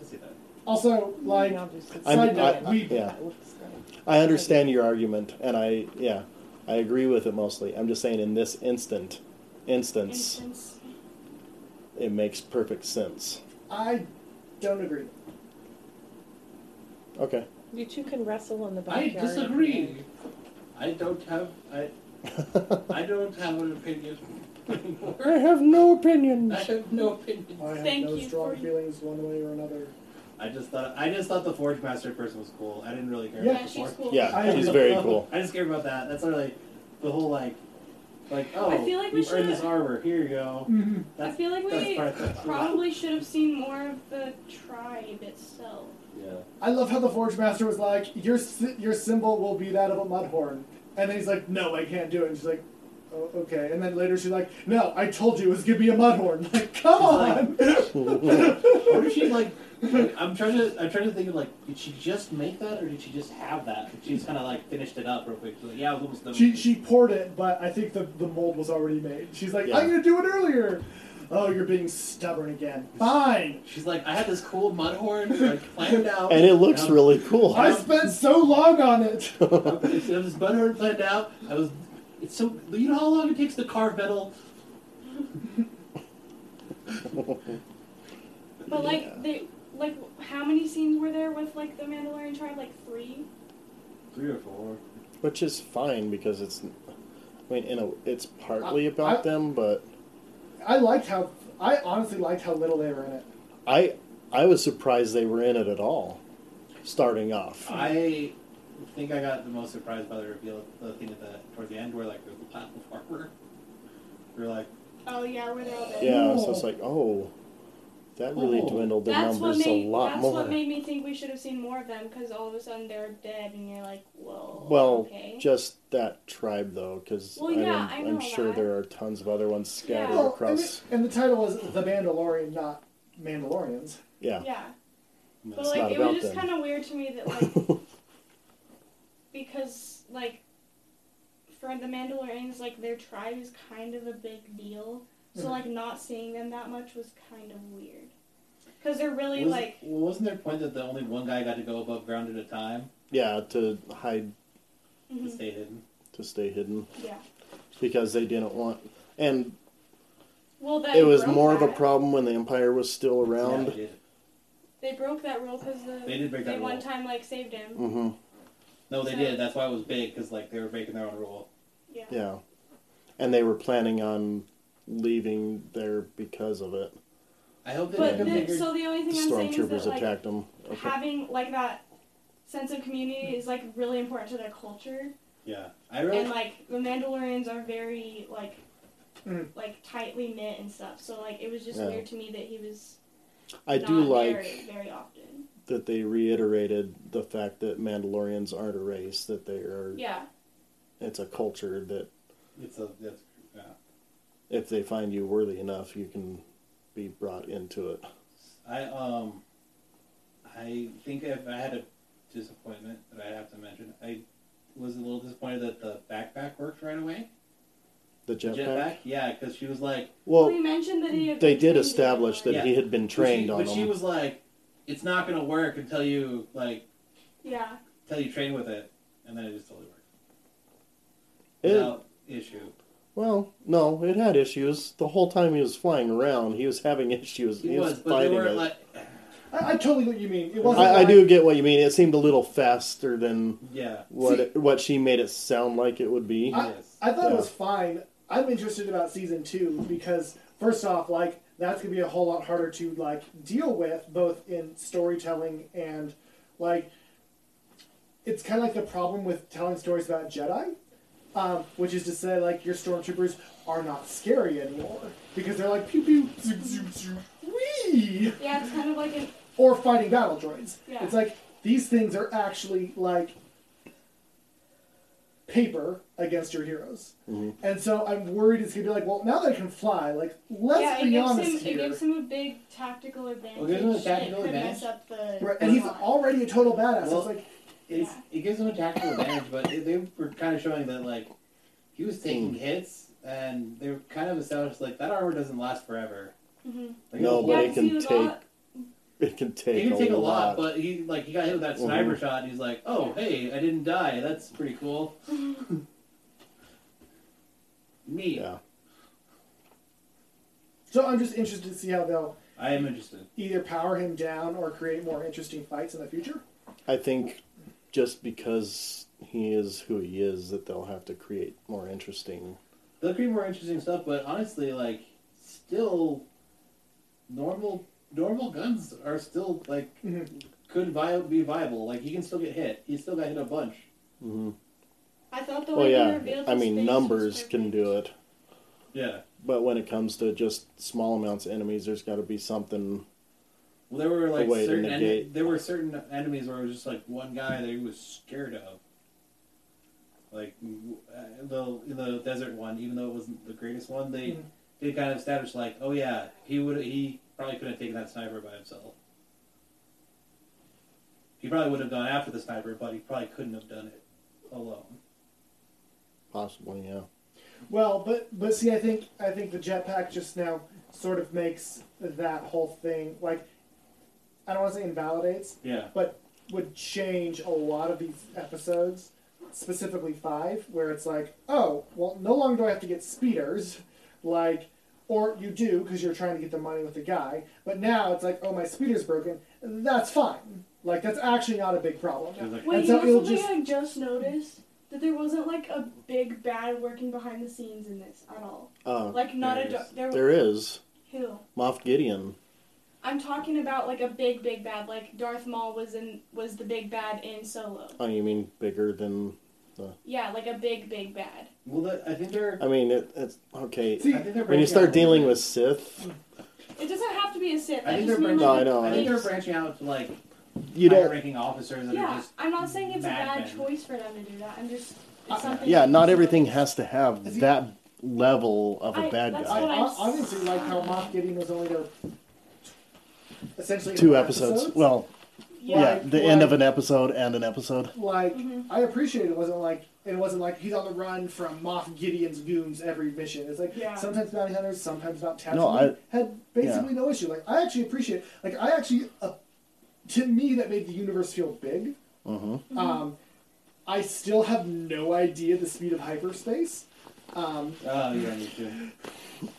A: I see that.
E: Also, like,
C: I'll just-
E: side
D: I'm-
E: note,
D: I-
E: we,
D: yeah.
C: That looks good.
D: I understand your argument, and I yeah, I agree with it mostly. I'm just saying in this instant instance,
B: Instance.
D: it makes perfect sense.
E: I don't agree.
D: Okay.
C: You two can wrestle in the
A: I
C: backyard.
A: disagree. I don't have. I. I don't have an opinion
D: I
A: anymore.
D: have no opinions.
A: I have no opinion.
E: I have
B: Thank
E: no
B: you
E: strong
B: for-
E: feelings one way or another.
A: I just thought. I just thought the Forge Master person was cool. I didn't really care
B: Yeah,
E: Yeah,
A: about the
B: she's
A: Forge.
B: cool.
D: Yeah,
E: I
D: she's
E: agree.
D: very cool.
A: I just care about that. That's not really the whole like, like oh,
B: I feel like we
A: you've earned this
B: should-
A: armor. Here you go.
B: I
A: That's
B: feel like
A: that's
B: we
A: part of the-
B: probably should have seen more of the tribe itself.
A: Yeah.
E: I love how the Forge Master was like, your, sy- your symbol will be that of a mudhorn. And then he's like, no, I can't do it. And she's like, oh, okay. And then later she's like, no, I told you it was going to be a mudhorn. Like, come on!
A: It's I wonder if she like. like, I'm trying to. I'm trying to think of like, did she just make that or did she just have that? She's kind of like finished it up real quick. She's like, yeah, I was almost done.
E: She
A: with
E: she poured it, but I think the, the mold was already made. She's like,
D: Yeah.
E: I'm gonna do it earlier. Oh, you're being stubborn again. Fine.
A: it." She's like, I had this cool mudhorn like planned out,
D: And it looks
A: I'm-
D: really cool.
E: I spent so long on it.
A: I had this mudhorn planned out. I was. It's so. You know how long it takes to carve metal?
B: But like
D: Yeah.
B: they like how many scenes were there with like the Mandalorian tribe? Like three?
A: Three or four.
D: Which is fine because it's, I mean, in a, it's partly
E: I-
D: about
E: I-
D: them, but
E: I liked how I honestly liked how little they were in it.
D: I I was surprised they were in it at all, starting
A: Hmm.
D: off.
A: I think I got the most surprised by the reveal, the thing at the towards the end where like there's the pile of armor. You're like,
B: Oh yeah, were there all there?
D: yeah, so it's like, oh, that really
A: Oh.
D: dwindled the
B: That's what
D: numbers
B: made
D: a lot
B: that's
D: more.
B: what made me think we should have seen more of them because all of a sudden they're dead and you're like, whoa.
D: well,
B: okay.
D: just that tribe though, because
B: Well, yeah, I
D: I'm,
B: know
D: I'm sure
B: that.
D: there are tons of other ones
B: Yeah.
D: scattered
E: Well, and,
D: across.
E: the, and the title was The Mandalorian, not Mandalorians.
D: Yeah.
B: yeah. But
D: it's
B: like
D: not
B: it was
D: about
B: just
D: them.
B: kind of weird to me that like because like for the Mandalorians like their tribe is kind of a big deal. So
D: Mm-hmm.
E: Mhm.
B: like not seeing them that much was kind of weird. Cuz they're really
A: Was,
B: like
A: well, wasn't there a point that the only one guy got to go above ground at a time
D: Yeah, to hide,
A: to
B: mhm,
A: stay hidden?
D: to stay hidden
B: yeah.
D: because they didn't want. And
B: Well that
D: it was
B: broke
D: more of a
B: that.
D: problem when the Empire was still
A: Yeah, they
D: around.
A: did.
B: They broke that rule cuz the
A: They did break that
B: they one
A: rule.
B: time like saved him.
D: hmm
A: No, they
B: So-
A: did. That's why it was big because like they were breaking their own rule.
B: Yeah.
D: Yeah, and they were planning on leaving there because of it.
A: I hope they
B: But
A: did
B: the,
A: figured.
B: so the only
D: The
B: thing I'm saying is
D: stormtroopers
B: that like
D: attacked them.
B: having like that sense of community
D: Mm.
B: is like really important to their culture.
A: yeah, I really
B: And like the Mandalorians are very like
E: Mm.
B: like tightly knit and stuff. So like it was just
D: Hmm. Yeah.
B: weird to me that he was
D: I
B: not
D: do like
B: there very often.
D: that they reiterated the fact that Mandalorians aren't a race; that they are.
B: Yeah.
D: It's a culture that
A: it's a that's yeah.
D: if they find you worthy enough, you can be brought into it.
A: I um, I think if I had a disappointment that I have to mention, I was a little disappointed that the backpack worked right away.
D: The
A: The
D: jetpack.
A: jetpack, yeah, because she was like,
B: Well,
D: Well,
B: he mentioned that he had
D: they
B: been
D: did
B: trained
D: establish that
B: before.
A: Yeah.
D: he had been
A: but
D: trained
A: she-
D: on
A: but
D: them.
A: she was like, it's not gonna work until you like
B: Yeah.
A: until you train with it, and then it just totally worked
D: It-
A: without issue.
D: well, no, it had issues the whole time he was flying around. He was having issues.
A: It
D: he was,
A: was, but they
D: fighting
A: were
D: it.
A: like,
E: I, I totally know what you mean. It wasn't.
D: I, I
E: like,
D: do get what you mean. It seemed a little faster than
A: yeah,
D: what
E: See-
D: it, what she made it sound like it would be.
E: I-
A: yes,
E: I thought
D: Yeah.
E: it was fine. I'm interested about season two because first off, like that's gonna be a whole lot harder to like deal with, both in storytelling and like it's kind of like the problem with telling stories about Jedi, um, which is to say like your stormtroopers are not scary anymore because they're like pew pew zoom zoom zoom wee
B: Yeah, it's kind of like an
E: or fighting battle droids.
B: Yeah.
E: It's like these things are actually like paper against your heroes. And so I'm worried it's gonna be like, well, now that I can fly, like let's
B: yeah, it
E: be
B: gives
E: honest
B: him
E: here.
B: it gives him a big tactical advantage.
A: gives him a
B: and
A: tactical
B: it could
A: advantage.
B: mess up the
E: right, and he's
B: plot.
E: already a total badass.
A: Well-
E: it's like,
A: it's, it gives him a tactical advantage, but it, they were kind of showing that like he was taking
D: Mm.
A: hits, and they were kind of established like that armor doesn't last forever.
B: Mhm.
A: Like,
D: No,
A: it
D: but
B: yeah,
D: it
B: 'cause
D: can
B: he was
D: take-
B: all-
D: It can take,
A: He didn't
D: a,
A: take a lot,
D: lot.
A: but he like he got hit with that sniper
D: Mm-hmm.
A: shot, and he's like, "Oh, hey, I didn't die. That's pretty cool." Neat.
D: yeah,
E: so I'm just interested to see how they'll
A: I am interested.
E: either power him down or create more interesting fights in the future.
D: I think just because he is who he is, that they'll have to create more interesting.
A: They'll create more interesting stuff, but honestly, like, still, normal normal guns are still like
E: Mhm.
A: could vi- be viable. Like, he can still get hit. He still got hit a bunch.
D: hmm
B: I thought the
D: Well,
B: way they
D: yeah,
B: revealed
D: I
B: his
D: mean
B: face was
D: numbers can do
B: perfect.
D: it,
A: Yeah.
D: but when it comes to just small amounts of enemies, there's got to be something.
A: Well, there were like
D: way to
A: certain en-
D: negate.
A: there were certain enemies where it was just like one guy that he was scared of. Like w- uh, the the desert one, even though it wasn't the greatest one, they
B: Hmm.
E: Mhm.
A: they kind of established like, oh yeah, he would he probably couldn't have taken that sniper by himself. He probably would have gone after the sniper, but he probably couldn't have done it alone.
D: Possibly, yeah.
E: Well, but but see, I think I think the jetpack just now sort of makes that whole thing like I don't want to say invalidates,
A: Yeah,
E: but would change a lot of these episodes, specifically five, where it's like, oh, well, no longer do I have to get speeders, like, or you do because you're trying to get the money with the guy, but now it's like, oh, my speeder's broken. That's fine. Like, that's actually not a big problem.
A: It was like-
B: Wait,
E: And
B: you
E: so
B: know
E: it'll
B: something
E: just-
B: I just noticed? That there wasn't like a big bad working behind the scenes in this at all.
D: Uh,
B: Like not
A: there
B: a do-
A: is.
B: there,
D: there is
B: who?
D: Moff Gideon.
B: I'm talking about like a big big bad. Like Darth Maul was in was the big bad in Solo.
D: Oh, you mean bigger than?
B: Yeah, like a big big bad.
A: well, that, I think they're.
D: I mean, it, it's okay.
E: See,
A: I think they're
D: when
A: branching out
D: you
A: a
D: start
A: little
D: dealing
A: bit.
D: with Sith,
B: It doesn't have to be a Sith.
A: I think
B: just
A: they're
B: mean,
A: bringing-
D: no, I
B: like,
D: know.
A: I think they're
D: it's-
A: branching out to like
D: You don't.
A: high-ranking officers that are
B: Yeah,
A: just
B: I'm not saying it's a bad
A: madmen.
B: choice for them to do that. I'm just
E: Uh,
B: it's something.
D: Yeah, not
B: that-
D: everything has to have
E: See-
D: that level of a
B: I-
D: bad
B: that's
D: guy.
E: I,
B: what
E: I
B: I'm
E: obviously like how Moff Gideon was only there. Essentially,
D: Two
E: four
D: episodes. Well, Yeah,
E: Like-
D: the end
E: like-
D: of an episode and an episode.
E: Like
B: Mhm.
E: I appreciate it. it wasn't like it wasn't like he's on the run from Moff Gideon's goons every mission. It's like
B: Yeah.
E: sometimes bounty hunters, sometimes about tabs.
D: No, I-
E: had basically no issue. Like I actually appreciate. Like I actually, uh, to me, that made the universe feel big.
D: Mhm.
E: Um, I still have no idea the speed of hyperspace. Um,
A: Oh, yeah, me too.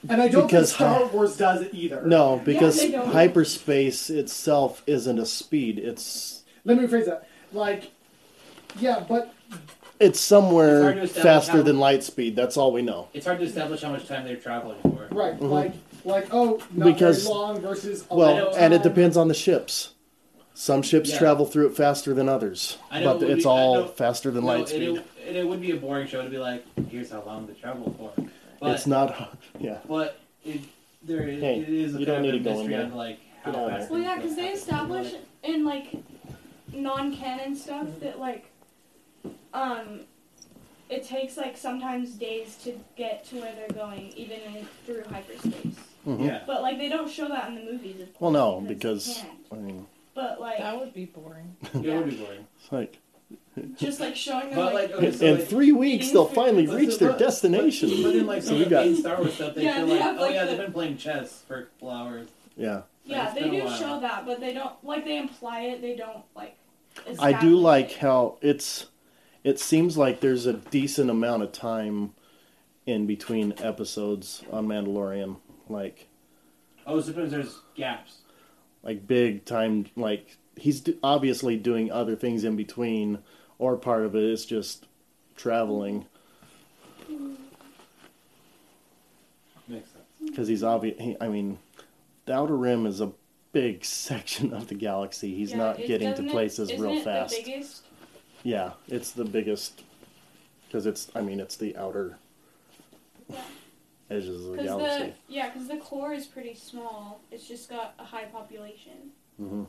E: and I don't
D: Because
E: think Star
D: hy-
E: Wars does it either.
D: No, because
B: they don't.
D: hyperspace itself isn't a speed. It's
E: Let me rephrase that. Like, yeah, but
D: it's
A: It's hard to
D: somewhere
A: establish
D: faster
A: how-
D: than light speed. That's all we know.
A: It's hard to establish how much time they're traveling for.
E: right, like, like oh, not
D: Mm-hmm. Because-
E: very long versus a
D: Well,
A: Oh, know, uh,
E: long
D: and it
E: time.
D: depends on the ships. Some ships
A: Yeah.
D: travel through it faster than others,
A: I know,
D: but
A: we-
D: it's
A: I
D: all
A: know-
D: faster than
A: No,
D: light
A: and,
D: speed.
A: it, and it would be a boring show to be like, here's how long to travel for. But,
D: It's not. Yeah,
A: But it, there is,
D: Hey,
A: it is a
D: you
A: kind
D: don't
A: of
D: need
A: a
D: to go in
A: mystery
D: there.
A: of like how
D: Get out of
A: fast.
D: there.
B: Well, yeah,
A: things
B: because they
A: happen.
B: establish in like non-canon stuff that like um it takes like sometimes days to get to where they're going, even in, through hyperspace.
D: Mhm.
A: Yeah.
B: But like they don't show that in the movies. Of
D: Well,
B: course,
D: no,
B: they
D: because
B: can't.
D: I mean,
B: but like
C: That would be boring.
A: yeah, it would be boring.
D: it's like
B: just like showing them
A: But,
B: like,
A: like, okay, so
D: in
A: like,
D: three weeks they'll finally
A: But
D: reach
A: so-
D: their
A: but-
D: destination.
A: But then, like,
D: So
A: some
D: we
A: of
D: got-
A: the Star Wars stuff, they
B: Yeah,
A: feel
B: they
A: like,
B: have,
A: oh
B: like,
A: yeah,
B: the-
A: they've been playing chess for a couple hours.
D: yeah,
A: like,
B: yeah,
A: it's
B: they
A: been a
B: do
A: while.
B: show that, but they don't like they imply it. They don't like.
D: I do
B: establish
D: like
B: it.
D: how it's. It seems like there's a decent amount of time in between episodes on Mandalorian, like
A: Oh, sometimes there's gaps.
D: like big time. Like he's d- obviously doing other things in between, or part of it is just traveling
A: Makes sense.
D: because he's obvious. He, I mean, the Outer Rim is a big section of the galaxy. He's
B: Yeah,
D: not
B: it-
D: getting to
B: doesn't it-
D: places
B: isn't
D: real
B: it
D: fast.
B: The biggest?
D: Yeah, it's the biggest because it's. I mean, it's the outer
B: Yeah.
D: edges of the
B: Because the
D: galaxy.
B: yeah, because the core is pretty small. It's just got a high population.
D: hmm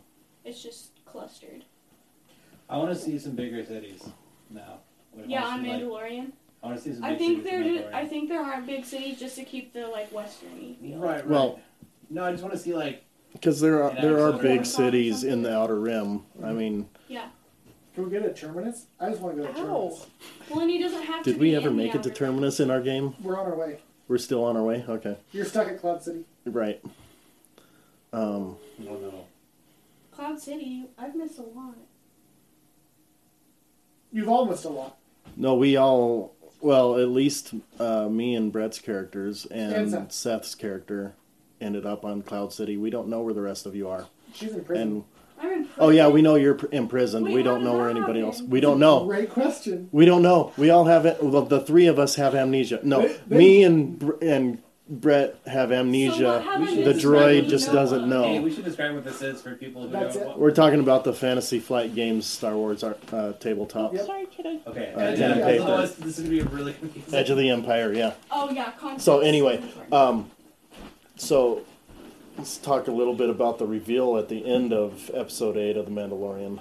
B: It's just clustered.
A: I want to see some bigger cities now. Like,
B: yeah, on
A: honestly, like,
B: Mandalorian.
A: I want to see some.
B: I
A: big
B: think
A: cities in
B: there ju-
A: Mandalorian.
B: I think there aren't big cities just to keep the like westerny feel.
A: Right, right.
D: Well-
A: no, I just want to see like
D: Because there are
A: And
D: there are
A: Arizona.
D: big cities in the outer rim.
B: Mm-hmm.
D: I mean,
B: Yeah.
E: Can we get a terminus? I just want to go to
C: Ow.
E: terminus.
B: Well, and he doesn't have to.
D: did we
B: be
D: ever
B: in
D: make
B: the
D: it to
B: outer-
D: terminus in our game?
E: We're on our way.
D: We're still on our way. Okay,
E: You're stuck at Cloud City.
D: right. Um,
A: I don't know.
B: Cloud City. I've missed a lot.
E: You've all missed a lot.
D: no, we all well at least uh, me and Brett's characters and
E: And Seth.
D: Seth's character ended up on Cloud City. We don't know where the rest of you are,
E: She's in prison.
D: and
B: I'm in. Prison.
D: oh yeah, we know you're pr- imprisoned.
B: Wait,
D: we
B: how
D: don't
B: did
D: know where
B: that
D: anybody
B: happen?
D: else. We don't know.
E: Great question.
D: We don't know. We all have it. Well, the three of us have amnesia. No,
E: They- they-
D: me and Br- and Brett have
B: So what
D: amnesia.
B: happened
A: We should
B: in
D: the
A: This is
D: droid
A: not
D: just
A: Noah.
D: doesn't
A: Hey,
D: know.
A: we should describe what this is for people who
E: That's
A: don't.
E: it.
D: We're talking about the Fantasy Flight Games Star Wars ar- uh, tabletop.
E: Yep.
C: Sorry, kiddo.
A: Okay.
D: Uh,
E: pen and
A: yeah,
E: paper.
A: otherwise this is gonna be really confusing.
D: Edge of the Empire, yeah.
B: Oh yeah. Context
D: So
B: is
D: anyway,
B: important.
D: um, so let's talk a little bit about the reveal at the end of Episode Eight of The Mandalorian.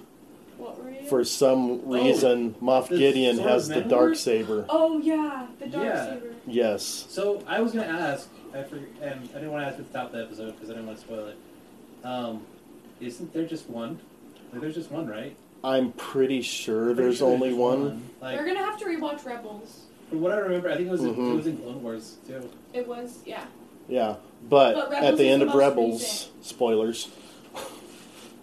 B: what were you?
D: For some reason, Moff
A: the
D: Gideon
A: sword
D: has the
A: member?
D: dark saber.
B: Oh yeah, the dark
A: Yeah.
B: saber.
D: Yes.
A: So I was gonna ask, I for, and I didn't want to ask at the top of the episode because I didn't want to spoil it. Um, isn't there just one? Like, there's just one, right?
D: I'm pretty sure
A: Pretty
D: there's
A: sure
D: only
A: just
D: one.
A: Like
B: We're gonna have to rewatch Rebels.
A: from what I remember, I think it was
D: Mhm.
A: it was in Clone Wars too.
B: It was yeah.
D: Yeah, but,
B: But Rebels
D: at the
B: is
D: end
B: the
D: of
B: most
D: Rebels,
B: recent.
D: spoilers.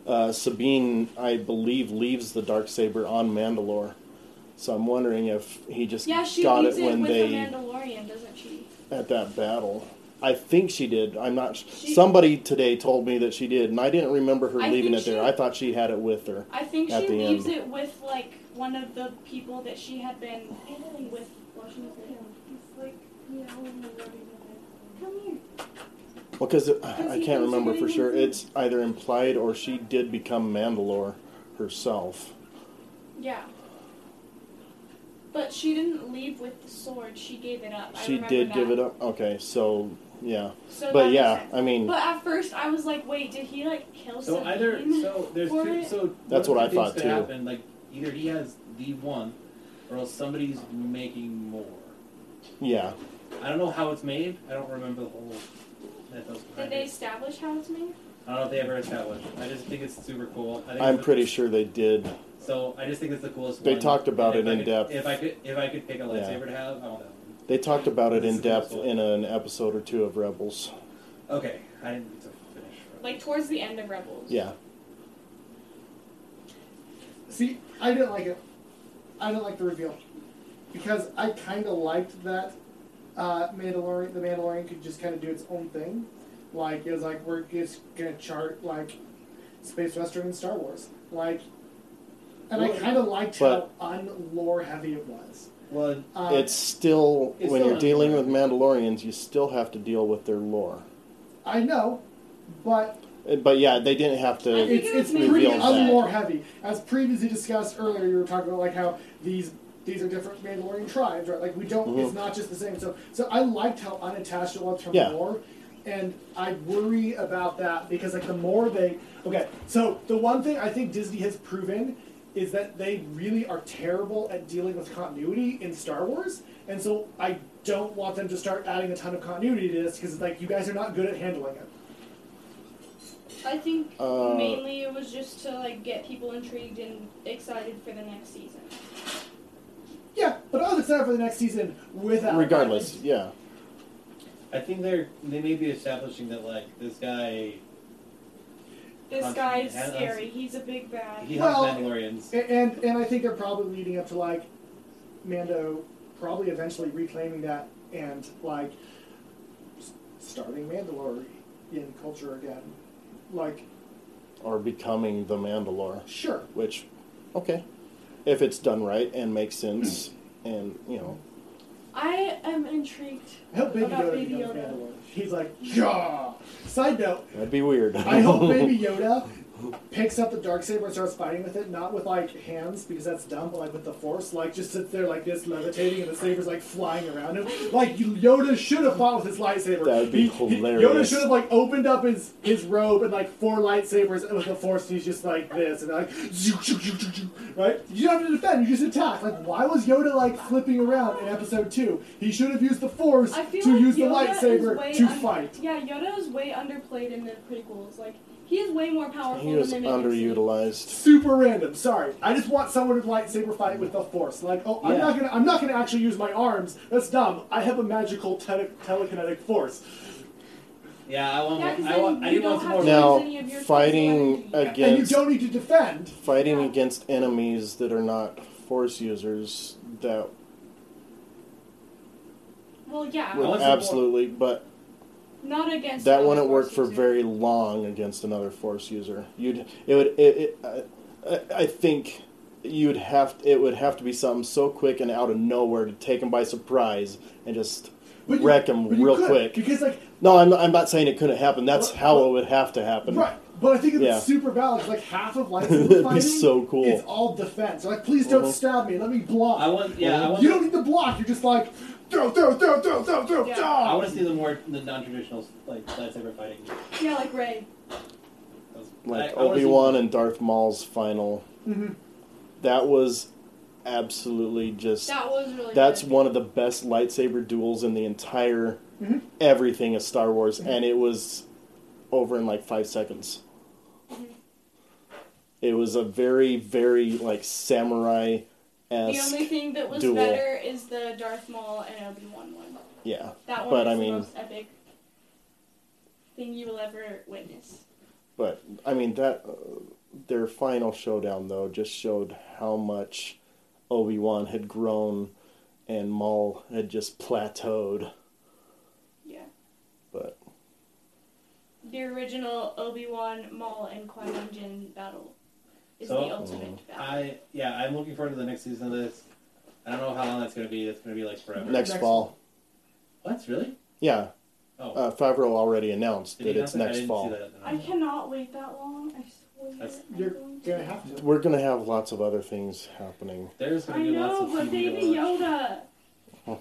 D: Uh, Sabine, I believe, leaves the dark saber on Mandalore, so I'm wondering if he just
B: Yeah, she
D: got
B: leaves
D: it
B: it,
D: when
B: with
D: they
B: the Mandalorian, doesn't she?
D: at that battle. I think she did. I'm not.
B: She-
D: somebody today told me that she did, and I didn't remember her
B: I
D: leaving it
B: think
D: there.
B: she-
D: I thought she had it with her.
B: I think
D: At
B: she
D: the
B: leaves
D: end.
B: it with like one of the people that she had been with. while she was there. Come here.
D: Well, because
B: Does
D: I
B: he
D: can't
B: lose
D: remember for
B: anything?
D: sure. It's either implied or she did become Mandalore herself.
B: Yeah. But she didn't leave with the sword. She gave it up. I
D: She
B: remember
D: did
B: that.
D: give it up. Okay, so yeah.
B: So that
D: But
B: makes
D: yeah,
B: sense.
D: I mean,
B: But at first, I was like, "Wait, did he like kill
A: So
B: Sabine?
A: either so there's
B: for
A: two,
B: it?
A: so
D: That's
A: one
D: what
A: of the things
D: I thought,
A: could
D: too.
A: Happen, like either he has the one, or else somebody's making more.
D: yeah,
A: I don't know how it's made. I don't remember the whole. That those
B: Did they establish how it's made?
A: I don't know if they ever established. I just think it's super cool. I think
D: I'm
A: it's the-
D: pretty sure they did.
A: So I just think it's the coolest.
D: They
A: one.
D: talked about
A: And if
D: it
A: I
D: in
A: could-
D: depth.
A: If I could, if I could pick a
D: Yeah.
A: lightsaber to have, I want that one.
D: They talked about it in
A: This is
D: depth
A: awesome.
D: in an episode or two of Rebels.
A: Okay, I didn't get to finish.
B: Like towards the end of Rebels.
D: Yeah,
E: See, I didn't like it. I didn't like the reveal because I kind of liked that uh, Mandalorian. The Mandalorian could just kind of do its own thing. Like it was like we're just gonna chart like space western and Star Wars. Like, and I
A: Well,
E: kind of liked
D: but-
E: how unlore heavy it was.
A: well,
E: Uh,
D: it's still
A: it's
D: when
A: still
D: you're dealing
A: not-
D: with Mandalorians, you still have to deal with their lore.
E: I know, but
D: Uh, But yeah, they didn't have
B: I
D: to.
B: think
E: it's
B: it was
E: it's pretty
D: reveals that.
E: unlore heavy. As previously discussed earlier, you were talking about like how these these are different Mandalorian tribes, right? Like we don't, it's
D: Mhm.
E: not just the same. So so I liked how unattached it was from
D: Yeah.
E: lore, and I worry about that because like the more they okay, so the one thing I think Disney has proven is that they really are terrible at dealing with continuity in Star Wars, and so I don't want them to start adding a ton of continuity to this because like you guys are not good at handling it.
B: I think
D: Uh,
B: mainly it was just to like get people intrigued and excited for the next season.
E: Yeah, but I was excited for the next season without.
D: Regardless, yeah,
A: I think they're they may be establishing that like this guy
B: This
A: Awesome.
B: guy's
A: Yeah, that's-
B: scary. He's a big bad.
A: he
E: Well-
A: hunts Mandalorians.
E: A- And and I think they're probably leading up to like Mando probably eventually reclaiming that and like s- starting Mandalorian culture again. Like
D: or becoming the Mandalore,
E: sure,
D: which, okay, if it's done right and makes sense, and you know,
B: I am intrigued.
E: I hope Baby
B: About
E: Yoda
B: Baby
E: becomes
B: Yoda.
E: Mandalorian. He's like yeah. Side note,
D: that'd be weird.
E: I hope Baby Yoda picks up the dark saber and starts fighting with it, not with like hands because that's dumb, but like with the force. Like just sits there like this, levitating, and the saber's like flying around him. Like Yoda should have fought with his lightsaber.
D: That would be
E: He- he- Yoda
D: hilarious.
E: should have like opened up his his robe and like four lightsabers with the force. And he's just like this and like zoom, zoom, zoom, zoom, zoom, right. You don't have to defend. You just attack. Like why was Yoda like flipping around in Episode Two? He should have used the force
B: I feel
E: to
B: like Yoda
E: use the
B: is way
E: lightsaber to
B: un-
E: fight.
B: Yeah, Yoda is way underplayed in the prequels. Like he is way more powerful.
D: He was
B: than they make him seem.
D: underutilized.
E: super random. Sorry, I just want someone to lightsaber fight with the force. Like, oh, I'm
A: Yeah.
E: not gonna, I'm not gonna actually use my arms. That's dumb. I have a magical tele- telekinetic force.
A: Yeah, I want.
B: Yeah, 'cause
A: I
B: then
A: want. I
B: you
A: do want
B: don't
A: some
B: have
A: more.
B: to-
D: Now,
B: any of your choice
D: fighting
B: weapons. And
D: against
E: And you don't need to defend.
D: fighting
B: Yeah.
D: against enemies that are not force users that
B: Well, yeah,
A: Well-
D: would
A: want some more.
D: absolutely but
B: not against
D: that
B: other
D: wouldn't work
B: force
D: for
B: users.
D: very long against another force user you'd it would it, it I- I, I think you'd have it would have to be something so quick and out of nowhere to take them by surprise and just
E: But you-
D: wreck them
E: but you
D: real
E: could,
D: quick
E: Because like,
D: no I'm, I'm not saying it couldn't happen that's
E: Right,
D: how
E: right.
D: it would have to happen
E: right. But I think it's
D: Um, Yeah.
E: super valid. 'cause, Like half of lightsaber
D: That'd be
E: fighting
D: so cool.
E: is all defense. Like, please don't
D: Mhm.
E: stab me. Let me block.
A: I want. Yeah, I want.
E: Oh, you don't need to block. You're just like throw, throw, throw, throw, throw, throw.
B: Yeah.
E: ah!
A: I want to see the more the non-traditional like lightsaber fighting.
B: Yeah, like Ray.
A: That's-
D: like
A: I- I wanna see-
D: Obi-Wan and Darth Maul's final
E: Mhm.
D: that was absolutely just
B: That was really.
D: That's
B: good.
D: one of the best lightsaber duels in the entire
E: Mhm.
D: everything of Star Wars, and it was over in like five seconds.
B: Mm-hmm.
D: It was a very, very like samurai
B: The
D: esque.
B: only thing that was
D: duel.
B: better is the Darth Maul and Obi Wan one.
D: Yeah,
B: That one
D: But,
B: is
D: I mean-
B: the most epic thing you will ever witness.
D: but I mean that uh, their final showdown though just showed how much Obi Wan had grown, and Maul had just plateaued.
B: Yeah.
D: But
B: The original Obi Wan, Maul, and Qui Gon Jinn battle is
A: So-
B: the ultimate battle.
A: I yeah, I'm looking forward to the next season of this. I don't know how long that's gonna be. It's gonna be like forever.
D: next,
E: Next-
D: fall,
A: What? Really?
D: yeah,
A: Oh,
D: uh, Favreau already announced
A: did he
D: that
A: announce
D: it's
A: it? I
D: next
A: didn't
D: fall.
A: See that.
B: I, cannot wait that long. I swear.
A: That's-
B: I'm
E: You're
B: going to-
E: gonna have to.
D: We're gonna have lots of other things happening.
A: There's
B: I
A: gonna be lots
B: know,
A: of
B: but
A: TV to
B: Baby
A: watch.
B: Yoda.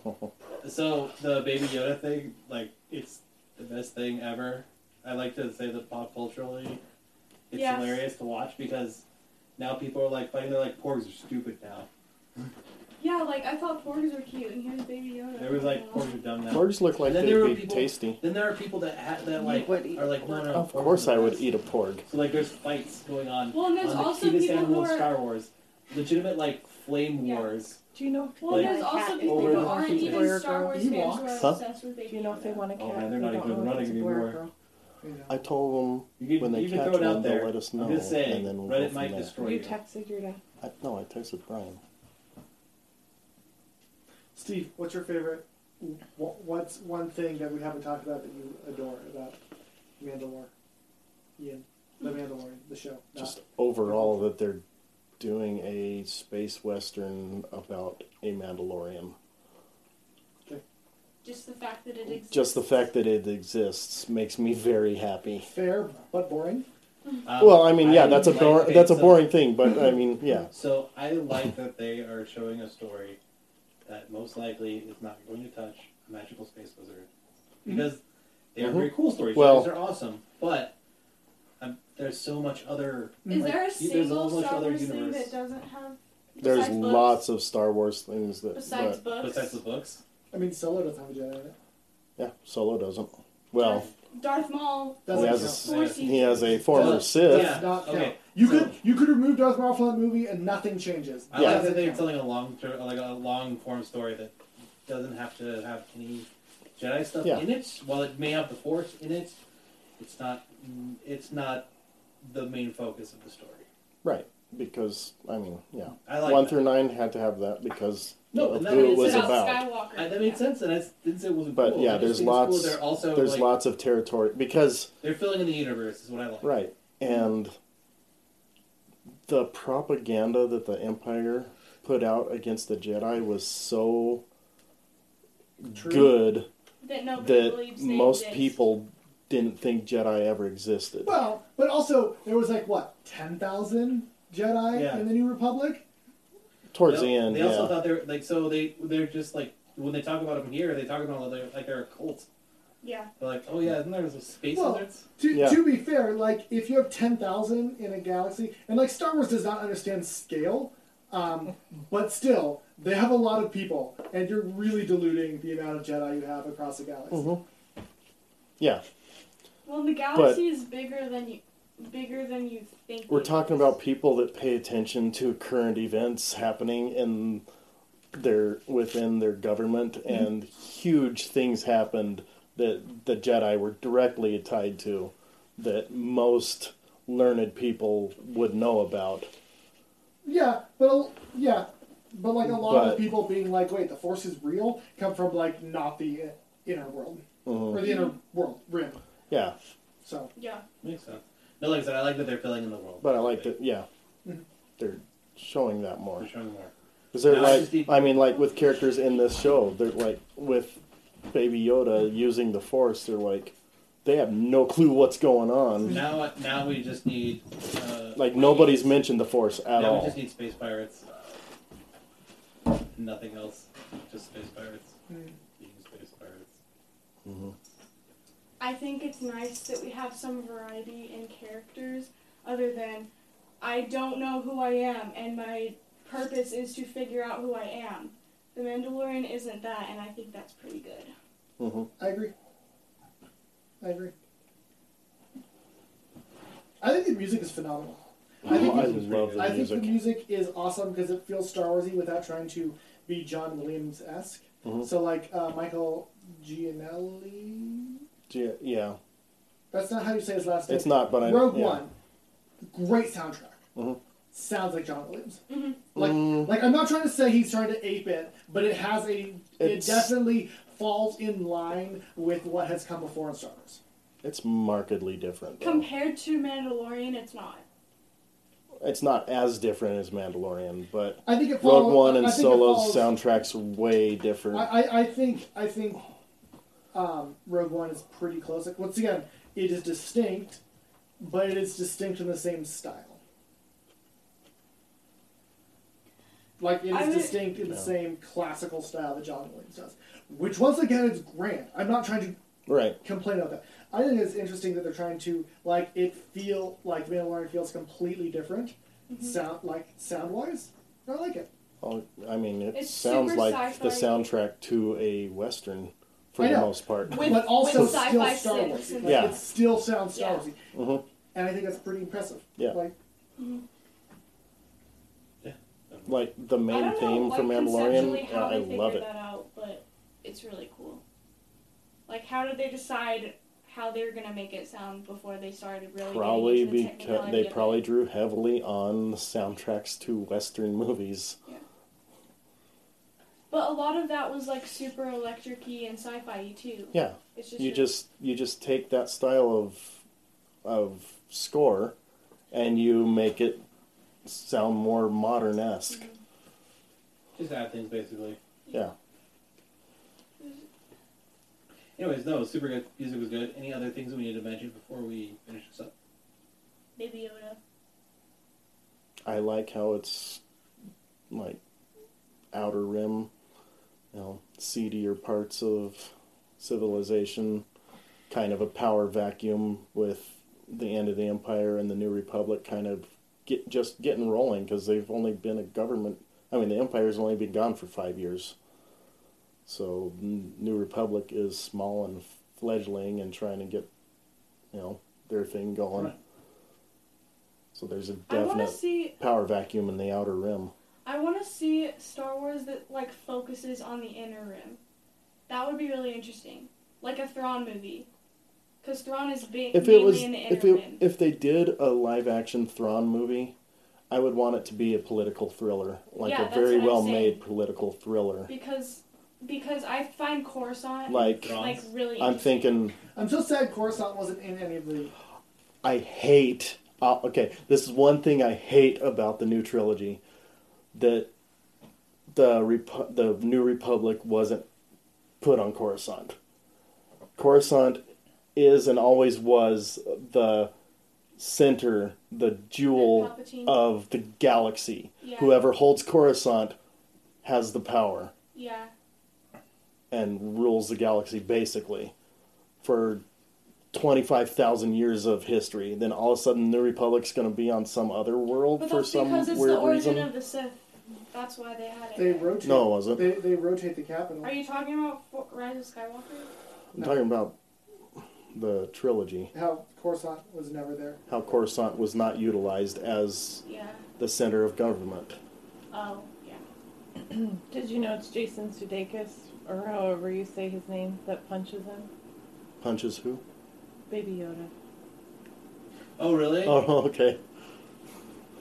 A: So the Baby Yoda thing, like, it's the best thing ever. I like to say that pop culturally, it's
B: Yes.
A: hilarious to watch because now people are like fighting. They're like, porgs are stupid now.
B: Yeah, like I thought porgs were cute, and here's Baby Yoda.
A: There was like porgs are dumb now.
D: Porgs look like
A: And then
D: they'd
A: there were
D: be
A: people-
D: tasty.
A: Then there are people that ha- that like
C: would eat
A: are like, no, no.
D: Of
A: porgs
D: course,
A: are
D: I
A: the
D: would
A: best.
D: eat a porg.
A: So like, there's fights going on.
B: Well, and there's
A: on the
B: also
A: cutest
B: people
A: animal
B: who are-
A: in Star Wars, legitimate like flame
B: Yeah.
A: wars.
C: Do you know if
B: Well,
A: Like,
B: there's also
C: cat
B: people
A: over
B: who
A: the
B: aren't
A: people
B: even Star Wars fans who are
C: Ewoks.
D: Huh?
B: obsessed with Baby
C: Do you know if they
B: Yoda.
C: want a cat?
A: Oh, man, they're not
C: I don't
A: even
C: know if
A: running
C: it's a boy or
A: anymore.
C: girl.
E: You
A: uh,
E: know.
D: I told
A: You
D: When
A: can
D: they
A: you can
D: catch
A: throw it
D: one,
A: out
D: they'll
A: there.
D: let us know,
A: I'm just saying,
D: and then we'll go
A: Reddit
D: from
A: might
D: there.
A: destroy
C: You
A: you.
C: texted your dad.
D: them. I, no, I texted Brian.
E: Steve, what's your favorite? wh- What's one thing that we haven't talked about that you adore about Mandalore? Ian, the
A: Hmm.
E: Mandalorian, the show.
A: Uh,
E: not-
D: Just overall, that they're doing a space western about a Mandalorian.
B: Just the fact that it exists.
D: Just the fact that it exists makes me very happy.
E: fair but boring.
A: Um,
D: Well, I mean, yeah, that's a
A: like-
D: bor-
A: okay,
D: that's a
A: so-
D: boring thing, but I mean, yeah.
A: So I like that they are showing a story that most likely is not going to touch a magical space wizard
B: Mm-hmm.
A: because they are
D: Mhm.
A: very cool stories.
D: Well-
A: Stories are awesome, but um, there's so much other.
B: Is
A: like,
B: there a
A: there's
B: single
A: whole bunch
B: Star
A: other
B: Wars thing
A: universe
B: that doesn't have?
D: There's
B: besides books?
D: lots of Star Wars things that,
B: Besides
D: that-
B: books.
A: besides the books?
E: I mean, Solo doesn't have a Jedi in it.
D: yeah, Solo doesn't. Well,
B: Darth, Darth Maul.
E: Doesn't
D: He
E: count.
D: has a
A: s-
B: Force
D: he has a former
A: Well,
D: Sith.
A: yeah.
E: Does not count.
A: okay,
E: You
A: so-
E: could you could remove Darth Maul from that movie and nothing changes.
A: I
D: Yeah.
A: like that
E: Doesn't
A: they're
E: count.
A: telling a long, ter- like a long form story that doesn't have to have any Jedi stuff
D: Yeah.
A: in it. While it may have the Force in it, it's not. It's not the main focus of the story.
D: Right, because I mean, yeah,
A: I like
D: one
A: that.
D: through nine had to have that because
A: No,
D: of
A: and that
D: who it
A: is
D: was
A: about
D: about.
B: Skywalker.
A: I, that made sense, and I s- didn't say it wasn't
D: But
A: cool.
D: yeah,
A: I just
D: there's
A: think it's cool
D: lots-
A: They're also
D: There's
A: like,
D: lots of territory because
A: They're filling in the universe, is what I like.
D: right and the propaganda that the Empire put out against the Jedi was so
E: True.
D: good
B: that nobody
D: that
B: believes they
D: most
B: exist.
D: people didn't think Jedi ever existed.
E: Well, but also there was like what ten thousand Jedi
A: Yeah.
E: in the New Republic.
D: Towards
A: they,
D: the end,
A: they
D: yeah.
A: also thought they're like so they they're just like when they talk about them here, they talk about them like they're a cult.
B: Yeah.
A: They're like, oh yeah, isn't there some space
E: Well,
A: wizards?
E: To,
D: Yeah.
E: to be fair, like if you have ten thousand in a galaxy, and like Star Wars does not understand scale, um, but still they have a lot of people, and you're really diluting the amount of Jedi you have across a galaxy.
D: Mhm. Yeah,
B: Well, the galaxy is bigger than you, bigger than you think.
D: we're
B: it
D: talking
B: is.
D: about people that pay attention to current events happening in their within their government, and huge things happened that the Jedi were directly tied to, that most learned people would know about.
E: Yeah, but a- yeah, but like a lot of
D: But-
E: the people being like, "Wait, the Force is real," come from like not the uh, inner world
D: Mm-hmm.
E: or the inner world rim.
D: Yeah,
E: So
B: Yeah.
A: Makes sense. No, like I said, I like that they're filling in the world.
D: but I like that. Yeah, they're showing that more.
A: They're showing more.
D: Is there
A: No, I
D: like
A: just need-
D: I mean like with characters in this show, they're like with Baby Yoda using the Force, they're like they have no clue what's going on.
A: Now, now we just need uh,
D: Like nobody's mentioned the Force
A: now
D: at
A: we
D: all.
A: just need space pirates. Nothing else, just space pirates. Being space pirates.
B: I think it's nice that we have some variety in characters other than I don't know who I am and my purpose is to figure out who I am. The Mandalorian isn't that, and I think that's pretty good.
D: hmm
E: I agree. I agree. I think the music is phenomenal. I think
D: Oh, I
E: it's-
D: love the
E: I think
D: music.
E: the music is awesome because it feels Star Warsy without trying to be John Williams esque.
D: Mhm.
E: So like uh, Michael Gianelli.
D: Yeah, yeah,
E: That's not how you say his last name.
D: it's not, but I
E: Rogue
D: yeah.
E: One, great soundtrack.
D: Mhm.
E: Sounds like John Williams.
B: Mhm.
E: Like,
D: Mm.
E: like I'm not trying to say he's trying to ape it, but it has a.
D: It's-
E: It definitely falls in line with what has come before in Star Wars.
D: It's markedly different. though.
B: Compared to Mandalorian, it's not.
D: It's not as different as Mandalorian, but
E: I think it follows.
D: Rogue One and
E: I think it
D: Solo's
E: follows-
D: soundtracks way different.
E: I, I, I think I think um, Rogue One is pretty close. Like once again, it is distinct, but it is distinct in the same style. Like it is
B: I would-
E: distinct in the
D: Yeah.
E: same classical style that John Williams does, which once again is grand. I'm not trying to
D: right.
E: complain about that. I think it's interesting that they're trying to like it
B: Mm-hmm.
E: feel like Mandalorian feels completely different, sound like sound wise. I like it.
D: Oh, I mean, it
B: It's
D: sounds
B: super
D: like the
B: sci-fi.
D: soundtrack to a western, for
E: I
D: the
E: know.
D: most part.
B: With-
E: but also
B: with
E: still
B: sci-fi
E: Star
B: six
E: Wars.
B: and-
E: Like,
D: Yeah.
E: It still sounds Star
B: Yeah.
E: Wars.
D: Mhm.
E: And I think that's pretty impressive.
D: Yeah.
E: Like,
D: Like the main
B: I don't
D: theme
B: know,
D: for
B: like, conceptually
D: Mandalorian, uh,
B: how
D: I
B: they
D: love
B: figured
D: it.
B: That out, but it's really cool. Like, how did they decide how they were gonna make it sound before they started really? getting
D: Probably
B: into the
D: because
B: technicality
D: they
B: of it?
D: probably drew heavily on the soundtracks to western movies.
B: But a lot of that was like super electric-y and sci-fi too.
D: Yeah,
B: It's just
D: you
B: really-
D: just you just take that style of of score, and you make it sound more modern esque.
A: Just add things basically.
D: Yeah.
A: Anyways, no, super good. Music was good. Any other things that we need to mention before we finish this up?
B: Baby Yoda.
D: I like how it's like outer rim, you know, seedier parts of civilization, kind of a power vacuum with the end of the empire and the new republic kind of get just getting rolling because they've only been a government. I mean, the empire's only been gone for five years, so N- new republic is small and fledgling and trying to get, you know, their thing going.
A: Right.
D: So there's a
B: I want
D: definite
B: to see.
D: power vacuum in the outer rim.
B: I want to see Star Wars that like focuses on the inner rim. That would be really interesting, like a Thrawn movie, because Thrawn is big,
D: If
B: mainly
D: it was,
B: in the inner
D: if it,
B: rim.
D: if they did a live action Thrawn movie, I would want it to be a political thriller, like
B: Yeah,
D: a
B: that's
D: very
B: what I'm
D: well made
B: saying.
D: political thriller.
B: because because I find Coruscant
D: Like
A: Thrawn.
B: like really.
D: I'm
B: interesting.
D: thinking,
E: I'm so sad Coruscant wasn't in any of the.
D: I hate. Uh, okay, this is one thing I hate about the new trilogy, that the Repu- the New Republic wasn't put on Coruscant. Coruscant is and always was the center, the jewel
B: Palpatine.
D: of the galaxy.
B: Yeah.
D: Whoever holds Coruscant has the power
B: Yeah.
D: and rules the galaxy basically for 25,000 years of history. Then all of a sudden, the Republic's going to be on some other world
B: But
D: for
B: that's
D: some
B: because it's
D: weird
B: the origin
D: reason.
B: of the Sith. That's why they had it.
E: They
B: there.
E: rotate.
D: No, it wasn't.
E: They, they rotate the capital.
B: Are you talking about Fo- Rise of Skywalker?
D: I'm talking about the trilogy,
E: How Coruscant was never there.
D: how Coruscant was not utilized as
B: Yeah.
D: the center of government.
B: Oh, yeah.
C: Did you know it's Jason Sudeikis, or however you say his name, that punches him?
D: Punches who?
C: Baby Yoda.
A: Oh, really?
D: Oh, okay.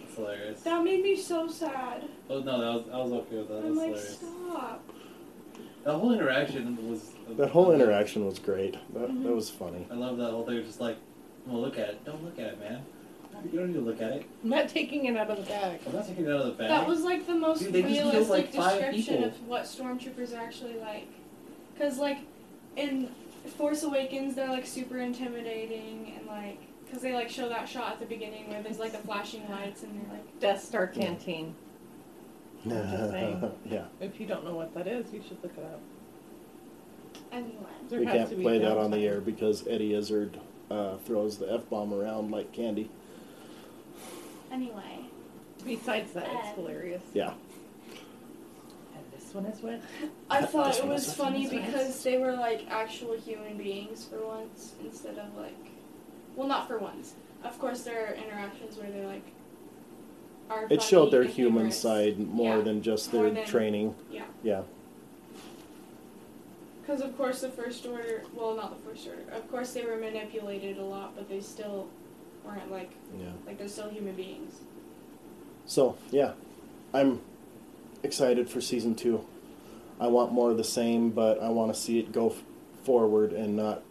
A: That's hilarious.
B: That made me so sad.
A: Oh no, that was I was okay with that. That
B: I'm
A: was
B: like,
A: hilarious.
B: stop.
A: That whole interaction was.
D: That whole interaction was great. That,
B: Mm-hmm.
D: that was funny.
A: I love that whole thing. Just like, well, look at it. Don't look at it, man. You don't need to look at it.
C: I'm not taking it out of the bag.
A: I'm not taking it out of the bag.
B: That was like the most
A: Dude, they just killed,
B: realistic
A: like, five
B: description
A: people.
B: of what stormtroopers are actually like. Because, like, in Force Awakens, they're like super intimidating and like. Because they like show that shot at the beginning where there's like the flashing lights and they're like.
C: Death Star Canteen. just saying.
D: yeah.
C: If you don't know what that is, you should look it up.
B: Anyway.
C: There
D: we
C: has
D: can't
C: to be
D: play that on the
C: downtime.
D: air because Eddie Izzard uh, throws the f bomb around like candy.
B: Anyway.
C: Besides that,
B: Um,
C: it's hilarious.
D: Yeah.
C: And this one is with.
B: I
D: Cut
B: thought
D: this
B: it
D: one,
B: was
D: this
C: one,
B: funny
C: this one.
B: because they were like actual human beings for once instead of like, well, not for once. Of course, there are interactions where they're like. Are
D: It showed
B: funny
D: their
B: and
D: human
B: humorous.
D: side more
B: Yeah,
D: than just
B: more
D: their
B: than-
D: training.
B: Yeah,
D: Yeah.
B: because of course the first order. Well, not the first order. Of course, they were manipulated a lot, but they still weren't like
D: Yeah.
B: like they're still human beings.
D: So, yeah. I'm excited for season two. I want more of the same, but I want to see it go f- forward and not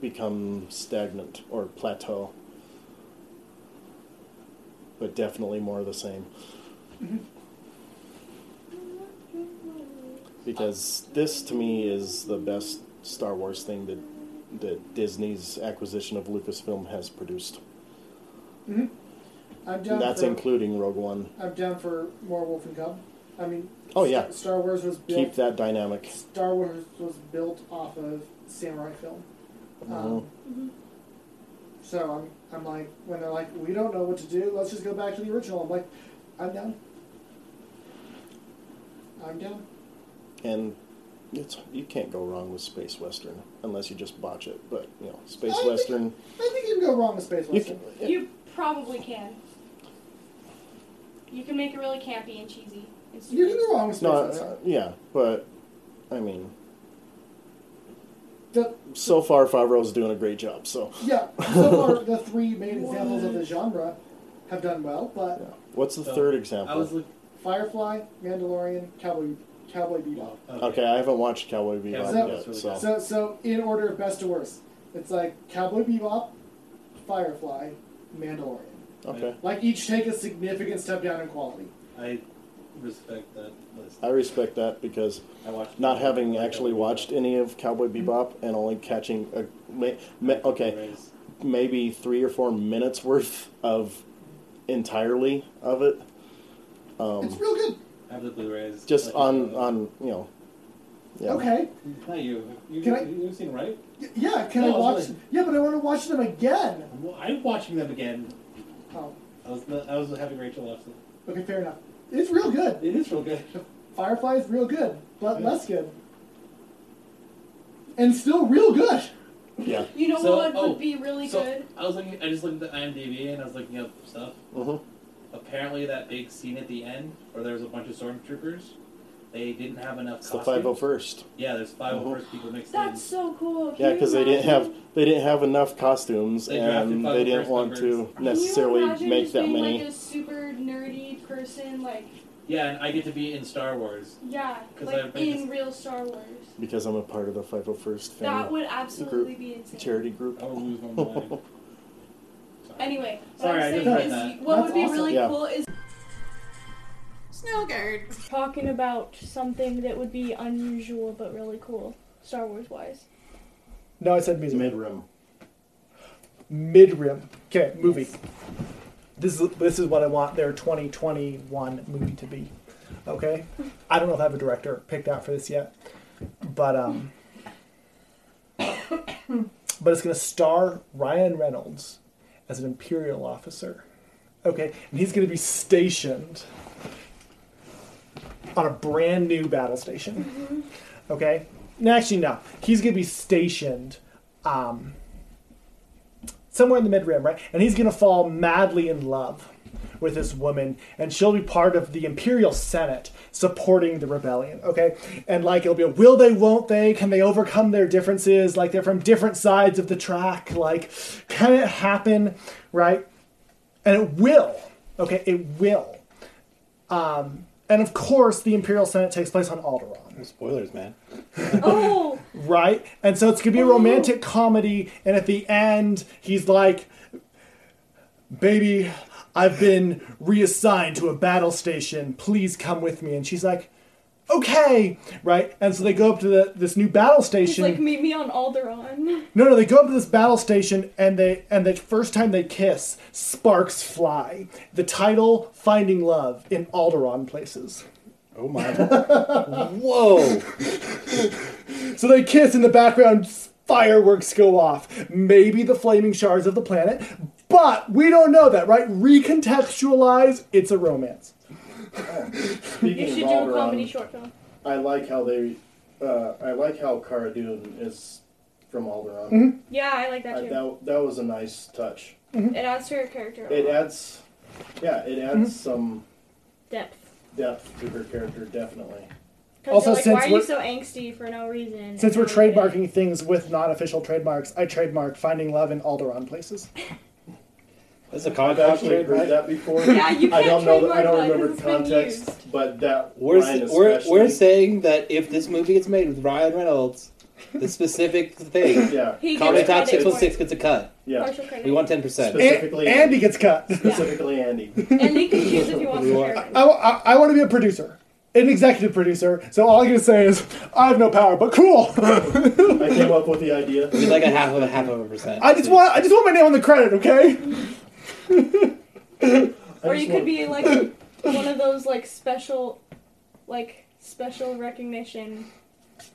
D: become stagnant or plateau. But definitely more of the same. because this to me is the best Star Wars thing that that Disney's acquisition of Lucasfilm has produced.
E: Mm-hmm. I'm down
D: And that's
E: for,
D: including Rogue One.
E: I'm down for more Wolf and Cub. I mean,
D: Oh,
E: Star-
D: yeah.
E: Star Wars was built.
D: Keep that dynamic.
E: Star Wars was built off of samurai film.
D: Mm-hmm. Uh-huh.
E: Um,
B: Mhm.
E: So I'm, I'm like, when they're like, we don't know what to do, let's just go back to the original. I'm like, I'm down. I'm down.
D: And it's you can't go wrong with space western unless you just botch it. But you know, space
E: I think-
D: western.
E: I think you can go wrong with Space
D: You
E: Western.
D: can,
B: You probably can. You can make it really campy and cheesy. and
E: You
B: stupid.
E: can go wrong with Space
D: no,
E: Western.
D: uh, yeah, but I mean,
E: The-
D: so far Favreau's doing a great job. So
E: yeah, so far the three main examples of the genre have done well, but
D: yeah. what's the
A: So,
D: third
A: I was
D: example?
A: looking.
E: Firefly, Mandalorian, Cowboy, Cowboy Bebop.
A: Okay.
D: Okay, I haven't watched Cowboy
A: Yeah,
D: Bebop
E: that
D: yet,
A: was really
D: so.
A: good.
E: So, so in order of best to worst, it's like Cowboy Bebop, Firefly, Mandalorian.
D: okay.
E: Like each take a significant step down in quality.
A: I respect that list.
D: I respect that because
A: I watched
D: not having actually watched any of Cowboy Bebop and only catching a, may, may, okay
A: Raise.
D: maybe three or four minutes worth of entirely of it,
E: it's
D: um,
E: real good.
A: I have the Blu-rays.
D: just
A: Like,
D: on
A: uh,
D: on you know, yeah.
E: Okay.
A: Not you. You,
E: Can I-
A: you, have seen right?
E: Y- yeah, can
A: No,
E: I
A: it's
E: watch?
A: really-
E: Yeah, but I want to watch them again.
A: Well, I'm watching them again.
E: Oh,
A: I was not, I was having Rachel watch them.
E: okay, fair enough. It's real good.
A: It is real good.
E: Firefly is real good, but
A: Yeah.
E: less good. And still real good.
D: yeah.
B: You know
A: So-
B: what
A: oh,
B: would be really
A: so
B: good?
A: I was looking. I just looked at the IMDb and I was looking up stuff.
D: hmm
A: Apparently, that big scene at the end where there's a bunch of stormtroopers, they didn't have enough.
D: It's the
A: costumes.
D: five hundred first.
A: Yeah, there's five
D: Mhm.
A: first people mixed
B: That's
A: in.
B: so cool. Can
D: Yeah,
B: you
D: because they didn't have
B: imagine-
D: they didn't have enough costumes
A: They drafted
D: and
A: five
D: they didn't
A: first
D: want
A: numbers.
D: to
B: oh Can you
D: necessarily
B: imagine
D: make
B: just
D: that
B: being,
D: many.
B: Like a super nerdy person, like
A: Yeah, and I get to be in Star Wars.
B: yeah,
A: 'Cause I
B: like
A: have
B: in
A: been-
B: real Star Wars.
D: because I'm a part of the five hundred first
B: That
D: family
B: would absolutely be insane.
D: charity group.
A: I would lose my mind. Sorry.
B: Anyway, what
A: Sorry, I
B: I'm
A: just
B: saying
A: read
B: is,
A: that.
B: what
E: That's
B: would be
E: awesome.
B: really
D: Yeah.
B: cool is
F: Snow guard.
B: talking about something that would be unusual but really cool, Star Wars wise.
E: No, I said music.
D: Mid rim.
E: Mid rim. Okay, movie. This is this is what I want their 2021 movie to be. Okay, I don't know if I have a director picked out for this yet, but um, but it's gonna star Ryan Reynolds as an imperial officer. Okay, and he's gonna be stationed on a brand new battle station. Okay, no, actually no, he's gonna be stationed. Um, somewhere in the mid rim, right? And he's gonna fall madly in love with this woman, and she'll be part of the Imperial Senate supporting the rebellion, okay? And like it'll be a will they, won't they? Can they overcome their differences? Like they're from different sides of the track. Like, can it happen, right? And it will, okay? It will. Um, and of course, the Imperial Senate takes place on Alderaan
G: Spoilers, man.
B: Oh,
E: right? And so it's gonna be a romantic comedy, and at the end, he's like, "Baby, I've been reassigned to a battle station. Please come with me." And she's like, "Okay," right? And so they go up to the, this new battle
B: it's
E: station.
B: like meet me on Alderaan.
E: No, no, they go up to this battle station and they and the first time they kiss, sparks fly. The title Finding Love in Alderaan places.
G: Oh my. Whoa.
E: So they kiss in the background, fireworks go off. Maybe the flaming shards of the planet, but we don't know that, right? Recontextualize, it's a romance.
D: Speaking
B: You
D: of
B: should do a
D: Alderaan,
B: comedy short film.
D: I like how they, uh, I like how Cara Dune is from Alderaan.
B: Yeah, I like that
D: I,
B: too.
D: Uh, that that was a nice touch.
B: It adds to her character a
D: It
B: lot.
D: adds, yeah, it
B: Mm-hmm.
D: adds some
B: depth.
D: depth to her character, definitely.
B: 'Cause they're
E: Also,
B: like,
E: since
B: why are you
E: we're-
B: so angsty for no reason?
E: Since we're
B: And then-
E: trademarking things with non official trademarks, I trademark Finding Love in Alderaan places.
G: That's a
D: I've
G: comic book
D: actually
G: trade,
D: heard
G: right?
D: that before.
B: Yeah, you
D: I
B: can't
D: don't know.
B: trademark
D: I
B: that
D: don't
B: 'cause
D: remember
B: it's
D: the
B: been
D: context,
B: used.
D: but that
G: We're,
D: line
G: we're,
D: especially.
G: we're saying that if this movie gets made with Ryan Reynolds, the specific thing,
D: yeah,
B: He
G: Comedy
B: gets
G: Top
B: credit for
G: 616
B: it.
G: gets a cut.
D: yeah.
B: Partial credit.
G: We want 10%.
D: Spe- Specifically-
E: and, Andy gets cut.
D: Specifically, Andy.
B: and they can choose if you want
G: We
B: to
G: want-
B: share it.
E: I, want to be a producer, an executive producer, so all I'm going to say is, I have no power, but cool.
D: I came up with the idea.
G: It's like a half of a half of a percent.
E: I just want I just want my name on the credit, okay?
B: Or
D: just
B: you
D: want-
B: could be like one of those like special, like special recognition.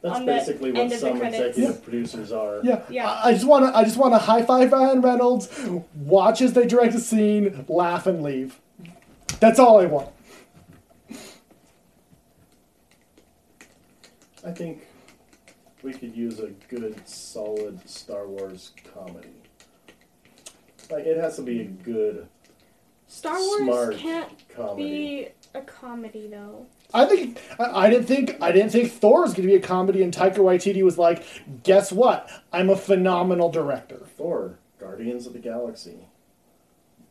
D: That's
B: on the
D: basically
B: end
D: what
B: of the
D: some
B: credits.
D: executive producers are.
E: Yeah,
B: Yeah.
E: I, I just want to. I just want to high five Ryan Reynolds, watch as they direct a scene, laugh and leave. That's all I want.
D: I think we could use a good, solid Star Wars comedy. Like it has to be a good
B: Star Wars
D: Smart.
B: can't
D: comedy.
B: be a comedy though.
E: I think I, I didn't think I didn't think Thor was going to be a comedy, and Taika Waititi was like, "Guess what? I'm a phenomenal director."
D: Thor, Guardians of the Galaxy.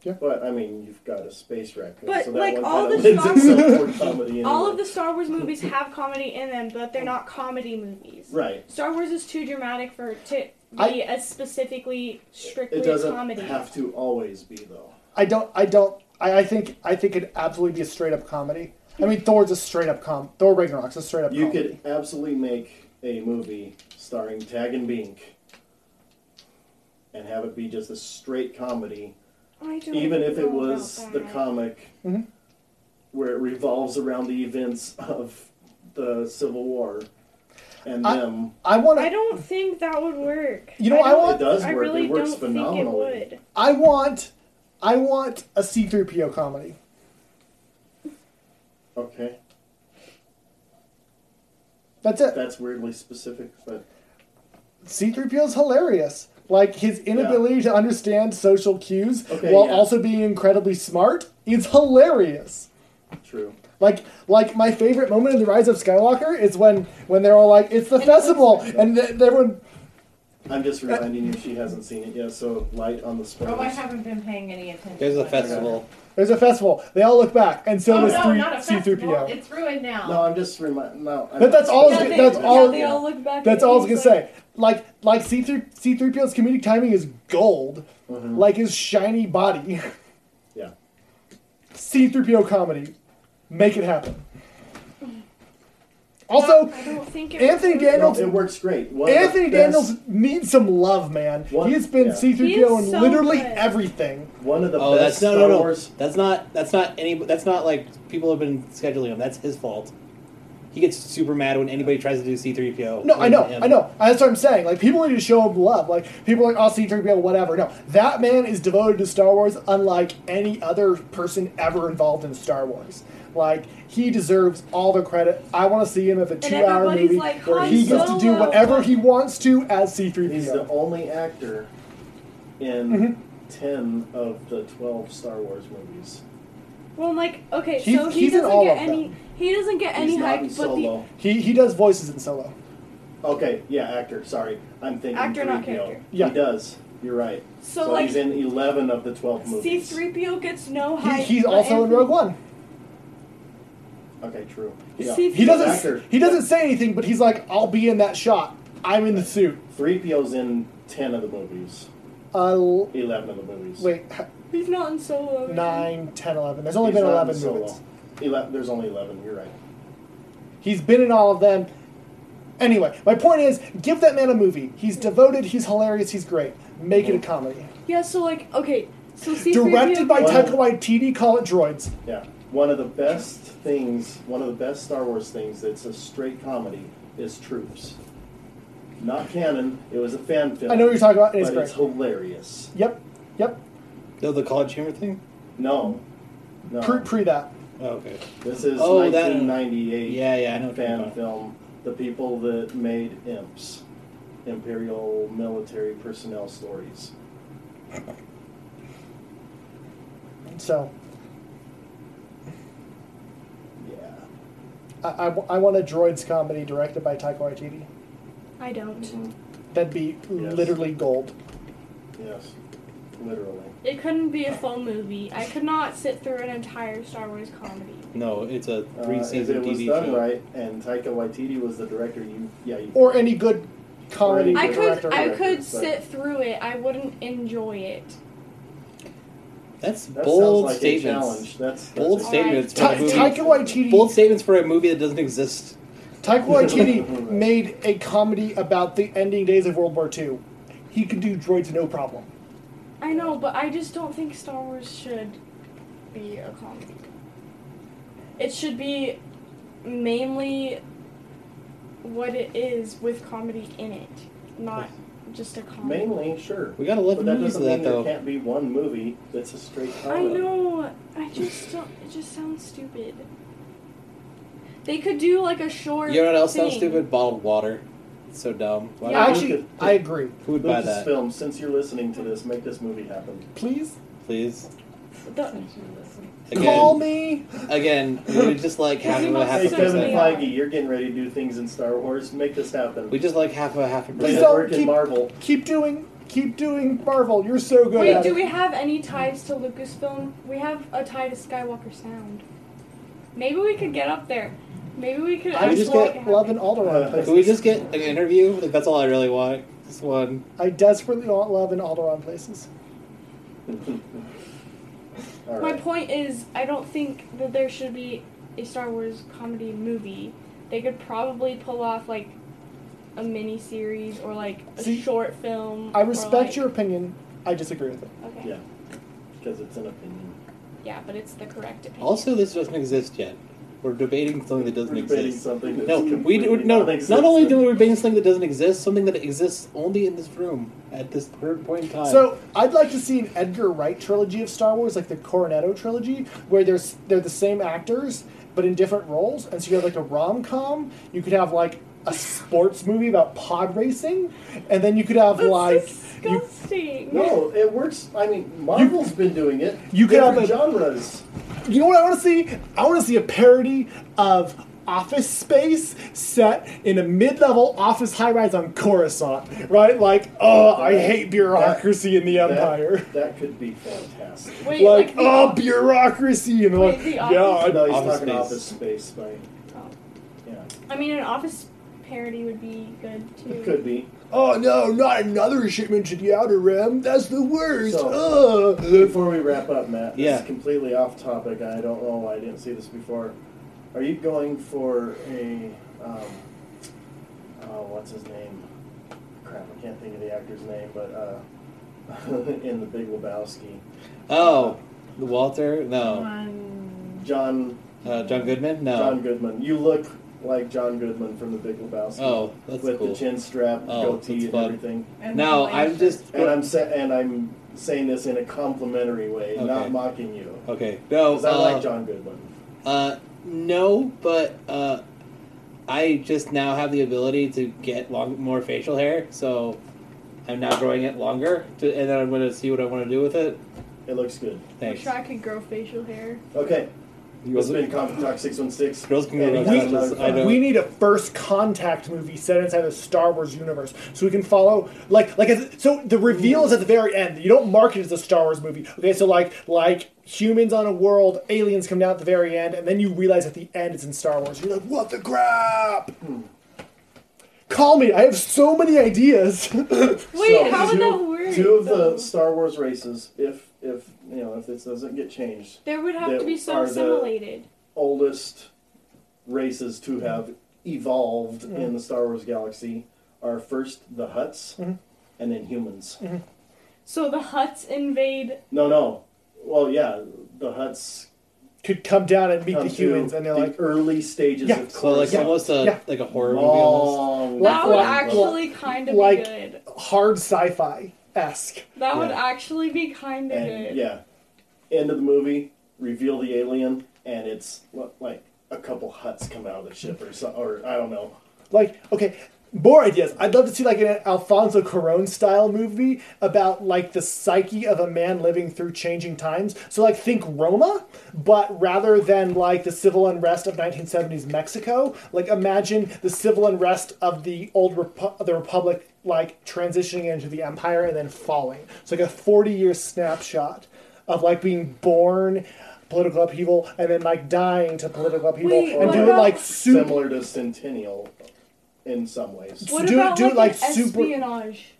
E: Yeah.
D: But I mean, you've got a space raccoon,
B: But,
D: so that
B: like,
D: one
B: all
D: kind of
B: the
D: lends
B: Star-
D: itself for comedy.
B: All
D: anyway.
B: of the Star Wars movies have comedy in them, but they're not comedy movies.
D: right.
B: Star Wars is too dramatic for to
E: I-
B: be a specifically strictly
D: It doesn't
B: comedy.
D: have to always be though.
E: I don't. I don't. I, I think. I think it'd absolutely be a straight up comedy. I mean, Thor's a straight up com. Thor Ragnarok's a straight up.
D: You
E: comedy.
D: could absolutely make a movie starring Tag and Bink and have it be just a straight comedy,
B: I don't
D: even if
B: know
D: it
B: about
D: was the
B: that.
D: comic
E: Mhm.
D: where it revolves around the events of the Civil War and
E: I-
D: them.
E: I want
B: I
E: to.
B: don't think that would work.
E: You know, I
B: don't-
E: want-
D: It does
B: I
D: work.
B: really
D: It works
B: don't
D: phenomenally.
B: think it would.
E: I want. I want a C three PO comedy.
D: Okay,
E: That's it.
D: that's weirdly specific, but
E: C three PO is hilarious. Like his inability to understand social cues
D: Okay,
E: while
D: yeah.
E: also being incredibly smart is hilarious.
D: true.
E: Like, like my favorite moment in the Rise of Skywalker is when when they're all like, "It's the festival," and th- everyone.
D: I'm just
E: Uh,
D: reminding you she hasn't seen it yet, so light on the spoilers.
H: Oh, I haven't been paying any attention.
G: There's a
H: to
G: festival.
E: There's a festival. They all look back, and
H: that.
E: so
H: Oh
E: does
H: no, not a
E: three C three
H: festival.
E: PO.
H: It's ruined now.
D: No, I'm just reminding. No, I'm
E: But that's
D: not
E: all-
H: Yeah,
D: specific.
H: they,
E: that's
H: yeah,
E: all-
H: they all look back.
E: That's
H: at
E: all I was
H: me,
E: gonna
H: like,
E: say. Like, like C three C three PO's comedic timing is gold.
D: Mhm.
E: Like his shiny body.
D: Yeah.
E: C three PO comedy, make it happen. Also,
B: I don't think it
E: Anthony
B: would.
D: No,
E: Daniels.
D: it works great. One of the
E: Anthony
D: best-
E: Daniels needs some love, man.
D: One-
E: he has been
D: yeah.
E: C3PO
B: He
E: in
B: is so
E: literally
B: good.
E: everything.
D: One of the
G: Oh,
D: best
G: that's no, no,
D: Star
G: no.
D: Wars.
G: That's not. That's not any. That's not like people have been scheduling him. That's his fault. He gets super mad when anybody tries to do C-3PO.
E: No, I know,
G: Him.
E: I know. That's what I'm saying. Like people need to show him love. Like people are like, oh, C3PO, whatever. No, that man is devoted to Star Wars, unlike any other person ever involved in Star Wars. Like he deserves all the credit. I want to see him if a two-hour
B: everybody's
E: movie
B: like,
E: where
B: Han
E: he gets to do
B: Solo.
E: whatever he wants to as
D: He's the
E: C3PO.
D: only actor in
E: Mm-hmm.
D: ten of the twelve Star Wars movies.
B: Well, like okay,
E: He's-
B: so he
E: he's in
B: doesn't
E: all
B: get
E: of
B: any. He doesn't get any
D: He's not
B: hype,
D: in
B: but
D: Solo.
E: He he does voices in Solo.
D: Okay, yeah, actor. Sorry, I'm thinking
B: Actor, not
D: 3PO.
B: character.
E: Yeah.
D: he does. You're right.
B: the so, like
D: he's in eleven of the twelve
B: C
D: movies.
B: three PO gets no
E: He,
B: hype.
E: he's
B: but
E: also in
B: Anthony-
E: Rogue One.
D: Okay, true. Yeah.
B: See,
E: He
D: He's an
E: doesn't
D: actor.
E: he doesn't say anything, but he's like, I'll be in that shot. I'm in the suit.
D: Three PO's in ten of the movies.
E: Uh, l-
D: Eleven of the movies.
E: wait,
B: He's not in Solo. is he?
E: 9, 10, 11. There's only
D: He's
E: been
D: not in
E: 11
D: Solo.
E: movies.
D: Ele- there's only eleven. You're right.
E: He's been in all of them. Anyway, my point is, give that man a movie. He's devoted, he's hilarious, he's great. Make it a comedy.
B: Yeah. So like okay, so C three PO
E: Directed by
D: Wow.
E: Taika Waititi, call it Droids.
D: Yeah. One of the best things, one of the best Star Wars things that's a straight comedy is Troops. Not canon, it was a fan film.
E: I know what you're talking about, and
D: but
E: it's
D: it's,
E: great.
D: hilarious.
E: Yep, yep.
G: No, the college humor thing.
D: No. No.
E: Pre, pre that.
G: Oh, okay.
D: this is
G: Oh, that-
D: 1998
G: Yeah, yeah, I know. what you're
D: fan
G: talking
D: film. The people that made Imps, Imperial Military Personnel Stories.
E: So,
D: Yeah.
E: I, I, w- I want a Droids comedy directed by Taika Waititi.
B: I don't.
D: Mhm.
E: That'd be literally gold.
D: Yes. Literally.
B: It couldn't be a full movie. I could not sit through an entire Star Wars comedy.
G: No, it's a
D: Uh, if
G: three-season
D: it was
G: TV
D: done
G: show.
D: right, and Taika Waititi was the director. You, yeah, you
E: Or any good comedy
D: Or
B: I
D: any
B: could
E: director.
B: I
D: director,
B: could
D: but-
B: sit through it. I wouldn't enjoy it.
G: That's
D: That
G: bold
D: sounds like a
G: statements.
D: challenge. That's, that's
G: Bold
D: a-
G: statements for
E: Ta-
G: a movie.
E: Taika Waititi.
G: bold statements for a movie that doesn't exist.
E: Taika Waititi made a comedy about the ending days of World War II. He could do droids no problem.
B: I know, but I just don't think Star Wars should be a comedy. It should be mainly what it is with comedy in it, not just a comedy.
D: Mainly, sure.
G: We got
D: But
G: 11
D: that
G: movies
D: doesn't
G: of
D: mean
G: that
D: there
G: though.
D: can't be one movie that's a straight
B: I
D: comedy.
B: know. I just don't. It just sounds stupid. They could do like a short.
G: You know what else sounds
B: thing.
G: stupid? Bottled water. It's so dumb. Why
B: Yeah.
D: Actually,
E: Actually, I agree.
G: who would buy that?
D: Lucasfilm, since you're listening to this, make this movie happen.
E: Please
G: Please.
I: Don't-
G: Again,
E: call me.
G: again. We would just like half of a half
D: Hey
B: That's
G: a
B: so
D: Kevin
B: they
G: percent.
B: are.
D: Feige, you're getting ready to do things in Star Wars. Make this happen.
G: We just like half a half a
D: Please
E: Please
G: percent.
E: don't
D: work in
E: keep-
D: Marvel.
E: Keep doing, keep doing Marvel. You're so good
B: Wait,
E: at
B: do
E: it.
B: we have any ties to Lucasfilm? We have a tie to Skywalker Sound. Maybe we could get up there. Maybe we could.
E: I
G: We
B: actually
E: just
G: just
B: make it
E: want
B: happen.
E: Love and Alderaan.
G: Can we just get an interview? Like that's all I really want. Just one.
E: I desperately want Love and Alderaan places.
D: All
B: My
D: right.
B: point is, I don't think that there should be a Star Wars comedy movie. They could probably pull off like a mini series or like a
E: See,
B: short film.
E: I
B: or,
E: respect
B: like-
E: your opinion. I disagree with it.
B: Okay.
D: Yeah, because it's an opinion.
B: Yeah, but it's the correct opinion.
G: Also, this doesn't exist yet. We're debating something that doesn't
D: We're debating
G: exist.
D: something that's
G: No, we
D: completely
G: do, no.
D: non-existent.
G: Not only do we debating something that doesn't exist, something that exists only in this room at this current point in time.
E: So I'd like to see an Edgar Wright trilogy of Star Wars, like the Coronado trilogy, where there's they're the same actors but in different roles, and so you have like a rom com. You could have like a sports movie about pod racing, and then you could have
B: That's
E: like you,
B: disgusting.
D: No, it works. I mean, Marvel's been doing it.
E: you could have
D: Different
E: a-
D: genres.
E: you know what I want to see? I want to see a parody of. Office space set in a mid-level office high-rise on Coruscant, right? Like, oh, I hate bureaucracy in the
D: That-
E: Empire.
D: That could be fantastic.
B: Wait,
E: like,
B: the-
E: oh, bureaucracy, and
B: Wait,
E: like,
B: the
E: yeah,
B: office-
E: I
D: No, he's
G: Office
D: talking
G: Space.
D: office space, right?
B: Oh.
D: Yeah,
B: I mean, an office parody would be good too.
D: it could be.
E: Oh no, not another shipment to the outer rim. That's the worst.
D: So-
E: Ugh.
D: Before we wrap up, Matt, this
G: Yeah.
D: is completely off topic. I don't know why I didn't see this before. Are you going for a um, oh, what's his name? Crap, I can't think of the actor's name, but uh, in the Big Lebowski,
G: oh, Walter? No.
I: Um,
D: John
G: Uh, John Goodman? No.
D: John Goodman. You look like John Goodman from the Big Lebowski.
G: oh, that's
D: with
G: cool.
D: the chin strap,
G: Oh, that's
D: goatee, and
G: fun.
D: everything.
J: And
G: no,
J: the
G: I'm just.
D: And I'm sa- and I'm saying this in a complimentary way,
G: Okay.
D: not mocking you,
G: Okay. No.
D: because I like
G: uh,
D: John Goodman.
G: Uh, no, but uh, I just now have the ability to get long, more facial hair, so I'm now growing it longer, to, and then I'm going to see what I want to do with it.
D: It looks good.
G: Thanks.
B: Sure, I could grow facial hair.
D: Okay,
G: You
D: it's
G: also-
D: been Coffee Talk Six One Six.
G: Girls can go
D: And
G: to
D: we-
G: this, I know.
E: We need a first contact movie set inside the Star Wars universe, so we can follow like like as- so the reveal is at the very end. You don't mark it as a Star Wars movie, okay? So like like humans on a world, aliens come down at the very end, and then you realize at the end it's in Star Wars. You're like, what the crap?
D: Hmm.
E: Call me. I have so many ideas.
B: Wait, how would
D: two,
B: that work?
D: Two of the
B: though?
D: Star Wars races, if if you know if this doesn't get changed,
B: There would have
D: that
B: to be some
D: are the-
B: assimilated.
D: oldest races to have evolved in the Star Wars galaxy are first the Huts, and then humans.
B: So the Huts invade.
D: No, no. Well, yeah, the Huts
E: Could come down and meet the
D: come to
E: humans, and they're
D: the
E: like.
D: early stages
E: Yeah.
D: of
G: So like
D: Coruscant.
G: almost a
E: yeah.
G: like a horror movie almost.
D: long,
E: Like-
B: that would
E: like-
B: actually kind of
E: like-
B: be good.
E: hard sci-fi esque.
B: That would
D: yeah.
B: actually be kind of good.
D: and, yeah. End of the movie, reveal the alien, and it's what, like a couple huts come out of the ship or so, or I don't know.
E: Like, okay, more ideas. I'd love to see like an Alfonso Cuarón style movie about like the psyche of a man living through changing times. So like think Roma, but rather than like the civil unrest of 1970s Mexico, like imagine the civil unrest of the old Repu- the republic like transitioning into the empire and then falling. It's like a 40 year snapshot of like being born political upheaval and then like dying to political upheaval
B: Wait,
E: and
B: what
E: doing
B: about-
E: like super
D: Similar to Centennial in some ways.
B: What
E: do-
B: about
E: do,
B: like,
E: like,
B: an
E: super-
B: espionage?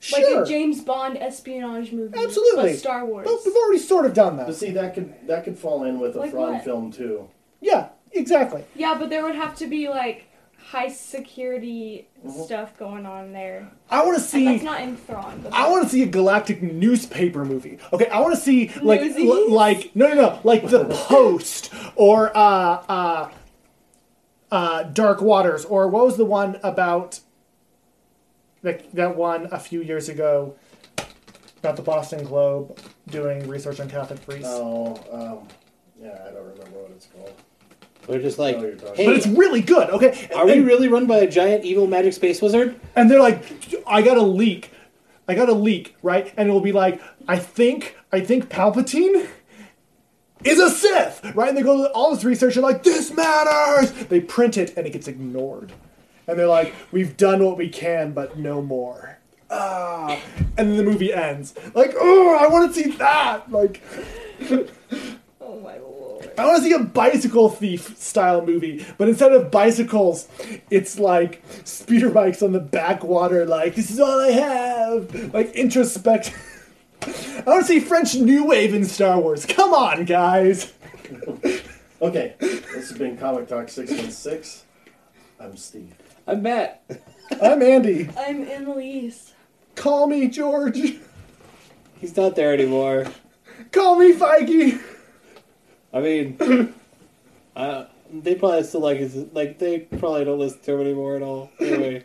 E: sure.
B: Like a James Bond espionage movie.
E: Absolutely.
B: But Star Wars.
E: But we've already sort of done
D: But
E: that.
D: see, that could that could fall in with a
B: Like
D: Thrawn
B: what?
D: film too.
E: Yeah, exactly.
B: Yeah, but there would have to be like high security stuff going on there.
E: I want
B: And
E: to Mm-hmm. see.
B: that's not in Thrawn. But
E: I want to see a galactic newspaper movie. Okay, I want to see like
B: Newsies?
E: l- like no no no like the Post or uh uh uh Dark Waters or what was the one about like that one a few years ago about the Boston Globe
G: Oh.
E: doing research on Catholic priests.
D: Oh, um, yeah, I don't remember what it's called.
G: They're just like,
K: No, you're talking-
G: hey,
E: But it's really good, okay?
G: are we really run by a giant evil magic space wizard?
E: and they're like, I got a leak, I got a leak, right? And it'll be like, I think, I think Palpatine is a Sith, right? And they go to all this research and like, this matters. They print it and it gets ignored, and they're like, we've done what we can, but no more. Ah, and then the movie ends. Like, oh, I want to see that. Like,
C: Oh my lord.
E: I want to see a bicycle thief style movie, but instead of bicycles, it's like speeder bikes on the backwater, like, this is all I have. Like, introspect. I want to see French New Wave in Star Wars. Come on, guys.
D: Okay, this has been Comic Talk 616. I'm Steve.
G: I'm Matt.
E: I'm Andy.
C: I'm Annalise.
E: Call me George.
G: He's not there anymore.
E: Call me Feige.
G: I mean, uh, they probably still like his, like they probably don't listen to him anymore at all. Anyway,